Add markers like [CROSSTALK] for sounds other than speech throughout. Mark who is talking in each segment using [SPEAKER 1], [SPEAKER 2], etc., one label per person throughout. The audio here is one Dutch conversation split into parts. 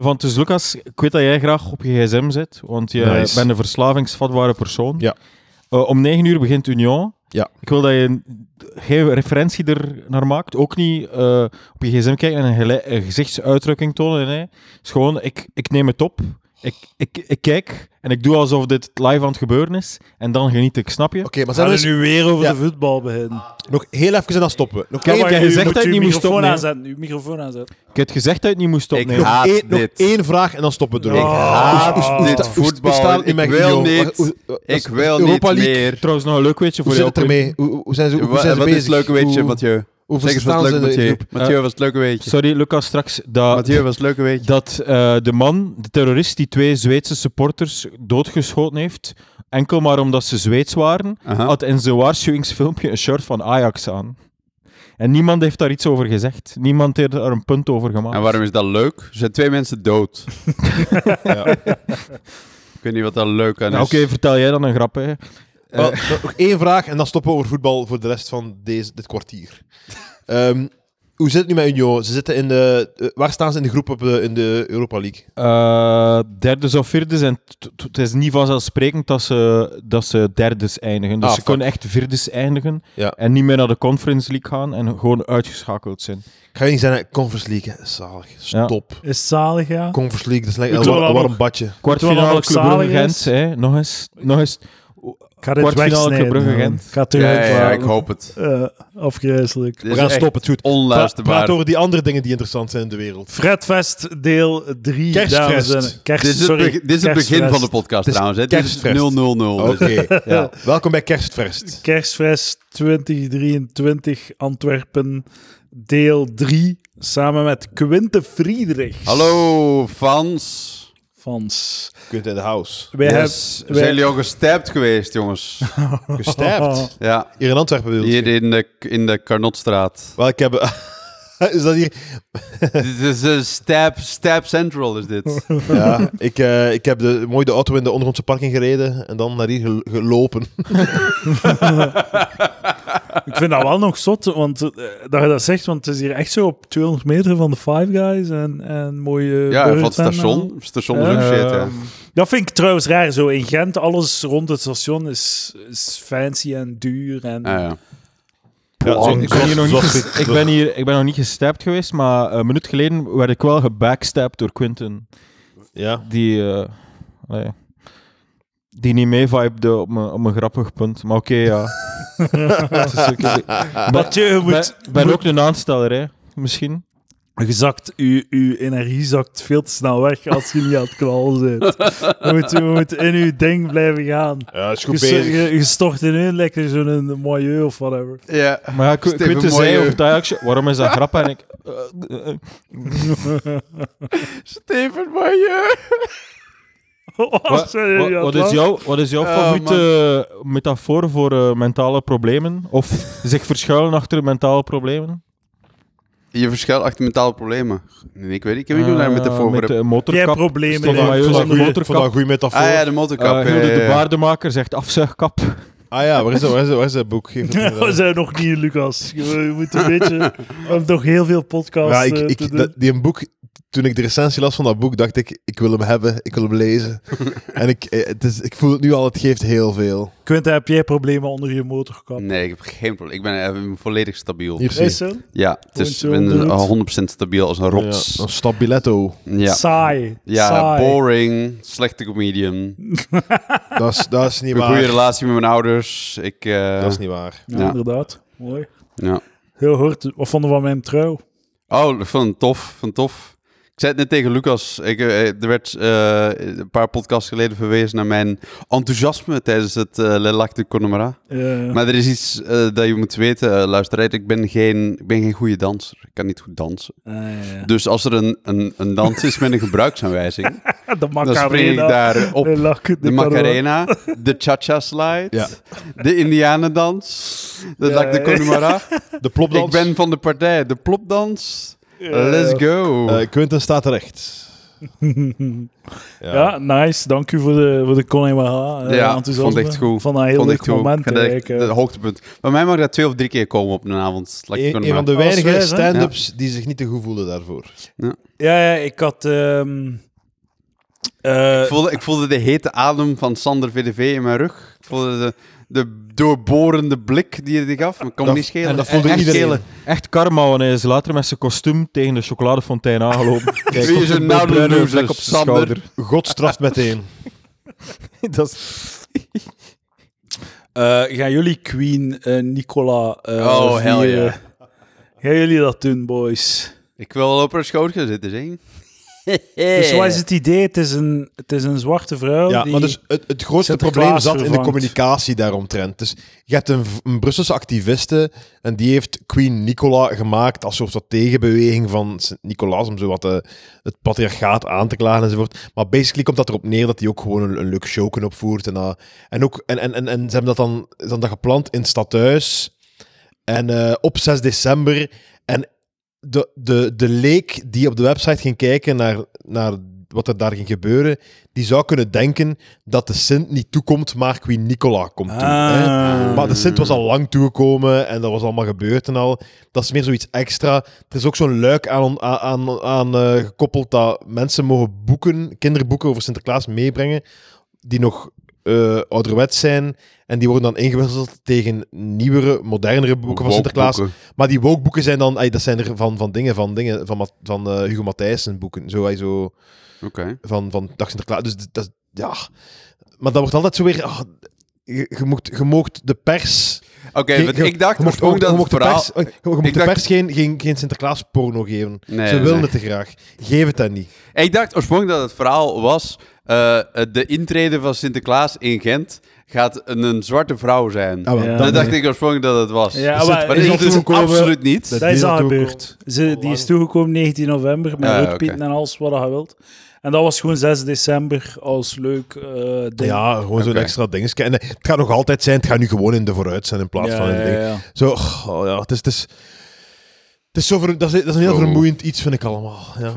[SPEAKER 1] Want dus Lucas, ik weet dat jij graag op je gsm zit, want je
[SPEAKER 2] Nice.
[SPEAKER 1] bent een verslavingsvatbare persoon.
[SPEAKER 2] Ja.
[SPEAKER 1] Eh, om 9 uur begint Union.
[SPEAKER 2] Ja.
[SPEAKER 1] Ik wil dat je geen referentie er naar maakt. Ook niet eh, op je gsm kijken en een, gele- een gezichtsuitdrukking tonen. Nee. Het is gewoon, ik, ik neem het op, ik, ik, ik kijk en ik doe alsof dit live aan het gebeuren is. En dan geniet ik, snap je?
[SPEAKER 2] maar zijn
[SPEAKER 3] Gaan
[SPEAKER 2] we
[SPEAKER 3] we
[SPEAKER 2] eens-
[SPEAKER 3] nu weer over
[SPEAKER 2] Ja.
[SPEAKER 3] de voetbal beginnen?
[SPEAKER 2] nog heel even en dan stoppen we. Nog
[SPEAKER 1] Kijk,
[SPEAKER 2] één-
[SPEAKER 1] jij
[SPEAKER 3] je
[SPEAKER 1] gezegd dat
[SPEAKER 3] moet
[SPEAKER 1] je niet moest
[SPEAKER 3] microfoon
[SPEAKER 1] opnemen.
[SPEAKER 3] aanzetten. Je microfoon aanzetten.
[SPEAKER 1] Ik heb het gezegd dat je het niet moest opnemen.
[SPEAKER 4] Ik haat
[SPEAKER 2] één- nog
[SPEAKER 4] dit.
[SPEAKER 2] één vraag en dan stoppen we
[SPEAKER 4] Ik
[SPEAKER 2] door.
[SPEAKER 3] Oh.
[SPEAKER 4] haat
[SPEAKER 3] Hoe sta- hoe
[SPEAKER 4] dit
[SPEAKER 3] sta-
[SPEAKER 2] Hoe- hoe staan
[SPEAKER 4] voetbal.
[SPEAKER 2] we in
[SPEAKER 4] Ik
[SPEAKER 2] mijn
[SPEAKER 4] wil
[SPEAKER 2] regio? Hoe-
[SPEAKER 4] niet.
[SPEAKER 2] hoe- hoe-
[SPEAKER 4] Ik
[SPEAKER 2] hoe-
[SPEAKER 4] wil niet
[SPEAKER 2] Europa League,
[SPEAKER 4] meer.
[SPEAKER 1] Trouwens, nog een leuk weetje voor
[SPEAKER 2] Hoe
[SPEAKER 1] jou.
[SPEAKER 2] zit het ermee? Hoe, hoe- hoe zijn ze, hoe
[SPEAKER 4] Wat
[SPEAKER 2] zijn ze
[SPEAKER 4] wat is het
[SPEAKER 2] bezig?
[SPEAKER 4] leuke weetje,
[SPEAKER 2] Hoe-
[SPEAKER 4] Mathieu?
[SPEAKER 2] Hoe
[SPEAKER 4] Zeg eens wat
[SPEAKER 2] verstaan
[SPEAKER 4] het
[SPEAKER 2] ze in
[SPEAKER 4] leuke
[SPEAKER 2] de
[SPEAKER 4] weetje.
[SPEAKER 2] groep?
[SPEAKER 4] Mathieu, wat is het leuke weetje?
[SPEAKER 1] Sorry, Lucas, straks dat...
[SPEAKER 4] Mathieu, wat is het leuke weetje?
[SPEAKER 1] dat eh, de man, de terrorist die twee Zweedse supporters doodgeschoten heeft, enkel maar omdat ze Zweeds waren,
[SPEAKER 4] Aha.
[SPEAKER 1] had in zijn waarschuwingsfilmpje een shirt van Ajax aan. En niemand heeft daar iets over gezegd. Niemand heeft daar een punt over gemaakt.
[SPEAKER 4] En waarom is dat leuk? Er zijn twee mensen [LAUGHS] dood. Ja. Ik weet niet wat daar leuk aan is.
[SPEAKER 1] Nou, Oké, vertel jij dan een grap, hè.
[SPEAKER 4] Eh.
[SPEAKER 2] Wel, nog één vraag en dan stoppen we over voetbal voor de rest van deze, dit kwartier. Ehm, hoe zit het nu met Union? Ze zitten in de, eh, waar staan ze in de groep op de, in de Europa League?
[SPEAKER 1] Eh, derdes of vierdes. En t- t- het is niet vanzelfsprekend dat ze, dat ze derdes eindigen. Dus
[SPEAKER 2] Ah,
[SPEAKER 1] ze
[SPEAKER 2] fuck.
[SPEAKER 1] kunnen echt vierdes eindigen
[SPEAKER 2] Ja.
[SPEAKER 1] en niet meer naar de Conference League gaan en gewoon uitgeschakeld zijn.
[SPEAKER 2] Ik ga je niet zeggen, Conference League, hè. zalig. Stop.
[SPEAKER 3] Is zalig, ja.
[SPEAKER 2] Conference League, dat is lekker
[SPEAKER 3] Moeten
[SPEAKER 2] een,
[SPEAKER 3] we
[SPEAKER 2] war- een
[SPEAKER 3] dan
[SPEAKER 2] warm badje.
[SPEAKER 3] Terwijl
[SPEAKER 1] Kwartfinale
[SPEAKER 3] dat
[SPEAKER 1] Club
[SPEAKER 3] nog
[SPEAKER 1] Brugge
[SPEAKER 3] zalig
[SPEAKER 1] Gent,
[SPEAKER 3] is.
[SPEAKER 1] hè. Nog eens, nog eens.
[SPEAKER 3] Ik ga dit
[SPEAKER 1] Kwartfinale
[SPEAKER 3] wegsnijden.
[SPEAKER 1] Club Brugge,
[SPEAKER 3] man.
[SPEAKER 1] Gent.
[SPEAKER 3] Ik ga het
[SPEAKER 4] Ja,
[SPEAKER 3] weer
[SPEAKER 4] ja, ja,
[SPEAKER 3] weghalen.
[SPEAKER 4] ik hoop het.
[SPEAKER 3] Eh, afgrijzelijk.
[SPEAKER 4] Dit
[SPEAKER 2] We
[SPEAKER 4] is
[SPEAKER 2] gaan
[SPEAKER 4] echt
[SPEAKER 2] stoppen, het is goed. Pra-
[SPEAKER 4] Onluisterbaar.
[SPEAKER 2] praat over die andere dingen die interessant zijn in de wereld.
[SPEAKER 3] Fredfest deel 3.
[SPEAKER 2] Kerstfest.
[SPEAKER 3] Kerst,
[SPEAKER 4] Dit is het,
[SPEAKER 3] sorry,
[SPEAKER 4] beg- dit is het begin
[SPEAKER 3] kerstfest.
[SPEAKER 4] van de podcast
[SPEAKER 2] is Oh.
[SPEAKER 4] trouwens. Hè. Dit is
[SPEAKER 2] kerstfest.
[SPEAKER 4] 000.
[SPEAKER 2] Oké,
[SPEAKER 4] [LAUGHS]
[SPEAKER 1] Ja.
[SPEAKER 2] welkom bij Kerstfest.
[SPEAKER 3] Kerstfest 2023 Antwerpen deel 3. Samen met Quinte Friedrichs.
[SPEAKER 4] Hallo, fans.
[SPEAKER 3] Fans.
[SPEAKER 2] Je kunt in de house.
[SPEAKER 3] Wij
[SPEAKER 4] Yes.
[SPEAKER 3] hebben-
[SPEAKER 4] Zijn
[SPEAKER 3] wij-
[SPEAKER 4] jullie al gestapt geweest, jongens?
[SPEAKER 2] Gestapt.
[SPEAKER 4] Ja,
[SPEAKER 2] Hier in Antwerpen bedoel je?
[SPEAKER 4] hier in de, in
[SPEAKER 2] [LAUGHS]
[SPEAKER 4] de Carnotstraat.
[SPEAKER 2] Wel, ik heb... is dat hier?
[SPEAKER 4] dit is een stab, stab Central, is
[SPEAKER 2] [LAUGHS]
[SPEAKER 4] dit.
[SPEAKER 2] Ja, ik, eh, ik heb de, mooi de auto in de ondergrondse parking gereden en dan naar hier gel- gelopen.
[SPEAKER 3] Ik vind dat wel nog zot, want eh, dat je dat zegt, want het is hier echt zo op 200 meter van de Five Guys en, en mooie
[SPEAKER 4] Ja, van
[SPEAKER 3] burgertent
[SPEAKER 4] het
[SPEAKER 3] en
[SPEAKER 4] station.
[SPEAKER 3] al.
[SPEAKER 4] Station is
[SPEAKER 1] Ehm,
[SPEAKER 4] ook shit, hè.
[SPEAKER 3] Dat vind ik trouwens raar, zo in Gent, alles rond het station is, is fancy en duur en...
[SPEAKER 4] Ah, ja.
[SPEAKER 2] Ja, zo-
[SPEAKER 4] Ehm,
[SPEAKER 1] ik, ben hier nog
[SPEAKER 2] zoals-
[SPEAKER 1] niet,
[SPEAKER 2] zoals-
[SPEAKER 1] ges- ik, ben hier, ik ben nog niet gestapt geweest, maar eh, een minuut geleden werd ik wel gebackstapt door Quinten.
[SPEAKER 2] Ja.
[SPEAKER 1] Die, eh, allee, die niet meevibede op mijn, op mijn grappig punt. Maar oké,
[SPEAKER 3] [LAUGHS]
[SPEAKER 1] ja. Het is oké.
[SPEAKER 3] Mathieu, je
[SPEAKER 1] Ik ben,
[SPEAKER 3] moet...
[SPEAKER 1] ben
[SPEAKER 3] moet-
[SPEAKER 1] ook een aansteller, hè. Misschien.
[SPEAKER 3] Je zakt, uw, uw energie zakt veel te snel weg als je niet aan het knallen
[SPEAKER 4] [LAUGHS]
[SPEAKER 3] bent. Je moet, je moet in uw ding blijven gaan.
[SPEAKER 2] Ja, is
[SPEAKER 3] Je,
[SPEAKER 2] goed
[SPEAKER 3] s-
[SPEAKER 2] bezig.
[SPEAKER 3] je, je stort in een lekker zo'n moyeu of whatever. [LAUGHS]
[SPEAKER 4] Ja.
[SPEAKER 1] Maar ja, Qu-
[SPEAKER 4] Steven
[SPEAKER 1] Quinten zei
[SPEAKER 4] Moyeu.
[SPEAKER 1] over het Ajaxje, waarom is dat grap? En ik... eh, eh, eh.
[SPEAKER 4] Steven Moyer.
[SPEAKER 3] Oh,
[SPEAKER 1] Wat,
[SPEAKER 3] sorry,
[SPEAKER 1] wat-
[SPEAKER 3] ja,
[SPEAKER 1] wat
[SPEAKER 3] het
[SPEAKER 1] is
[SPEAKER 3] was-
[SPEAKER 1] jouw, wat is jouw
[SPEAKER 4] Eh,
[SPEAKER 1] favoriete metafoor voor eh, mentale problemen? Of zich verschuilen achter mentale problemen?
[SPEAKER 4] Je verschuilt achter mentale problemen. Nee, ik weet niet. Ik weet niet hoe daar
[SPEAKER 1] Eh,
[SPEAKER 4] met de voorbeeld.
[SPEAKER 1] Met de
[SPEAKER 3] Jij
[SPEAKER 1] motorkap.
[SPEAKER 3] problemen.
[SPEAKER 1] Stond
[SPEAKER 3] hè.
[SPEAKER 1] aan mij,
[SPEAKER 2] Ik
[SPEAKER 1] Jules,
[SPEAKER 2] vond dat
[SPEAKER 1] een
[SPEAKER 2] een goeie-
[SPEAKER 1] motorkap.
[SPEAKER 2] ik vond dat een goede metafoor.
[SPEAKER 4] Ah ja, de motorkap.
[SPEAKER 1] Eh,
[SPEAKER 4] ja,
[SPEAKER 1] Hilde
[SPEAKER 4] ja,
[SPEAKER 1] de
[SPEAKER 4] ja.
[SPEAKER 1] baardemaker zegt afzuigkap.
[SPEAKER 2] Ah ja, waar is dat, waar is dat, waar is dat boek?
[SPEAKER 3] [LAUGHS]
[SPEAKER 2] Geef het me
[SPEAKER 3] Nou, We
[SPEAKER 2] wel.
[SPEAKER 3] zijn nog niet, Lucas. Je, je moet een beetje... We hebben nog heel veel podcasts
[SPEAKER 2] Ja, ik,
[SPEAKER 3] eh,
[SPEAKER 2] ik,
[SPEAKER 3] te doen.
[SPEAKER 2] dat, die een boek, toen ik de recensie las van dat boek, dacht ik, ik wil hem hebben, ik wil hem
[SPEAKER 4] [LAUGHS]
[SPEAKER 2] lezen. en ik, eh, het is, ik voel het nu al, het geeft heel veel.
[SPEAKER 3] Quinten, heb jij problemen onder je motorkap?
[SPEAKER 4] Nee, ik heb geen probleem. Ik ben eh, volledig stabiel.
[SPEAKER 2] Hier
[SPEAKER 3] Is
[SPEAKER 2] zie
[SPEAKER 3] zo?
[SPEAKER 4] Ja, het is
[SPEAKER 3] Rondje om de
[SPEAKER 4] ik ben
[SPEAKER 3] hoed.
[SPEAKER 4] 100% stabiel als een
[SPEAKER 2] je.
[SPEAKER 4] rots.
[SPEAKER 2] Ja, een stabiletto.
[SPEAKER 4] Ja,
[SPEAKER 3] Saai.
[SPEAKER 4] ja.
[SPEAKER 3] Saai.
[SPEAKER 4] boring, slechte comedian.
[SPEAKER 2] Dat is, dat is niet
[SPEAKER 4] Een goede
[SPEAKER 2] waar.
[SPEAKER 4] relatie met mijn ouders. Ik, eh,
[SPEAKER 2] Dat is niet waar.
[SPEAKER 3] Ja,
[SPEAKER 4] Ja.
[SPEAKER 3] inderdaad. Mooi.
[SPEAKER 4] ja.
[SPEAKER 3] Heel hard. Wat vonden we van mijn trouw?
[SPEAKER 4] Oh, ik vond het tof, ik vond het tof. Ik zei het net tegen Lucas. Ik, eh, er werd eh, een paar podcasts geleden verwezen naar mijn enthousiasme tijdens het eh Le Lac de Connemara.
[SPEAKER 3] Eh,
[SPEAKER 4] Maar er is iets eh, dat je moet weten, eh, luisteraar. Ik ben, geen, ik ben geen goede danser. Ik kan niet goed dansen.
[SPEAKER 3] ah, ja.
[SPEAKER 4] Dus als er een, een, een dans is met een
[SPEAKER 3] [LAUGHS]
[SPEAKER 4] gebruiksaanwijzing,
[SPEAKER 3] De
[SPEAKER 4] dan spring ik
[SPEAKER 3] Macarena.
[SPEAKER 4] daar op.
[SPEAKER 3] De, lak- de,
[SPEAKER 4] De
[SPEAKER 3] Carola. [LAUGHS]
[SPEAKER 4] Macarena, de Cha-Cha Slide,
[SPEAKER 2] Ja.
[SPEAKER 4] de Indianendans, de
[SPEAKER 3] Ja,
[SPEAKER 4] Lac de
[SPEAKER 3] ja. [LAUGHS]
[SPEAKER 4] Connemara.
[SPEAKER 2] De plopdans.
[SPEAKER 4] Ik ben van de partij, de plopdans.
[SPEAKER 3] Eh,
[SPEAKER 4] Let's go.
[SPEAKER 2] Eh, Quinten staat terecht. Ja.
[SPEAKER 3] [LAUGHS] Ja. nice. Dank u voor de, voor de Colin Waha. eh,
[SPEAKER 4] Ja,
[SPEAKER 3] enthousiasme.
[SPEAKER 4] vond ik echt goed.
[SPEAKER 3] Van een heel
[SPEAKER 4] Vond ik
[SPEAKER 3] leuk
[SPEAKER 4] goed. Ik
[SPEAKER 3] moment.
[SPEAKER 4] vind dat echt
[SPEAKER 3] eigenlijk,
[SPEAKER 4] het
[SPEAKER 3] eh.
[SPEAKER 4] hoogtepunt. Bij mij mag dat twee of drie keer komen op een avond. Laat ik het
[SPEAKER 2] E- Een,
[SPEAKER 4] kunnen
[SPEAKER 2] een van de
[SPEAKER 3] maar.
[SPEAKER 2] weinige
[SPEAKER 3] Alles wijs, hè?
[SPEAKER 2] stand-ups die zich niet te goed voelen daarvoor.
[SPEAKER 3] Ja, ja, ik had... ehm, eh,
[SPEAKER 4] Ik voelde, ik voelde de hete adem van Sander VDV in mijn rug. Ik voelde de, de doorborende blik die hij die gaf. Maar kon me
[SPEAKER 2] Dat-
[SPEAKER 4] niet schelen.
[SPEAKER 1] en dat
[SPEAKER 4] Eh,
[SPEAKER 1] voelde
[SPEAKER 4] echt
[SPEAKER 1] iedereen.
[SPEAKER 4] schelen.
[SPEAKER 1] Echt karma, want hij is later met zijn kostuum tegen de chocoladefontein
[SPEAKER 4] [LAUGHS]
[SPEAKER 1] aangelopen. Kijk,
[SPEAKER 4] Wie is
[SPEAKER 1] een
[SPEAKER 4] een nou de
[SPEAKER 1] bruine
[SPEAKER 4] loser,
[SPEAKER 1] vlek op zijn
[SPEAKER 4] Sander?
[SPEAKER 1] schouder.
[SPEAKER 2] God straft meteen.
[SPEAKER 1] dat is...
[SPEAKER 3] eh, gaan jullie Queen eh, Nicola eh
[SPEAKER 4] Oh, hell
[SPEAKER 3] vieren?
[SPEAKER 4] yeah.
[SPEAKER 3] Gaan jullie dat doen, boys?
[SPEAKER 4] Ik wil wel op haar schoot gaan
[SPEAKER 2] [LAUGHS]
[SPEAKER 4] zitten, zeg.
[SPEAKER 3] Dus wat is het idee? Het is een, het is een zwarte vrouw
[SPEAKER 2] Ja,
[SPEAKER 3] die...
[SPEAKER 2] maar dus het, het grootste
[SPEAKER 3] Sinterklaas
[SPEAKER 2] probleem zat in de
[SPEAKER 3] vervangt.
[SPEAKER 2] communicatie daaromtrent. Dus je hebt een, v- een Brusselse activiste en die heeft Queen Nicola gemaakt als soort van tegenbeweging van Sint-Nicolaas om zo wat eh, het patriarchaat aan te klagen enzovoort. Maar basically komt dat erop neer dat hij ook gewoon een, een leuke show kan opvoert. En, dat- en, ook, en, en, en, en ze hebben dat dan, ze hebben dat gepland in het stadhuis en eh, op 6 december. En de, de, de leek die op de website ging kijken naar, naar wat er daar ging gebeuren, die zou kunnen denken dat de Sint niet toekomt, maar Queen Nicola komt toe. hè.
[SPEAKER 3] Ah.
[SPEAKER 2] Maar de Sint was al lang toegekomen en dat was allemaal gebeurd en al. Dat is meer zoiets extra. Er is ook zo'n luik aan, aan, aan, aan, eh, gekoppeld dat mensen mogen boeken, kinderboeken over Sinterklaas meebrengen, die nog eh ouderwets zijn. En die worden dan ingewisseld tegen nieuwere, modernere boeken van Sinterklaas. Maar die wokeboeken zijn dan, ey, dat zijn er van, van dingen, van dingen, van, Mat- van eh, Hugo Matthijssen boeken. Zo, ey, zo
[SPEAKER 4] Oké.
[SPEAKER 2] van, van Dag Sinterklaas. Dus dat, dat- ja. Maar dat wordt altijd zo weer, ah, je, je, mocht, je moogt de pers...
[SPEAKER 4] Oké,
[SPEAKER 2] geen-
[SPEAKER 4] want
[SPEAKER 2] je-
[SPEAKER 4] ik dacht
[SPEAKER 2] je mocht,
[SPEAKER 4] oorspronkelijk
[SPEAKER 2] je
[SPEAKER 4] dat het
[SPEAKER 2] mocht de
[SPEAKER 4] verhaal...
[SPEAKER 2] pers, eh, je mocht de
[SPEAKER 4] dacht-
[SPEAKER 2] pers geen, geen, geen Sinterklaas porno geven.
[SPEAKER 4] Nee,
[SPEAKER 2] Ze
[SPEAKER 4] nee,
[SPEAKER 2] willen het
[SPEAKER 4] nee.
[SPEAKER 2] te graag. Geef het dan niet.
[SPEAKER 4] Ik dacht oorspronkelijk dat het verhaal was... eh, de intrede van Sinterklaas in Gent gaat een, een zwarte vrouw zijn.
[SPEAKER 2] Ah, wel,
[SPEAKER 3] Ja.
[SPEAKER 2] dan-
[SPEAKER 4] dat dacht ik oorspronkelijk dat het was.
[SPEAKER 3] Ja,
[SPEAKER 2] Dus
[SPEAKER 3] maar
[SPEAKER 2] het-
[SPEAKER 4] maar
[SPEAKER 2] is
[SPEAKER 4] dat
[SPEAKER 2] al
[SPEAKER 4] is dus
[SPEAKER 2] toegekomen-
[SPEAKER 4] absoluut niet.
[SPEAKER 2] Dat-
[SPEAKER 3] Dat is
[SPEAKER 2] deel
[SPEAKER 3] al
[SPEAKER 2] dat ook
[SPEAKER 3] gebeurd. Ze, die is
[SPEAKER 2] lang.
[SPEAKER 3] toegekomen 19 november met
[SPEAKER 2] Ah,
[SPEAKER 4] Ja, ja,
[SPEAKER 3] roodpieten
[SPEAKER 4] oké.
[SPEAKER 3] en alles wat je wilt. En dat was gewoon 6 december als leuk eh ding.
[SPEAKER 2] Ja, gewoon zo'n
[SPEAKER 4] Oké.
[SPEAKER 2] extra dingetje. En eh, het gaat nog altijd zijn, het gaat nu gewoon in de vooruit zijn in plaats
[SPEAKER 3] Ja,
[SPEAKER 2] van in de
[SPEAKER 3] ja,
[SPEAKER 2] ding.
[SPEAKER 3] ja.
[SPEAKER 2] Zo, oh, ja, het is... Het is het is zo ver, dat, is, dat is een heel
[SPEAKER 4] Zo.
[SPEAKER 2] vermoeiend iets, vind ik allemaal. Ja.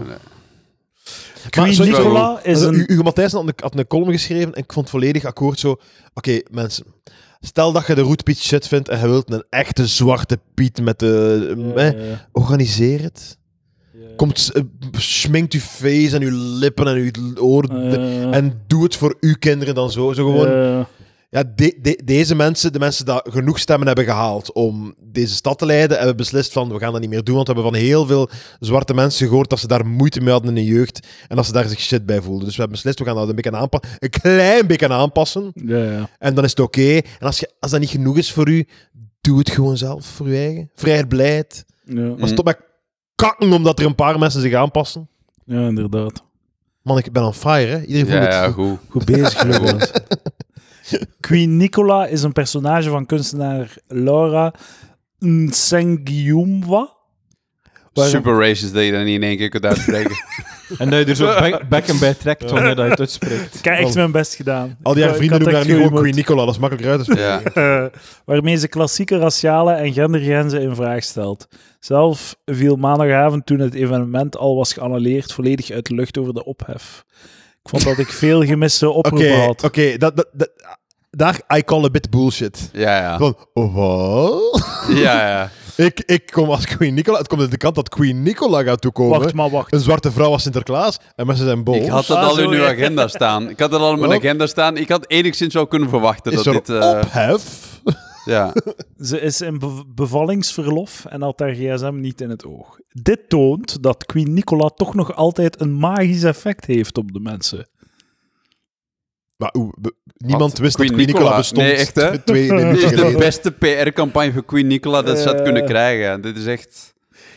[SPEAKER 3] Queen
[SPEAKER 2] sorry,
[SPEAKER 3] Nicola is
[SPEAKER 2] Also, U-
[SPEAKER 3] een...
[SPEAKER 2] Hugo Matthijssen had een, had een column geschreven en ik vond volledig akkoord zo... Oké, mensen. Stel dat je de roetpiet shit vindt en je wilt een echte zwarte piet met de... eh,
[SPEAKER 3] Ja,
[SPEAKER 2] organiseer het.
[SPEAKER 3] ja.
[SPEAKER 2] Komt, eh, sminkt uw face en uw lippen en uw oren.
[SPEAKER 3] Eh,
[SPEAKER 2] en doe het voor uw kinderen dan zo. Zo gewoon...
[SPEAKER 3] eh,
[SPEAKER 2] Ja, de- de- deze mensen, de mensen die genoeg stemmen hebben gehaald om deze stad te leiden, hebben beslist van, we gaan dat niet meer doen, want we hebben van heel veel zwarte mensen gehoord dat ze daar moeite mee hadden in hun jeugd en dat ze daar zich shit bij voelden. Dus we hebben beslist, we gaan dat een beetje aanpassen, een klein beetje aanpassen,
[SPEAKER 3] ja, ja.
[SPEAKER 2] en dan is het oké. En als, je, als dat niet genoeg is voor u, doe het gewoon zelf, voor uw eigen. Vrijheid, blijheid.
[SPEAKER 3] Ja,
[SPEAKER 4] Mm.
[SPEAKER 2] Maar stop met kakken omdat er een paar mensen zich aanpassen.
[SPEAKER 3] ja, inderdaad.
[SPEAKER 2] Man, ik ben on fire, hè. Iedereen voelt
[SPEAKER 4] Ja, ja,
[SPEAKER 2] het.
[SPEAKER 4] goed.
[SPEAKER 3] Goed
[SPEAKER 2] [LAUGHS]
[SPEAKER 3] bezig, Lucas. Queen Nicola is een personage van kunstenaar Laura Nsengiumwa.
[SPEAKER 2] Waarom-
[SPEAKER 4] Super racist dat je dat niet in één keer
[SPEAKER 3] [LAUGHS]
[SPEAKER 4] kunt uitspreken.
[SPEAKER 1] En dat je er zo
[SPEAKER 4] [LAUGHS]
[SPEAKER 1] bek- bekken bij trekt wanneer dat je het uitspreekt.
[SPEAKER 3] Ik heb echt mijn best gedaan.
[SPEAKER 2] Al die haar
[SPEAKER 3] Ik- ik
[SPEAKER 2] vrienden
[SPEAKER 3] had
[SPEAKER 2] noemen haar
[SPEAKER 3] echt
[SPEAKER 2] nu gewoon
[SPEAKER 3] gehumored.
[SPEAKER 2] Queen Nicola, dat is makkelijker uit te spreken.
[SPEAKER 4] ja.
[SPEAKER 3] Eh, waarmee ze klassieke raciale en gendergrenzen in vraag stelt. Zelf viel maandagavond, toen het evenement al was geannuleerd, volledig uit de lucht over de ophef. Ik vond dat ik veel gemiste oproepen
[SPEAKER 2] Oké,
[SPEAKER 3] had.
[SPEAKER 2] oké, dat, dat, dat, daar I call a bit bullshit.
[SPEAKER 4] Ja, ja.
[SPEAKER 2] Van, oh, wat?
[SPEAKER 4] Ja, ja.
[SPEAKER 2] ik, ik kom als Queen Nicola. Het komt uit de kant dat Queen Nicola gaat toekomen.
[SPEAKER 3] Wacht maar, wacht.
[SPEAKER 2] Een zwarte vrouw als Sinterklaas en mensen zijn boos.
[SPEAKER 4] Ik had dat
[SPEAKER 3] Ah,
[SPEAKER 4] al
[SPEAKER 3] zo,
[SPEAKER 4] in uw
[SPEAKER 3] ja.
[SPEAKER 4] agenda staan. Ik had dat al in mijn
[SPEAKER 2] Wat?
[SPEAKER 4] agenda staan. Ik had enigszins wel kunnen verwachten
[SPEAKER 2] Is er
[SPEAKER 4] dat dit... eh,
[SPEAKER 2] ophef?
[SPEAKER 3] [LAUGHS]
[SPEAKER 4] ja.
[SPEAKER 3] Ze is in bev- bevallingsverlof en had haar gsm niet in het oog. Dit toont dat Queen Nicola toch nog altijd een magisch effect heeft op de mensen.
[SPEAKER 2] Maar oeh, we- niemand
[SPEAKER 4] Wat?
[SPEAKER 2] wist
[SPEAKER 4] Queen
[SPEAKER 2] dat Queen Nicola,
[SPEAKER 4] Nicola?
[SPEAKER 2] bestond.
[SPEAKER 4] Nee, echt, hè? [LAUGHS]
[SPEAKER 2] Twee minuten
[SPEAKER 4] Dit is de
[SPEAKER 2] geleden.
[SPEAKER 4] beste PR-campagne voor Queen Nicola dat ze had
[SPEAKER 3] Eh.
[SPEAKER 4] kunnen krijgen. Dit is echt...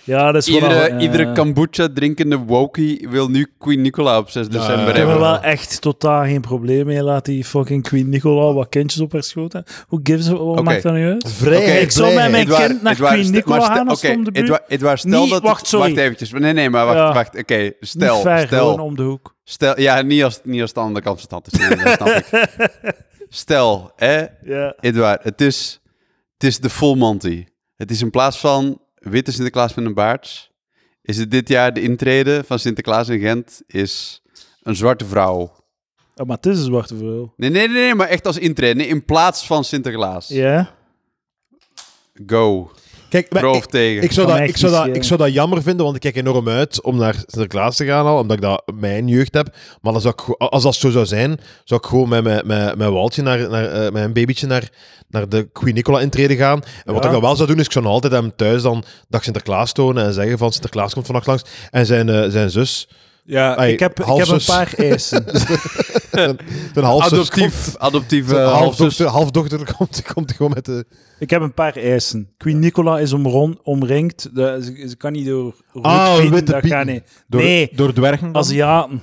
[SPEAKER 3] Ja, dat is wel
[SPEAKER 4] Iedere,
[SPEAKER 3] al-
[SPEAKER 4] iedere
[SPEAKER 3] eh,
[SPEAKER 4] kombucha-drinkende wokie wil nu Queen Nicola op 6 december
[SPEAKER 2] ja.
[SPEAKER 3] Ik heb er
[SPEAKER 4] hebben.
[SPEAKER 3] wel echt totaal geen probleem mee. Laat die fucking Queen Nicola wat kindjes op haar schoten. Hoe gives what
[SPEAKER 4] Oké.
[SPEAKER 3] maakt dat nu uit?
[SPEAKER 2] Vrijheid,
[SPEAKER 4] Oké,
[SPEAKER 3] ik zal
[SPEAKER 2] blijheid.
[SPEAKER 3] met mijn-
[SPEAKER 4] Edouard-
[SPEAKER 3] kind naar
[SPEAKER 4] Edouard,
[SPEAKER 3] Queen
[SPEAKER 4] stel-
[SPEAKER 3] Nicola
[SPEAKER 4] maar stel-
[SPEAKER 3] gaan als het
[SPEAKER 4] oké,
[SPEAKER 3] om de buurt-
[SPEAKER 4] Edouard- Edouard, stel
[SPEAKER 3] Niet-
[SPEAKER 4] dat...
[SPEAKER 3] wacht, sorry.
[SPEAKER 4] Wacht eventjes. Nee, nee, maar wacht.
[SPEAKER 3] Ja.
[SPEAKER 4] wacht. Oké, stel,
[SPEAKER 3] Niet ver,
[SPEAKER 4] stel.
[SPEAKER 3] gewoon om de hoek.
[SPEAKER 4] Stel, ja, niet als, niet als de andere kant van de stad is. Nee, dat snap ik.
[SPEAKER 2] [LAUGHS]
[SPEAKER 4] Stel, hè,
[SPEAKER 3] Ja.
[SPEAKER 4] Edouard, het is, het is de full Monty. Het is in plaats van witte Sinterklaas met een baard, is het dit jaar de intrede van Sinterklaas in Gent, is Een zwarte vrouw.
[SPEAKER 3] Ah, maar het is een zwarte vrouw.
[SPEAKER 4] Nee, nee, nee, nee, maar echt als intrede. Nee, in plaats van Sinterklaas.
[SPEAKER 3] Ja?
[SPEAKER 4] Go.
[SPEAKER 2] Kijk, maar
[SPEAKER 4] Pro
[SPEAKER 2] ik-
[SPEAKER 4] of tegen.
[SPEAKER 2] Ik zou,
[SPEAKER 3] Kan
[SPEAKER 2] dat,
[SPEAKER 3] echt
[SPEAKER 2] ik, zou
[SPEAKER 3] niet
[SPEAKER 2] dat,
[SPEAKER 3] schelen.
[SPEAKER 2] ik zou dat jammer vinden, want ik kijk enorm uit om naar Sinterklaas te gaan al, omdat ik dat mijn jeugd heb. Maar dan zou ik, gewoon- als dat zo zou zijn, zou ik gewoon met mijn, mijn, mijn Waltje, naar, naar, eh, met mijn babytje, naar, naar de Queen Nicola intrede gaan. En wat
[SPEAKER 3] Ja.
[SPEAKER 2] ik dan wel zou doen, is ik zou nog altijd hem thuis dan dag Sinterklaas tonen en zeggen van Sinterklaas komt vannacht langs. En zijn, eh, zijn zus,
[SPEAKER 3] Ja,
[SPEAKER 2] Ai,
[SPEAKER 3] ik, heb, ik heb een
[SPEAKER 2] halfzus.
[SPEAKER 3] paar eisen. [LAUGHS]
[SPEAKER 2] zijn halfzus, komt-
[SPEAKER 4] Adoptief. Adoptief.
[SPEAKER 2] zijn
[SPEAKER 4] eh, halfzus.
[SPEAKER 2] halfdochter, halfdochter [LAUGHS] komt, komt gewoon met de...
[SPEAKER 3] ik heb een paar eisen. Queen Nicola is omron, omringd. De- ze, ze kan niet door rood
[SPEAKER 2] Ah,
[SPEAKER 3] bieten,
[SPEAKER 2] witte
[SPEAKER 3] dat
[SPEAKER 2] bieten.
[SPEAKER 3] gaat niet.
[SPEAKER 1] Door,
[SPEAKER 3] nee,
[SPEAKER 1] door dwergen. dan?
[SPEAKER 3] Aziaten.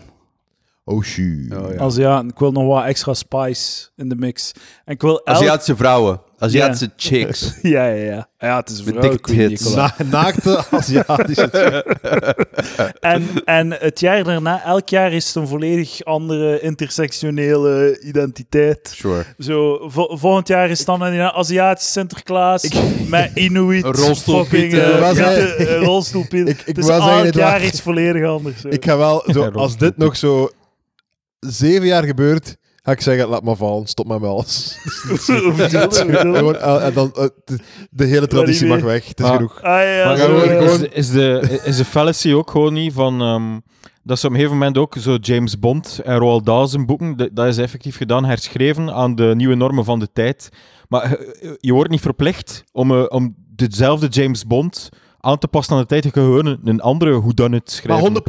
[SPEAKER 2] Oh, shoot.
[SPEAKER 4] Oh, ja.
[SPEAKER 3] Aziaten. Ik wil nog wat extra spice in de mix. En ik wil elk...
[SPEAKER 4] Aziatische vrouwen. Aziatische
[SPEAKER 2] [LAUGHS]
[SPEAKER 4] chicks.
[SPEAKER 3] [LAUGHS] Ja, ja, ja. Ja, het is een
[SPEAKER 4] Met
[SPEAKER 3] vrouw,
[SPEAKER 4] dikke
[SPEAKER 3] Queen
[SPEAKER 4] tits.
[SPEAKER 3] Nicola.
[SPEAKER 2] Na, naakte [LAUGHS] Aziatische...
[SPEAKER 3] En, en het jaar daarna, elk jaar is het een volledig andere intersectionele identiteit.
[SPEAKER 4] Sure.
[SPEAKER 3] Zo, vo- volgend jaar is het dan een Aziatisch Sinterklaas [LAUGHS] met Inuit,
[SPEAKER 4] Een rolstoelpieten.
[SPEAKER 3] fucking, eh,
[SPEAKER 2] Ik wou
[SPEAKER 3] witte,
[SPEAKER 2] zeggen-
[SPEAKER 3] eh,
[SPEAKER 2] [LAUGHS]
[SPEAKER 3] rolstoelpieten.
[SPEAKER 2] Ik- ik
[SPEAKER 3] dus
[SPEAKER 2] wou zeggen,
[SPEAKER 3] elk
[SPEAKER 2] Edouard.
[SPEAKER 3] jaar iets volledig
[SPEAKER 2] [LAUGHS]
[SPEAKER 3] anders. zo.
[SPEAKER 2] Ik ga wel, zo,
[SPEAKER 1] Ja, Rob.
[SPEAKER 2] als dit nog zo zeven jaar gebeurt, ga ik zeggen, laat maar vallen, stop met alles. [LAUGHS] Gewoon, eh, en dan, eh, de, de hele traditie mag
[SPEAKER 3] meer.
[SPEAKER 2] weg, het is
[SPEAKER 1] Maar-
[SPEAKER 2] genoeg.
[SPEAKER 3] Ah ja,
[SPEAKER 1] Maar
[SPEAKER 2] Ja,
[SPEAKER 3] zo,
[SPEAKER 2] gewoon-
[SPEAKER 3] eh,
[SPEAKER 1] is, is, de, is de fallacy ook gewoon niet van... ehm, dat ze op een gegeven moment ook zo James Bond en Roald Dahl zijn boeken, dat, dat is effectief gedaan, herschreven aan de nieuwe normen van de tijd. Maar eh, je wordt niet verplicht om, eh, om dezelfde James Bond aan te passen aan de tijd. Je kan gewoon een, een andere hoedanit
[SPEAKER 2] Maar
[SPEAKER 1] schrijven.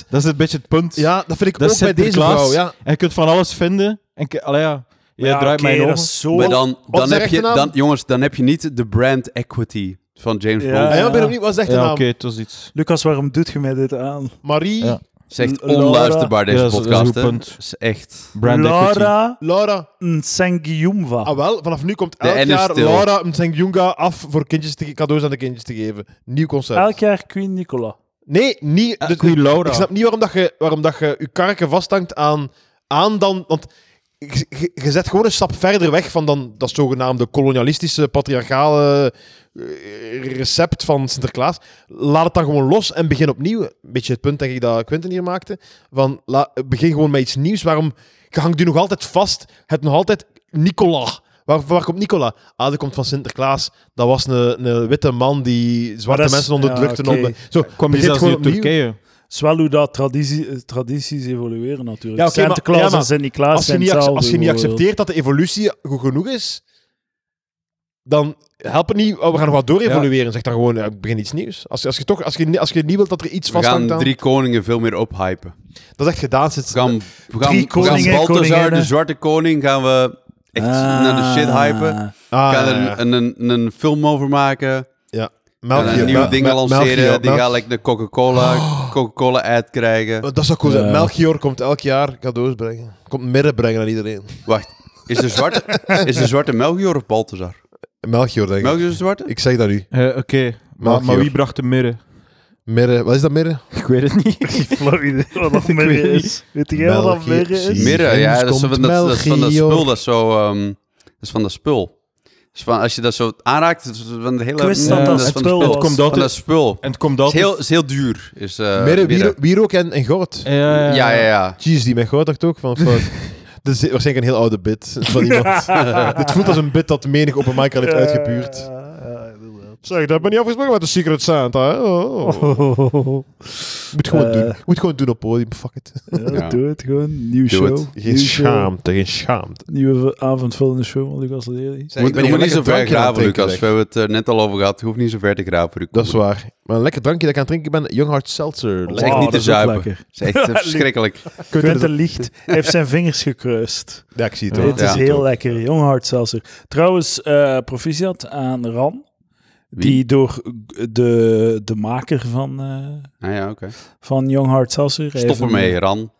[SPEAKER 2] 100%,
[SPEAKER 1] dat is een beetje het punt.
[SPEAKER 2] ja, dat vind ik
[SPEAKER 1] Dat
[SPEAKER 2] ook bij deze
[SPEAKER 1] Sinterklaas.
[SPEAKER 2] vrouw. Ja.
[SPEAKER 1] En je kunt van alles vinden. En ke- allee, ja, je
[SPEAKER 3] ja,
[SPEAKER 1] draait
[SPEAKER 3] oké,
[SPEAKER 1] mijn
[SPEAKER 3] dat
[SPEAKER 1] ogen.
[SPEAKER 3] is zo...
[SPEAKER 4] Maar dan,
[SPEAKER 2] Wat is
[SPEAKER 4] dan
[SPEAKER 2] de
[SPEAKER 4] heb je,
[SPEAKER 2] rechternaam?
[SPEAKER 4] dan, jongens, dan heb je niet de brand equity van James
[SPEAKER 3] Ja.
[SPEAKER 2] Ah,
[SPEAKER 4] Bond.
[SPEAKER 2] ja, ik ben opnieuw, wat zegt de
[SPEAKER 1] Ja, oké,
[SPEAKER 2] naam?
[SPEAKER 1] het was iets.
[SPEAKER 3] Lucas, waarom doet je mij dit aan?
[SPEAKER 2] Marie,
[SPEAKER 1] Ja.
[SPEAKER 4] Zegt
[SPEAKER 3] Laura-
[SPEAKER 4] onluisterbaar deze
[SPEAKER 1] Ja, dat is- dat is een goed
[SPEAKER 4] podcast. hè.
[SPEAKER 1] punt.
[SPEAKER 4] Dat is echt.
[SPEAKER 1] Brand equity.
[SPEAKER 3] Laura
[SPEAKER 2] Laura.
[SPEAKER 3] Nsengiumva.
[SPEAKER 2] Ah wel, vanaf nu komt
[SPEAKER 4] De N
[SPEAKER 2] elk
[SPEAKER 4] is
[SPEAKER 2] jaar
[SPEAKER 4] stil.
[SPEAKER 2] Laura Mtsengjonga af voor kindjes te, ge- cadeaus aan de kindjes te geven. Nieuw concept.
[SPEAKER 3] Elk jaar Queen Nicola.
[SPEAKER 2] Nee, niet... dus-
[SPEAKER 1] Queen Laura.
[SPEAKER 2] Ik snap niet waarom dat je waarom dat je, je karken vasthangt aan, aan dan. Want je, je- je zet gewoon een stap verder weg van dan dat zogenaamde kolonialistische, patriarchale eh, recept van Sinterklaas. Laat het dan gewoon los en begin opnieuw. Een beetje het punt denk ik dat Quentin hier maakte. Van, la- begin gewoon met iets nieuws. Waarom je hangt u nog altijd vast? Het nog altijd Nicola. Waar, waar komt Nicola? Ah, dat komt van Sinterklaas. Dat was een, een witte man die zwarte
[SPEAKER 3] dat is-
[SPEAKER 2] mensen onderdrukte.
[SPEAKER 3] ja, oké.
[SPEAKER 2] onder- Zo,
[SPEAKER 1] Kwam je
[SPEAKER 2] begin
[SPEAKER 1] zelfs
[SPEAKER 2] gewoon
[SPEAKER 1] niet uit
[SPEAKER 2] opnieuw.
[SPEAKER 1] Turkije?
[SPEAKER 3] Het is wel hoe dat traditie, eh, tradities evolueren natuurlijk.
[SPEAKER 2] Ja, oké, maar-
[SPEAKER 3] Sinterklaas
[SPEAKER 2] ja, maar
[SPEAKER 3] en Sint-Niklaas
[SPEAKER 2] als je,
[SPEAKER 3] zijn
[SPEAKER 2] niet, ac-
[SPEAKER 3] hetzelfde.
[SPEAKER 2] als je niet
[SPEAKER 3] bijvoorbeeld.
[SPEAKER 2] accepteert dat de evolutie goed genoeg is, dan helpt het niet. oh, we gaan nog wat door-evolueren. Zeg dan gewoon, ja, begin iets nieuws. Als, als, je toch, als, je, niet- als je niet wilt dat er iets
[SPEAKER 4] We gaan
[SPEAKER 2] vasthangt aan...
[SPEAKER 4] drie koningen veel meer ophypen.
[SPEAKER 2] Dat is echt gedaan
[SPEAKER 4] We
[SPEAKER 2] sinds...
[SPEAKER 4] gaan, we gaan,
[SPEAKER 3] Drie
[SPEAKER 4] we gaan
[SPEAKER 3] koningen,
[SPEAKER 4] Balthazar, de
[SPEAKER 3] koninginnen.
[SPEAKER 4] zwarte koning, gaan we echt
[SPEAKER 3] Ah.
[SPEAKER 4] naar de shit
[SPEAKER 3] [LAUGHS]
[SPEAKER 4] hypen.
[SPEAKER 2] Ah,
[SPEAKER 4] We gaan
[SPEAKER 2] ja,
[SPEAKER 4] er
[SPEAKER 2] ja, ja.
[SPEAKER 4] een, een, een, een film over maken.
[SPEAKER 2] Melk
[SPEAKER 4] en
[SPEAKER 2] hier,
[SPEAKER 4] een nieuwe
[SPEAKER 2] mel-
[SPEAKER 4] dingen
[SPEAKER 2] mel-
[SPEAKER 4] lanceren.
[SPEAKER 2] Melchior,
[SPEAKER 4] die
[SPEAKER 2] mel- Oh.
[SPEAKER 4] gaan like, de Coca-Cola Coca-Cola ad krijgen.
[SPEAKER 2] Dat zou cool zijn.
[SPEAKER 3] Ja.
[SPEAKER 2] Melchior komt elk jaar cadeaus brengen. Komt midden brengen aan iedereen.
[SPEAKER 4] Wacht, is de zwarte, is de zwarte Melchior of Balthazar?
[SPEAKER 2] Melchior, denk ik.
[SPEAKER 4] Melchior is de zwarte?
[SPEAKER 2] Ik zeg dat nu.
[SPEAKER 1] Eh, Oké, maar, maar wie bracht de mirren?
[SPEAKER 2] Midden... Wat is dat midden?
[SPEAKER 1] [LAUGHS]
[SPEAKER 4] Eh,
[SPEAKER 1] Ik weet het niet.
[SPEAKER 3] Florida,
[SPEAKER 2] [LAUGHS]
[SPEAKER 3] wat dat
[SPEAKER 1] Ik
[SPEAKER 3] mirre
[SPEAKER 1] weet
[SPEAKER 3] is. Weet jij wat dat
[SPEAKER 2] België,
[SPEAKER 3] mirre is?
[SPEAKER 2] zie.
[SPEAKER 4] Mirre,
[SPEAKER 2] Ginds
[SPEAKER 4] ja, dat is, zo van
[SPEAKER 2] komt
[SPEAKER 4] dat, dat is van dat
[SPEAKER 2] Melchior.
[SPEAKER 4] spul. Dat is, zo, ehm, dat is van dat spul. Dat is van, als je dat zo aanraakt, dat is van de hele...
[SPEAKER 3] Ik wist dat
[SPEAKER 1] dat
[SPEAKER 4] is
[SPEAKER 3] spul
[SPEAKER 4] van
[SPEAKER 1] Het
[SPEAKER 4] dat
[SPEAKER 3] was.
[SPEAKER 1] komt
[SPEAKER 4] spul. Van dat
[SPEAKER 1] altijd.
[SPEAKER 4] spul.
[SPEAKER 1] [LAUGHS] En het komt
[SPEAKER 4] Het is
[SPEAKER 1] altijd.
[SPEAKER 4] heel, is heel duur. Is, eh,
[SPEAKER 2] midden,
[SPEAKER 4] Mirre.
[SPEAKER 2] wierook- wierook en, en goud.
[SPEAKER 1] Ja, ja,
[SPEAKER 4] Ja, ja, ja.
[SPEAKER 2] Jeez, die met goud ook van... fuck. [LAUGHS] Dat is waarschijnlijk een heel oude bit van [LAUGHS] iemand. Dit voelt als een bit dat menig open mic al heeft uitgebuurd. Zeg, dat ben je afgesproken met de Secret Santa. Hè? Oh. Moet gewoon
[SPEAKER 3] Eh.
[SPEAKER 2] doen. Moet gewoon doen op podium. Fuck it.
[SPEAKER 4] Ja.
[SPEAKER 3] Doe het gewoon. Nieuw
[SPEAKER 4] Doe
[SPEAKER 3] show.
[SPEAKER 4] het.
[SPEAKER 2] Geen schaamte, geen schaamte.
[SPEAKER 3] Nieuwe avondvullende show van Lucas Lely.
[SPEAKER 4] Moet- we moeten niet zo ver graven, Lucas. We hebben het eh, net al over gehad. Je hoeft niet zo ver te graven. Ruud.
[SPEAKER 2] Dat is waar. Maar een lekker drankje dat ik aan het drinken ben. Young Heart Seltzer.
[SPEAKER 4] is echt
[SPEAKER 3] Wauw,
[SPEAKER 4] niet
[SPEAKER 3] Oh,
[SPEAKER 4] te
[SPEAKER 3] dat is ook
[SPEAKER 4] zuipen.
[SPEAKER 3] lekker.
[SPEAKER 4] Dat is echt eh, verschrikkelijk.
[SPEAKER 3] Quentin Licht hij heeft zijn vingers gekruist.
[SPEAKER 2] Ja, ik zie het
[SPEAKER 3] Nee,
[SPEAKER 2] hoor.
[SPEAKER 3] het is
[SPEAKER 4] [LAUGHS] Ja.
[SPEAKER 3] heel lekker. Jong hard zelfs. er. Trouwens, eh, proficiat aan Ran.
[SPEAKER 4] Wie?
[SPEAKER 3] Die door de, de maker van, eh
[SPEAKER 4] Ah ja, oké.
[SPEAKER 3] van Young Hard Seltzer... hij
[SPEAKER 4] Stop
[SPEAKER 3] heeft
[SPEAKER 4] ermee,
[SPEAKER 3] een-
[SPEAKER 4] Ran.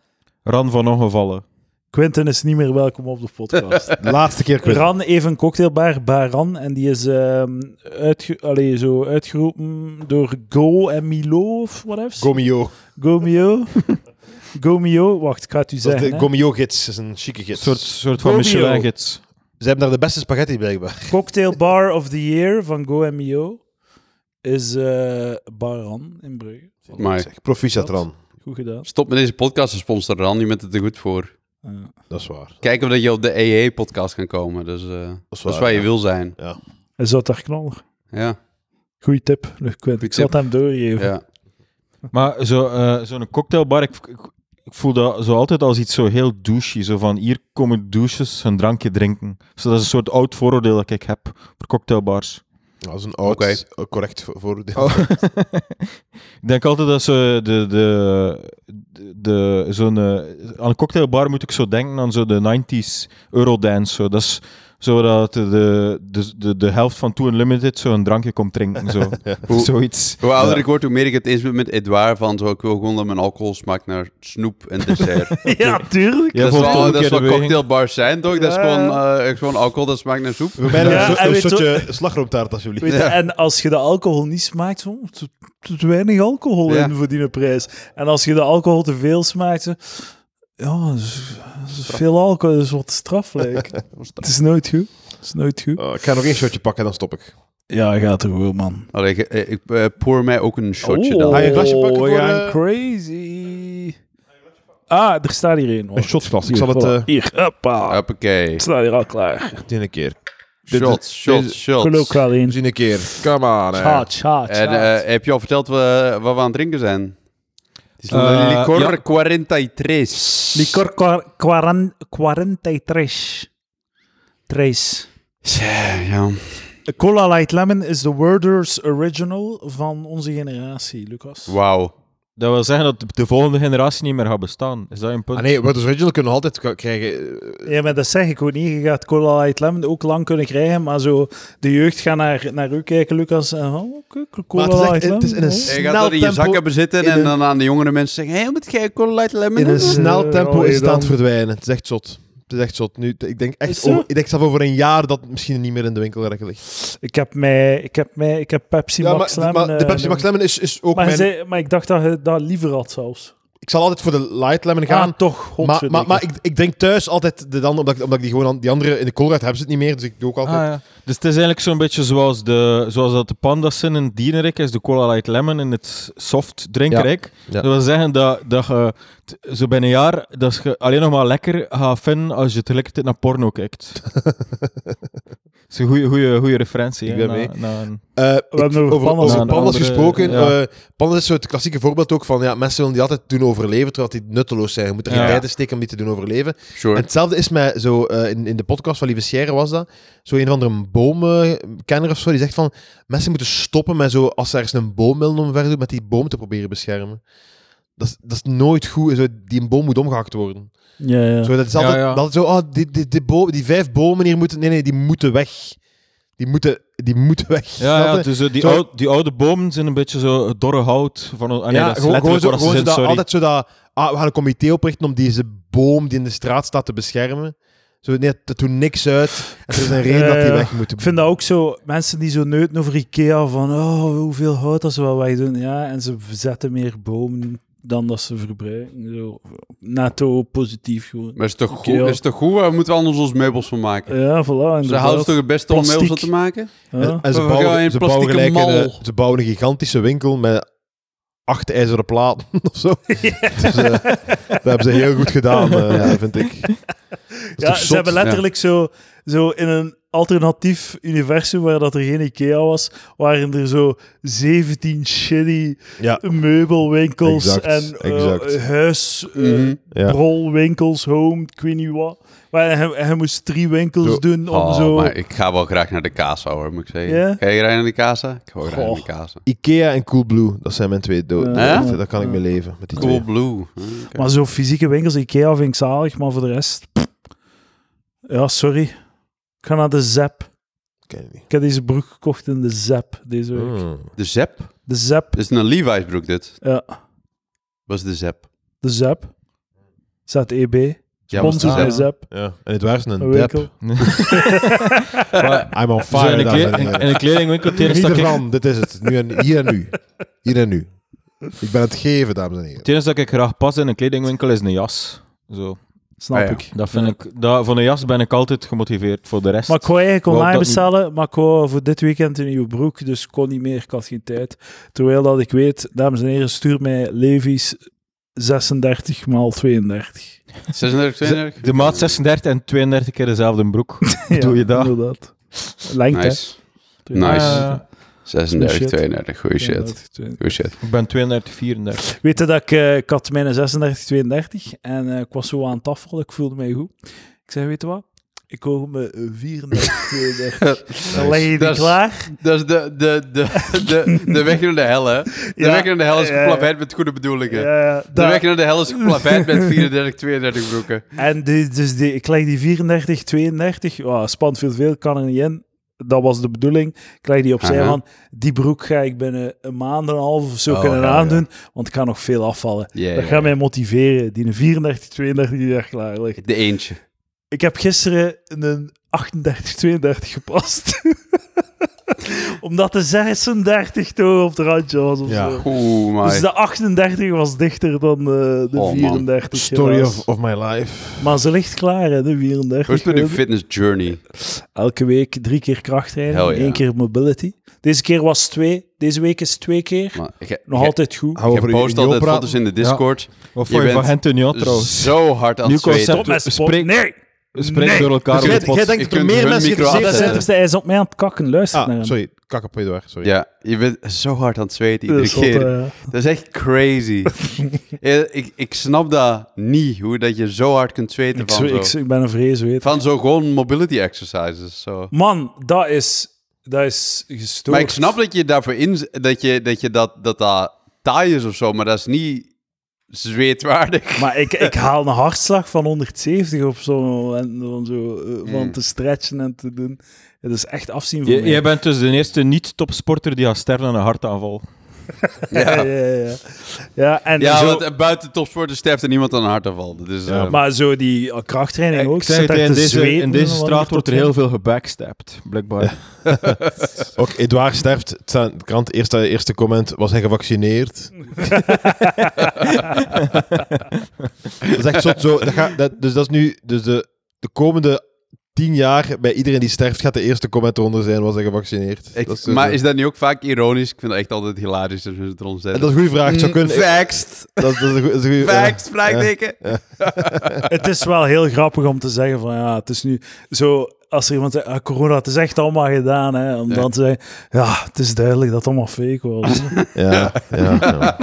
[SPEAKER 1] Ran van ongevallen.
[SPEAKER 3] Quentin is niet meer welkom op de
[SPEAKER 4] [LAUGHS]
[SPEAKER 3] podcast.
[SPEAKER 2] Laatste keer kwijt.
[SPEAKER 3] Ran heeft een cocktailbar, Bar Ran. En die is ehm uitge allee, zo uitgeroepen door Go en Milo of whatever.
[SPEAKER 2] Gomio.
[SPEAKER 3] Gomio. Gomio. Wacht, ik ga het u
[SPEAKER 2] Dat is
[SPEAKER 3] zeggen.
[SPEAKER 2] de
[SPEAKER 3] hè.
[SPEAKER 2] Gomio-gids. Dat is een chique
[SPEAKER 1] Een
[SPEAKER 2] gids.
[SPEAKER 1] soort, soort van
[SPEAKER 3] Romeo.
[SPEAKER 1] Michelin-gids.
[SPEAKER 2] Ze hebben daar de beste spaghetti blijkbaar.
[SPEAKER 3] Cocktail Bar of the Year van Go en Mio is eh Baran in Brugge.
[SPEAKER 4] Maar
[SPEAKER 2] Zeg, Proficiat, Ran.
[SPEAKER 3] Goed gedaan.
[SPEAKER 4] Stop met deze podcast, de sponsor Randy met het er goed voor.
[SPEAKER 3] Ja.
[SPEAKER 2] Dat is waar.
[SPEAKER 4] Kijken of dat je op de EA-podcast kan komen. Dus eh,
[SPEAKER 2] Dat is waar,
[SPEAKER 4] dat is waar je
[SPEAKER 2] ja.
[SPEAKER 4] wil zijn.
[SPEAKER 3] Hij zat daar knaller.
[SPEAKER 4] Ja,
[SPEAKER 3] Goeie tip, Luc Quint. Ik
[SPEAKER 4] Goeie
[SPEAKER 3] zal het
[SPEAKER 4] tip.
[SPEAKER 3] hem doorgeven. [LAUGHS]
[SPEAKER 4] ja.
[SPEAKER 1] Maar zo, eh, zo'n cocktailbar, ik, ik, ik voel dat zo altijd als iets zo heel douchey. Zo van, hier komen douches hun drankje drinken. Dus dat is een soort oud vooroordeel dat ik heb voor cocktailbars.
[SPEAKER 2] Dat is een oud,
[SPEAKER 4] Oké.
[SPEAKER 2] eh, correct vo- voordeel. [LAUGHS]
[SPEAKER 1] ik denk altijd dat ze de, de, de, de- zo'n, eh, aan een cocktailbar moet ik zo denken aan zo de 90s Eurodance. Zo. Dat is zo dat de, de, de, de helft van Too Unlimited zo een drankje komt drinken. Zo.
[SPEAKER 4] Hoe-
[SPEAKER 1] Zoiets.
[SPEAKER 4] Hoe ouder ik word, hoe meer ik het eens ben met Edouard van zo, ik wil gewoon dat mijn alcohol smaakt naar snoep en dessert.
[SPEAKER 3] Ja, tuurlijk.
[SPEAKER 1] Jij
[SPEAKER 4] dat is
[SPEAKER 1] voelt toch
[SPEAKER 4] wel,
[SPEAKER 1] een keer
[SPEAKER 4] dat is
[SPEAKER 1] de
[SPEAKER 4] wel
[SPEAKER 1] beweging.
[SPEAKER 4] cocktailbars zijn, toch? Dat is
[SPEAKER 3] Ja.
[SPEAKER 4] gewoon, eh, gewoon alcohol, dat smaakt naar soep.
[SPEAKER 2] We hebben
[SPEAKER 3] Ja,
[SPEAKER 2] een,
[SPEAKER 3] en
[SPEAKER 2] so- een
[SPEAKER 3] weet je-
[SPEAKER 2] shotje slagroomtaart, alsjeblieft.
[SPEAKER 3] Weet je, En als je de alcohol niet smaakt, zo, te, te- te weinig alcohol
[SPEAKER 4] Ja.
[SPEAKER 3] in voor die prijs. En als je de alcohol te veel smaakt, zo, ja, dat is- dat is veel alcohol dat is wat straflijk. het is nooit goed. Het is nooit goed.
[SPEAKER 2] Oh, ik ga nog één shotje pakken en dan stop ik.
[SPEAKER 3] Ja, gaat er gewoon, man.
[SPEAKER 4] Allee, ik, ik eh, poor mij ook een shotje
[SPEAKER 3] Oh,
[SPEAKER 4] dan.
[SPEAKER 2] Ga je een glasje pakken
[SPEAKER 3] we
[SPEAKER 2] voor,
[SPEAKER 3] gaan
[SPEAKER 2] eh,
[SPEAKER 3] crazy. Ah, er staat hier een. hoor.
[SPEAKER 2] Een shotglas. Ik
[SPEAKER 3] Hier,
[SPEAKER 2] zal het
[SPEAKER 3] voilà.
[SPEAKER 2] eh
[SPEAKER 3] Hier, hoppa.
[SPEAKER 4] Hoppakee.
[SPEAKER 3] Het staat hier al klaar.
[SPEAKER 2] zien een keer. Dit-
[SPEAKER 4] Shots,
[SPEAKER 2] dit-
[SPEAKER 4] shots,
[SPEAKER 3] Geloof
[SPEAKER 4] shots.
[SPEAKER 3] wel in.
[SPEAKER 2] Zien een keer. Come on. hè.
[SPEAKER 3] Schat, schat,
[SPEAKER 4] En eh,
[SPEAKER 3] schat.
[SPEAKER 4] heb je al verteld wa- wat we aan het drinken zijn? Het is
[SPEAKER 1] Eh,
[SPEAKER 4] licor
[SPEAKER 1] ja.
[SPEAKER 4] 43.
[SPEAKER 3] Licor quar- quaran- 43. Tres.
[SPEAKER 4] Ja, ja.
[SPEAKER 3] Cola Light Lemon is de Werder's original van onze generatie, Lucas.
[SPEAKER 4] Wauw.
[SPEAKER 1] Dat wil zeggen dat de- de volgende generatie niet meer gaat bestaan. Is dat een punt?
[SPEAKER 2] Ah nee, Worders Original kunnen we altijd k- krijgen. eh,
[SPEAKER 3] Ja, maar dat zeg ik ook niet. Je gaat Cola Light Lemon ook lang kunnen krijgen, maar zo de jeugd gaat naar, naar u kijken, Lucas. En, oh, oké, Cola
[SPEAKER 2] Maar het is echt-
[SPEAKER 3] Light Lemon.
[SPEAKER 2] het is in een
[SPEAKER 3] oh.
[SPEAKER 2] s-
[SPEAKER 4] Je
[SPEAKER 2] Snel
[SPEAKER 4] gaat dat in je
[SPEAKER 2] tempo
[SPEAKER 4] zak hebben zitten
[SPEAKER 2] in
[SPEAKER 4] en
[SPEAKER 2] een-
[SPEAKER 4] dan aan de jongere mensen zeggen, hé, hey, moet jij Cola Light Lemon
[SPEAKER 2] In een
[SPEAKER 4] hebben?
[SPEAKER 2] snel tempo
[SPEAKER 3] oh,
[SPEAKER 2] is
[SPEAKER 3] je
[SPEAKER 2] het aan het
[SPEAKER 3] dan-
[SPEAKER 2] verdwijnen. Het is echt zot. Het is echt zot. Nu, ik denk
[SPEAKER 3] Is
[SPEAKER 2] echt
[SPEAKER 3] zo?
[SPEAKER 2] over, ik denk zelf over een jaar dat het misschien niet meer in de winkelrekken ligt.
[SPEAKER 3] Ik heb mij, ik heb mij, ik heb Pepsi
[SPEAKER 2] Ja,
[SPEAKER 3] Max
[SPEAKER 2] maar,
[SPEAKER 3] Lemon.
[SPEAKER 2] maar
[SPEAKER 3] eh,
[SPEAKER 2] de Pepsi Max
[SPEAKER 3] noemen.
[SPEAKER 2] Lemon is, is ook
[SPEAKER 3] Maar, je
[SPEAKER 2] mijn...
[SPEAKER 3] zei- maar ik dacht dat je dat liever had zelfs.
[SPEAKER 2] Ik zal altijd voor de light lemon gaan.
[SPEAKER 3] Gaan toch,
[SPEAKER 2] maar maar, maar ik, ik drink thuis altijd de dan, omdat, ik- omdat ik die gewoon aan, die andere in de koolruit hebben ze het niet meer, dus ik doe ook altijd.
[SPEAKER 1] Ah, ja. Dus het is eigenlijk zo'n beetje zoals, de, zoals dat de pandas zijn in het dierenrijk, is de Cola Light Lemon in het soft drinkrijk.
[SPEAKER 2] Ja. Ja.
[SPEAKER 1] Dat wil zeggen dat, dat je t- zo binnen een jaar dat je alleen nog maar lekker gaat vinden als je tegelijkertijd naar porno
[SPEAKER 2] [LAUGHS]
[SPEAKER 1] kijkt. Dat is een goede goeie, goeie referentie.
[SPEAKER 2] Ik
[SPEAKER 1] hè,
[SPEAKER 2] ben
[SPEAKER 1] na-
[SPEAKER 2] mee.
[SPEAKER 1] na een-
[SPEAKER 2] Eh,
[SPEAKER 3] hebben over pandas.
[SPEAKER 2] over
[SPEAKER 1] Ja, een
[SPEAKER 2] pandas
[SPEAKER 1] andere-
[SPEAKER 2] gesproken.
[SPEAKER 1] ja.
[SPEAKER 2] eh, pandas is zo het klassieke voorbeeld ook van ja, mensen willen die altijd doen overleven, terwijl die nutteloos zijn. Je moet er geen
[SPEAKER 1] Ja.
[SPEAKER 2] tijd in steken om die te doen overleven.
[SPEAKER 4] Sure.
[SPEAKER 2] En hetzelfde is met zo, eh, in, in de podcast van Lieve Sierra was dat, zo een of andere boomkenner of zo, die zegt van, mensen moeten stoppen met zo, als ze ergens een boom willen omver doen, met die boom te proberen beschermen. Dat is, dat is nooit goed, zo, die boom moet omgehakt worden.
[SPEAKER 3] Ja, ja.
[SPEAKER 2] Zo, dat is
[SPEAKER 1] Ja,
[SPEAKER 2] altijd,
[SPEAKER 1] ja.
[SPEAKER 2] Dat is zo, ah, die, die, die, boom- die vijf bomen hier moeten, nee, nee, die moeten weg. Die moeten, die moeten weg. Snap
[SPEAKER 1] Ja,
[SPEAKER 2] je?
[SPEAKER 1] ja, dus eh, die,
[SPEAKER 2] Zo-
[SPEAKER 1] oud- die oude bomen zijn een beetje zo het dorre hout. Van, ah, nee,
[SPEAKER 2] ja,
[SPEAKER 1] dat is
[SPEAKER 2] gewoon, gewoon
[SPEAKER 1] letterlijk
[SPEAKER 2] zo,
[SPEAKER 1] wat ze
[SPEAKER 2] gewoon zo
[SPEAKER 1] zijn,
[SPEAKER 2] dat,
[SPEAKER 1] sorry.
[SPEAKER 2] altijd zo dat... Ah, we gaan een comité oprichten om deze boom die in de straat staat te beschermen. Zo, nee, dat doet niks uit. Er is een reden dat die
[SPEAKER 3] Ja,
[SPEAKER 2] weg moeten.
[SPEAKER 3] Ik vind dat ook zo, mensen die zo neuten over Ikea, van oh, hoeveel hout dat ze wel wegdoen. Ja, en ze zetten meer bomen dan dat ze verbruiken. Zo, netto positief gewoon.
[SPEAKER 4] Maar is toch,
[SPEAKER 3] Oké,
[SPEAKER 4] goed,
[SPEAKER 3] ja.
[SPEAKER 4] is toch goed? Waar moeten we anders onze meubels van maken?
[SPEAKER 3] Ja, voilà,
[SPEAKER 4] Ze houden
[SPEAKER 3] inderdaad.
[SPEAKER 4] ze toch het beste om meubels
[SPEAKER 3] Plastiek.
[SPEAKER 4] van te maken?
[SPEAKER 2] En,
[SPEAKER 3] Ja.
[SPEAKER 2] Eh, en ze,
[SPEAKER 4] We gaan
[SPEAKER 2] bouwen,
[SPEAKER 4] een
[SPEAKER 2] ze, bouwen
[SPEAKER 4] plastieke
[SPEAKER 2] gelijk een,
[SPEAKER 4] mal.
[SPEAKER 2] eh, ze bouwen een gigantische winkel met acht ijzeren platen [LAUGHS] of zo. [LAUGHS] Dus, eh, dat hebben ze heel goed gedaan,
[SPEAKER 1] [LAUGHS]
[SPEAKER 2] eh, vind ik. Dat is
[SPEAKER 3] Ja,
[SPEAKER 2] toch
[SPEAKER 3] ze
[SPEAKER 2] zot?
[SPEAKER 3] hebben letterlijk zo, zo in een alternatief universum waar dat er geen Ikea was, waren er zo 17 shitty
[SPEAKER 2] Ja,
[SPEAKER 3] meubelwinkels
[SPEAKER 2] Exact,
[SPEAKER 3] en eh,
[SPEAKER 2] exact.
[SPEAKER 3] huis, eh,
[SPEAKER 4] Mhm.
[SPEAKER 2] ja.
[SPEAKER 3] rolwinkels, home, ik weet niet wat. Maar hij, hij moest drie winkels
[SPEAKER 2] Zo. Ah,
[SPEAKER 3] doen om
[SPEAKER 4] Oh,
[SPEAKER 3] zo...
[SPEAKER 4] maar ik ga wel graag naar de casa hoor, moet ik zeggen.
[SPEAKER 3] Ja?
[SPEAKER 4] Ga je graag naar de casa? Ik ga wel graag naar de
[SPEAKER 3] Goh.
[SPEAKER 4] casa.
[SPEAKER 2] Ikea en Coolblue, dat zijn mijn twee doden.
[SPEAKER 4] Eh?
[SPEAKER 2] Daar kan ik mee leven, met die
[SPEAKER 4] Cool
[SPEAKER 2] twee.
[SPEAKER 4] blue. Hm, oké.
[SPEAKER 3] Maar zo fysieke winkels, Ikea vind ik zalig, maar voor de rest... pff. Ja, sorry. Ik ga naar de Zep.
[SPEAKER 2] Ken ik niet.
[SPEAKER 3] Ik heb deze broek gekocht in de Zep deze week.
[SPEAKER 2] Hmm.
[SPEAKER 4] De Zep?
[SPEAKER 3] De Zep,
[SPEAKER 4] Is het een Levi's broek dit?
[SPEAKER 3] ja.
[SPEAKER 4] Was de Zep?
[SPEAKER 3] De Zep. ZEB.
[SPEAKER 4] Ja, was de
[SPEAKER 3] Sponsors bij
[SPEAKER 4] Zep.
[SPEAKER 1] Zep.
[SPEAKER 3] Zep.
[SPEAKER 2] Ja, en het waren ze
[SPEAKER 3] Een
[SPEAKER 2] een
[SPEAKER 3] winkel.
[SPEAKER 2] dep. I'm on
[SPEAKER 1] Zo in,
[SPEAKER 2] fire,
[SPEAKER 1] een
[SPEAKER 2] dames en
[SPEAKER 1] kle-
[SPEAKER 2] heren.
[SPEAKER 1] in een kledingwinkel tegen
[SPEAKER 2] [LAUGHS] Niet
[SPEAKER 1] dat ik
[SPEAKER 2] ervan, dit is het. Nu en, hier en nu. Hier en nu. Ik ben het geven, dames en heren.
[SPEAKER 1] Het enige dat ik graag pas in een kledingwinkel is een jas. Zo.
[SPEAKER 3] Snap
[SPEAKER 4] Ah, ja.
[SPEAKER 3] ik.
[SPEAKER 1] Dat vind
[SPEAKER 3] Ja.
[SPEAKER 1] ik, dat, voor een jas ben ik altijd gemotiveerd. Voor de rest.
[SPEAKER 3] Maar ik wou eigenlijk
[SPEAKER 1] Wou
[SPEAKER 3] online
[SPEAKER 1] dat niet.
[SPEAKER 3] bestellen, maar ik wou voor dit weekend een nieuwe broek, dus ik kon niet meer, ik had geen tijd. Terwijl dat ik weet, dames en heren, stuur mij Levi's 36 maal 32.
[SPEAKER 4] 36, 32?
[SPEAKER 1] De maat 36 en 32 keer dezelfde broek. Doe je dat?
[SPEAKER 3] Inderdaad. Lengte.
[SPEAKER 4] Nice. Nice.
[SPEAKER 1] Eh,
[SPEAKER 4] 36,
[SPEAKER 3] Shit.
[SPEAKER 4] 32. Goeie shit.
[SPEAKER 3] 32, 32.
[SPEAKER 4] Goeie shit.
[SPEAKER 1] ik ben 32, 34.
[SPEAKER 3] Weet je dat ik, eh, ik had mijn 36, 32 en eh, ik was zo aan tafel, ik voelde mij goed. Ik zei, weet je wat? Ik hoor me eh,
[SPEAKER 4] [LAUGHS]
[SPEAKER 3] 34, 32. Dan leg je die
[SPEAKER 4] Dat is-
[SPEAKER 3] klaar.
[SPEAKER 4] Dat is de, de, de,
[SPEAKER 3] [LAUGHS]
[SPEAKER 4] de, de weg naar de hel, hè? De
[SPEAKER 3] Ja.
[SPEAKER 4] weg naar de hel is
[SPEAKER 3] Ja, ja.
[SPEAKER 4] geplaveid met goede bedoelingen.
[SPEAKER 3] Ja,
[SPEAKER 4] De
[SPEAKER 3] dat-
[SPEAKER 4] weg naar de hel is geplaveid
[SPEAKER 3] [LAUGHS]
[SPEAKER 4] met 34, 32 broeken.
[SPEAKER 3] En die- dus die, ik leg die 34, 32, ja, spant veel veel, kan er niet in. Dat was de bedoeling. Ik leg die opzij
[SPEAKER 4] Aha.
[SPEAKER 3] van, die broek ga ik binnen een maand en een half of zo
[SPEAKER 4] Oh,
[SPEAKER 3] kunnen
[SPEAKER 4] ja, ja.
[SPEAKER 3] aandoen, want ik kan nog veel afvallen.
[SPEAKER 4] Ja, ja,
[SPEAKER 3] dat
[SPEAKER 4] ja.
[SPEAKER 3] gaat mij motiveren, die 34, 32 die daar klaar ligt.
[SPEAKER 4] De eentje.
[SPEAKER 3] Ik heb gisteren een 38-32
[SPEAKER 4] [LAUGHS]
[SPEAKER 3] gepast. Omdat de 36 toch op het randje was of
[SPEAKER 2] Ja.
[SPEAKER 3] zo.
[SPEAKER 4] Oeh, maar.
[SPEAKER 3] Dus de 38 was dichter dan eh, de
[SPEAKER 4] Oh, man.
[SPEAKER 3] 34.
[SPEAKER 2] Story
[SPEAKER 3] helaas.
[SPEAKER 2] of, of my life.
[SPEAKER 3] Maar ze ligt klaar, hè, de 34.
[SPEAKER 4] Hoe is het met uw fitness journey?
[SPEAKER 3] Elke week drie keer krachtrijden,
[SPEAKER 4] Hell yeah.
[SPEAKER 3] één keer mobility. Deze keer was twee, deze week is twee keer.
[SPEAKER 4] Maar, ik,
[SPEAKER 3] Nog
[SPEAKER 4] ik-
[SPEAKER 3] altijd goed.
[SPEAKER 2] Hou
[SPEAKER 4] Je
[SPEAKER 2] over
[SPEAKER 4] post
[SPEAKER 2] Union
[SPEAKER 4] altijd
[SPEAKER 2] praten.
[SPEAKER 4] foto's in de Discord.
[SPEAKER 1] Wat
[SPEAKER 4] Je
[SPEAKER 1] vond je van
[SPEAKER 4] bent
[SPEAKER 1] Antonio trouwens?
[SPEAKER 4] Zo hard aan het
[SPEAKER 1] Nieuw concept.
[SPEAKER 4] zweten.
[SPEAKER 3] Stop met sport.
[SPEAKER 1] spreek-
[SPEAKER 3] Nee!
[SPEAKER 1] Spreek
[SPEAKER 3] Nee.
[SPEAKER 1] door elkaar.
[SPEAKER 2] Dus
[SPEAKER 1] op
[SPEAKER 2] jij,
[SPEAKER 1] de pot.
[SPEAKER 2] jij denkt
[SPEAKER 4] Je
[SPEAKER 2] dat er
[SPEAKER 4] kunt
[SPEAKER 2] meer
[SPEAKER 4] hun
[SPEAKER 2] mensen
[SPEAKER 4] micro
[SPEAKER 2] geïnteresseerd
[SPEAKER 3] Dat is
[SPEAKER 4] afzetten.
[SPEAKER 2] zijn.
[SPEAKER 3] interessant, hij is op mij aan het kakken, luister naar
[SPEAKER 2] Ah,
[SPEAKER 3] hem.
[SPEAKER 2] sorry. Kak op Eduard, sorry.
[SPEAKER 4] Ja, je bent zo hard aan het zweten
[SPEAKER 3] Dat
[SPEAKER 4] iedere
[SPEAKER 3] is wat,
[SPEAKER 4] keer.
[SPEAKER 3] eh,
[SPEAKER 4] Dat is echt [LAUGHS] crazy. Eh, ik, ik snap dat niet, hoe dat je zo hard kunt zweten
[SPEAKER 3] ik,
[SPEAKER 4] van zo.
[SPEAKER 3] ik, ik ben een vrees, weet
[SPEAKER 4] Van zo gewoon mobility exercises. Zo.
[SPEAKER 3] Man, dat is, dat is gestoord.
[SPEAKER 4] Maar ik snap dat je daarvoor in dat je dat je dat, dat, dat taai is of zo, maar dat is niet zweetwaardig.
[SPEAKER 3] Maar ik, ik haal een hartslag van 170 op zo'n moment, van, zo, eh, van te stretchen en te doen. Het is echt afzien van
[SPEAKER 1] J-
[SPEAKER 3] mij.
[SPEAKER 1] Jij bent dus de eerste niet-topsporter die gaat sterven aan een hartaanval.
[SPEAKER 3] ja. ja, ja, ja. Ja, en
[SPEAKER 4] Ja,
[SPEAKER 3] zo,
[SPEAKER 4] want eh, buiten topsporten sterft er niemand aan een hartaanval. Dat is, eh,
[SPEAKER 3] maar zo die eh, krachttraining ook.
[SPEAKER 1] Ik zeg
[SPEAKER 3] zit
[SPEAKER 1] het,
[SPEAKER 3] daar
[SPEAKER 1] in
[SPEAKER 3] te
[SPEAKER 1] deze,
[SPEAKER 3] zweten
[SPEAKER 1] in deze
[SPEAKER 3] wanneer
[SPEAKER 1] straat
[SPEAKER 3] tot
[SPEAKER 1] wordt er
[SPEAKER 3] in-
[SPEAKER 1] heel veel gebackstapt, blijkbaar.
[SPEAKER 2] Ook Edouard sterft. Het staat in de krant, eerste, eerste comment. Was hij
[SPEAKER 4] [LAUGHS]
[SPEAKER 2] gevaccineerd? dat is echt zo. zo dat gaat- dat, dus dat is nu... Dus de, de komende tien jaar, bij iedereen die sterft, gaat de eerste comment eronder zijn. Was hij gevaccineerd?
[SPEAKER 4] ik-
[SPEAKER 2] dat is,
[SPEAKER 4] maar
[SPEAKER 2] eh,
[SPEAKER 4] is dat niet ook vaak ironisch? Ik vind dat echt altijd hilarisch als we het erom
[SPEAKER 2] en
[SPEAKER 4] zetten.
[SPEAKER 2] dat is een goede vraag. Het zou kunnen...
[SPEAKER 4] Mm, Vaxxed.
[SPEAKER 2] Dat, dat is een goe- dat is een goeie-
[SPEAKER 4] Vaxxed, vraagteken.
[SPEAKER 3] Het is wel heel grappig om te zeggen van ja, het is nu zo... Als er iemand zegt, ah, corona, het is echt allemaal gedaan. Hè, om
[SPEAKER 4] Ja.
[SPEAKER 3] dan te zeggen, ja, het is duidelijk dat het allemaal fake was.
[SPEAKER 2] Ja, ja, ja.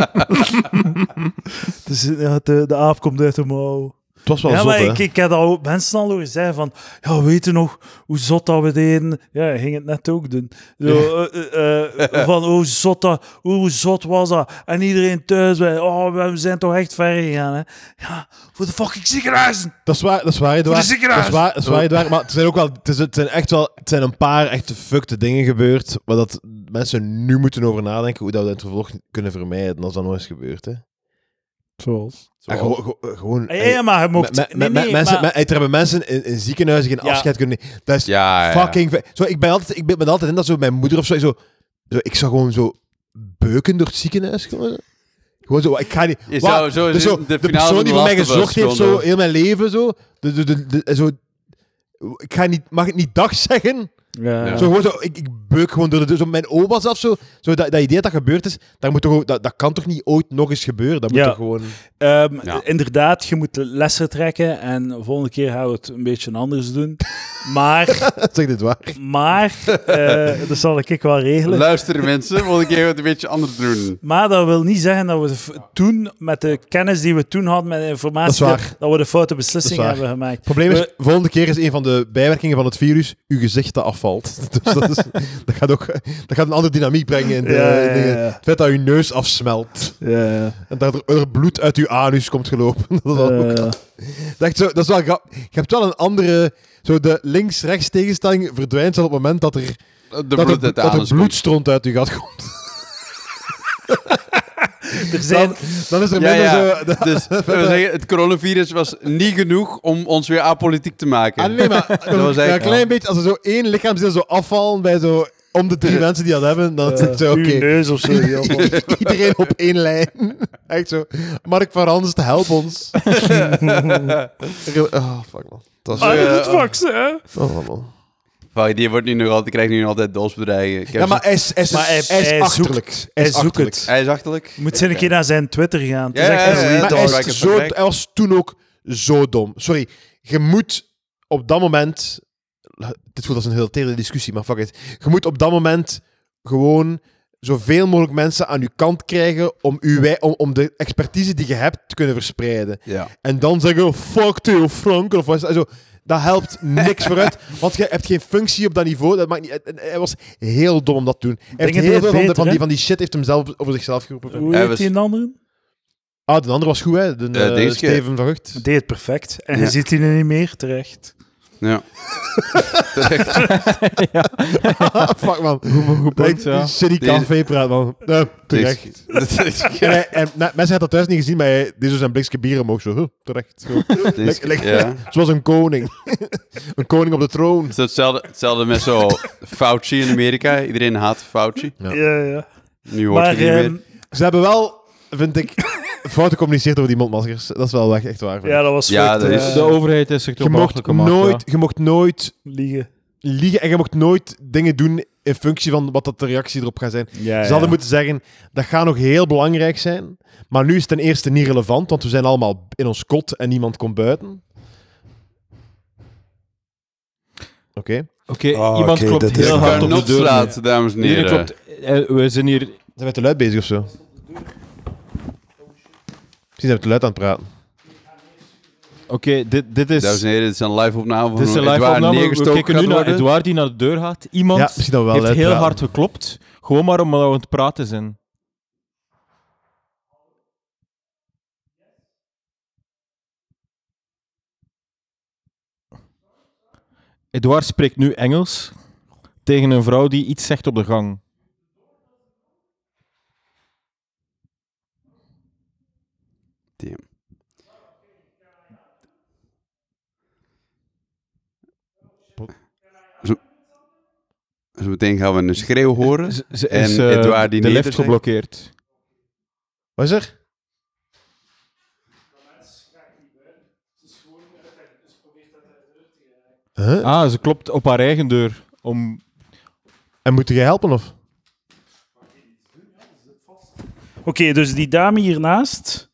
[SPEAKER 3] Het is, ja, de, de aap komt uit de mouw.
[SPEAKER 2] Het was wel
[SPEAKER 3] ja,
[SPEAKER 2] Oh, zot,
[SPEAKER 3] maar
[SPEAKER 2] hè?
[SPEAKER 3] ik, ik heb al mensen al horen zeggen van, ja, weet je nog hoe zot dat we deden? Ja, hij ging het net ook doen. Zo, eh, eh, eh, van hoe zot, dat, hoe zot was dat? En iedereen thuis, wij, oh, we zijn toch echt ver gegaan, hè? Ja, voor de fucking ziekenhuizen!
[SPEAKER 2] Dat is waar, dat is waar, Edouard.
[SPEAKER 3] Voor de ziekenhuis.
[SPEAKER 2] Dat is waar, dat is waar, Edouard. Maar het zijn ook wel, het, is, het zijn echt wel, het zijn een paar echt fuckte dingen gebeurd, maar dat mensen nu moeten over nadenken hoe dat we dat in het vervolg kunnen vermijden als dat nooit is gebeurd, hè.
[SPEAKER 3] Zoals.
[SPEAKER 2] En gewoon, gewoon- gewoon...
[SPEAKER 3] Ja, ja, maar je mocht...
[SPEAKER 2] met- met-
[SPEAKER 3] nee,
[SPEAKER 2] met
[SPEAKER 3] nee,
[SPEAKER 2] mensen,
[SPEAKER 3] maar-
[SPEAKER 2] met- er hebben mensen in, in ziekenhuizen geen
[SPEAKER 3] Ja.
[SPEAKER 2] afscheid kunnen nemen. Dat is
[SPEAKER 4] Ah, Ja, ja.
[SPEAKER 2] fucking... ve- Zo, ik ben altijd, ik ben, ben altijd in dat zo mijn moeder of zo, zo, zo, ik zou gewoon zo beuken door het ziekenhuis gewoon. Gewoon zo, ik ga niet...
[SPEAKER 4] Je
[SPEAKER 2] Wa-
[SPEAKER 4] zou zo
[SPEAKER 2] dus zo,
[SPEAKER 4] de
[SPEAKER 2] de,
[SPEAKER 4] finale van
[SPEAKER 2] persoon
[SPEAKER 4] The
[SPEAKER 2] die voor mij
[SPEAKER 4] Last of Us
[SPEAKER 2] gezorgd heeft,
[SPEAKER 4] gewoon
[SPEAKER 2] zo, heel mijn leven, zo. De, de, de, de- zo ik ga niet, mag ik niet dag zeggen?
[SPEAKER 3] Ja.
[SPEAKER 4] Ja.
[SPEAKER 2] Zo, gewoon zo, ik, ik beuk gewoon door de deur. Zo mijn oma zelf, zo, zo dat, dat idee dat dat gebeurd is, dat, moet toch, ook- dat, dat kan toch niet ooit nog eens gebeuren? Dat moet
[SPEAKER 3] Ja.
[SPEAKER 2] toch gewoon... [LAUGHS]
[SPEAKER 3] Ehm,
[SPEAKER 4] Ja.
[SPEAKER 3] Inderdaad, je moet lessen trekken en de volgende keer gaan we het een beetje anders doen. Maar, [LAUGHS]
[SPEAKER 2] Zeg dit waar?
[SPEAKER 3] maar, eh, dat zal ik wel regelen.
[SPEAKER 4] Luister mensen, volgende keer wat een beetje anders doen.
[SPEAKER 3] Maar dat wil niet zeggen dat we v- toen, met de kennis die we toen hadden, met de informatie,
[SPEAKER 2] Dat is waar.
[SPEAKER 3] we de foute beslissing
[SPEAKER 2] Dat is waar.
[SPEAKER 3] hebben gemaakt.
[SPEAKER 2] Het probleem is,
[SPEAKER 4] Eh,
[SPEAKER 3] We-
[SPEAKER 2] volgende keer is een van de bijwerkingen van het virus uw gezicht dat afvalt. [LAUGHS] Dus dat, is, dat, gaat ook, dat gaat een andere dynamiek brengen in de,
[SPEAKER 3] Ja, ja, ja.
[SPEAKER 2] dingen. Het feit dat uw neus afsmelt
[SPEAKER 3] Ja,
[SPEAKER 2] en dat er, er bloed uit uw anus komt gelopen. [LAUGHS] Dat is dan ook
[SPEAKER 3] eh,
[SPEAKER 2] Dat, is zo, dat is wel grap- Je hebt wel een andere. Zo de links-rechts tegenstelling verdwijnt wel op het moment dat er,
[SPEAKER 4] De
[SPEAKER 2] dat
[SPEAKER 4] bloed
[SPEAKER 2] er,
[SPEAKER 4] uit de
[SPEAKER 2] dat er
[SPEAKER 4] anus komt.
[SPEAKER 2] bloedstront uit je gat
[SPEAKER 3] [LAUGHS]
[SPEAKER 2] komt.
[SPEAKER 3] Eh, er zijn,
[SPEAKER 2] Dan, dan is er
[SPEAKER 4] Ja,
[SPEAKER 2] minder
[SPEAKER 4] ja.
[SPEAKER 2] zo. dat-
[SPEAKER 4] [LAUGHS] Dus
[SPEAKER 2] [LAUGHS]
[SPEAKER 4] dat wil zeggen, het coronavirus was niet genoeg om ons weer apolitiek te maken.
[SPEAKER 2] Ah, nee,
[SPEAKER 4] [LAUGHS]
[SPEAKER 2] maar
[SPEAKER 4] was
[SPEAKER 2] een
[SPEAKER 4] eigenlijk-
[SPEAKER 2] klein beetje. Als er zo één lichaamsdeel zo afvallen bij zo om de
[SPEAKER 4] [LAUGHS]
[SPEAKER 2] drie mensen die dat hebben, dan is het zo oké.
[SPEAKER 3] Eh, uw neus
[SPEAKER 2] [LAUGHS]
[SPEAKER 3] of zo. die allemaal-
[SPEAKER 2] Iedereen op één lijn. [LAUGHS] Echt zo. Mark van Rans, help ons. oh, fuck man. Dat is
[SPEAKER 3] Maar
[SPEAKER 4] Ja.
[SPEAKER 3] Ah, dat is het vaccin.
[SPEAKER 2] oh, man.
[SPEAKER 4] [LAUGHS] Fuck, die, wordt nu nog altijd, die krijgt nu nog altijd doodsbedreigen. Ik heb
[SPEAKER 2] Ja, maar
[SPEAKER 4] zo-
[SPEAKER 2] hij is, hij is,
[SPEAKER 3] Maar hij-
[SPEAKER 2] hij is
[SPEAKER 3] hij zoekt-
[SPEAKER 2] achterlijk. hij is
[SPEAKER 3] hij zoekt
[SPEAKER 2] achterlijk.
[SPEAKER 3] het.
[SPEAKER 4] Hij is achterlijk.
[SPEAKER 3] Je moet eens een keer naar zijn Twitter gaan. Het is
[SPEAKER 4] Ja,
[SPEAKER 3] echt
[SPEAKER 4] ja,
[SPEAKER 3] een
[SPEAKER 4] ja, ja.
[SPEAKER 3] weird
[SPEAKER 2] Maar
[SPEAKER 4] dom.
[SPEAKER 2] hij, is
[SPEAKER 4] Like a
[SPEAKER 2] zo,
[SPEAKER 4] perfect.
[SPEAKER 2] hij was toen ook zo dom. Sorry, je moet op dat moment... Dit voelt als een heel tere discussie, maar fuck it. Je moet op dat moment gewoon zoveel mogelijk mensen aan je kant krijgen om, uw, wij- om, om de expertise die je hebt te kunnen verspreiden.
[SPEAKER 4] Ja.
[SPEAKER 2] En dan zeggen, fuck Theo Frank, of wat is dat? Zo, dat helpt niks vooruit, want je hebt geen functie op dat niveau. Dat maakt niet, en- en hij was heel dom om dat te doen. Hij
[SPEAKER 3] Dingen
[SPEAKER 2] heeft heel
[SPEAKER 3] deed
[SPEAKER 2] veel van, de-
[SPEAKER 3] beter,
[SPEAKER 2] van,
[SPEAKER 3] hè?
[SPEAKER 2] die, van die shit heeft hem zelf over zichzelf geroepen.
[SPEAKER 3] Hoe
[SPEAKER 4] Hij
[SPEAKER 3] heet
[SPEAKER 4] was-
[SPEAKER 3] die een andere?
[SPEAKER 2] Ah, de andere was goed, hè? De,
[SPEAKER 4] Eh,
[SPEAKER 2] eh,
[SPEAKER 4] deze keer.
[SPEAKER 2] Steven van Gucht.
[SPEAKER 4] [LAUGHS]
[SPEAKER 3] Deed het perfect. En je
[SPEAKER 4] Ja.
[SPEAKER 3] ziet die nu niet meer terecht.
[SPEAKER 2] [LAUGHS]
[SPEAKER 4] ja. Terecht.
[SPEAKER 2] [LAUGHS]
[SPEAKER 4] [LAUGHS]
[SPEAKER 2] Fuck, man.
[SPEAKER 1] Goed punt,
[SPEAKER 2] Lijkt
[SPEAKER 1] ja.
[SPEAKER 2] shitty
[SPEAKER 4] Deze-
[SPEAKER 2] cafépraat, man. Eh, terecht.
[SPEAKER 4] Terecht.
[SPEAKER 2] En, hij- en, nou, mensen hadden dat thuis niet gezien, maar hij deed zo zijn blikje bier omhoog. Zo, huh, terecht. Zo. Lek- lek-
[SPEAKER 4] Ja.
[SPEAKER 2] Zoals een koning. [LAUGHS] een koning op de troon.
[SPEAKER 4] Het is hetzelfde, hetzelfde met
[SPEAKER 2] [LAUGHS]
[SPEAKER 4] zo Fauci in Amerika. Iedereen haat Fauci.
[SPEAKER 2] Ja.
[SPEAKER 3] Ja, ja.
[SPEAKER 4] Nu hoort
[SPEAKER 3] Maar
[SPEAKER 4] je die
[SPEAKER 3] ehm,
[SPEAKER 4] weer.
[SPEAKER 2] Ze hebben wel, vind ik, fouten gecommuniceerd over die mondmaskers. Dat is wel echt, echt waar. vind ik.
[SPEAKER 3] ja, dat was
[SPEAKER 4] Ja,
[SPEAKER 3] fucked,
[SPEAKER 4] dat
[SPEAKER 3] eh,
[SPEAKER 4] is-
[SPEAKER 1] De overheid is zich
[SPEAKER 2] je,
[SPEAKER 1] toch
[SPEAKER 2] mocht
[SPEAKER 1] belachelijk gemaakt,
[SPEAKER 2] nooit, je mocht nooit
[SPEAKER 3] liegen.
[SPEAKER 2] liegen en je mocht nooit dingen doen in functie van wat dat de reactie erop gaat zijn.
[SPEAKER 3] Ja,
[SPEAKER 2] Ze hadden moeten zeggen, dat gaat nog heel belangrijk zijn. Maar nu is het ten eerste niet relevant, want we zijn allemaal in ons kot en niemand komt buiten. Oké.
[SPEAKER 1] ja. Oké,
[SPEAKER 3] Ah,
[SPEAKER 1] iemand
[SPEAKER 3] oké,
[SPEAKER 1] klopt
[SPEAKER 3] dat is
[SPEAKER 1] heel
[SPEAKER 3] waar.
[SPEAKER 1] hard op de deur.
[SPEAKER 4] Carnotstraat, dames en
[SPEAKER 1] Iedereen
[SPEAKER 4] heren.
[SPEAKER 1] klopt. eh, we zijn hier...
[SPEAKER 2] Zijn we te luid bezig of zo? Misschien zijn we te luid aan het praten.
[SPEAKER 1] Oké, dit, dit is...
[SPEAKER 4] Dames en heren, dit is een live opname van
[SPEAKER 1] Dit is een
[SPEAKER 4] hoe
[SPEAKER 1] Dus live
[SPEAKER 4] Edouard
[SPEAKER 1] opname. We
[SPEAKER 4] neergestoken
[SPEAKER 1] kijken
[SPEAKER 4] gaat
[SPEAKER 1] nu naar
[SPEAKER 4] worden.
[SPEAKER 1] Edouard die naar de deur gaat.
[SPEAKER 2] ja,
[SPEAKER 1] Iemand
[SPEAKER 2] misschien dat we wel
[SPEAKER 1] heeft
[SPEAKER 2] luid
[SPEAKER 1] heel
[SPEAKER 2] praten.
[SPEAKER 1] hard geklopt. Gewoon maar omdat we aan het praten zijn. Edouard spreekt nu Engels tegen een vrouw die iets zegt op de gang.
[SPEAKER 4] Damn. Zo. Zo meteen gaan we een schreeuw horen.
[SPEAKER 1] Ze, ze
[SPEAKER 4] En
[SPEAKER 1] is eh,
[SPEAKER 4] Edouard die
[SPEAKER 1] de lift
[SPEAKER 4] neder zegt?
[SPEAKER 1] geblokkeerd.
[SPEAKER 2] Wat is er? Huh?
[SPEAKER 1] Ah, ze klopt op haar eigen deur. Om...
[SPEAKER 2] En moet jij helpen of?
[SPEAKER 3] Oké, dus die dame hiernaast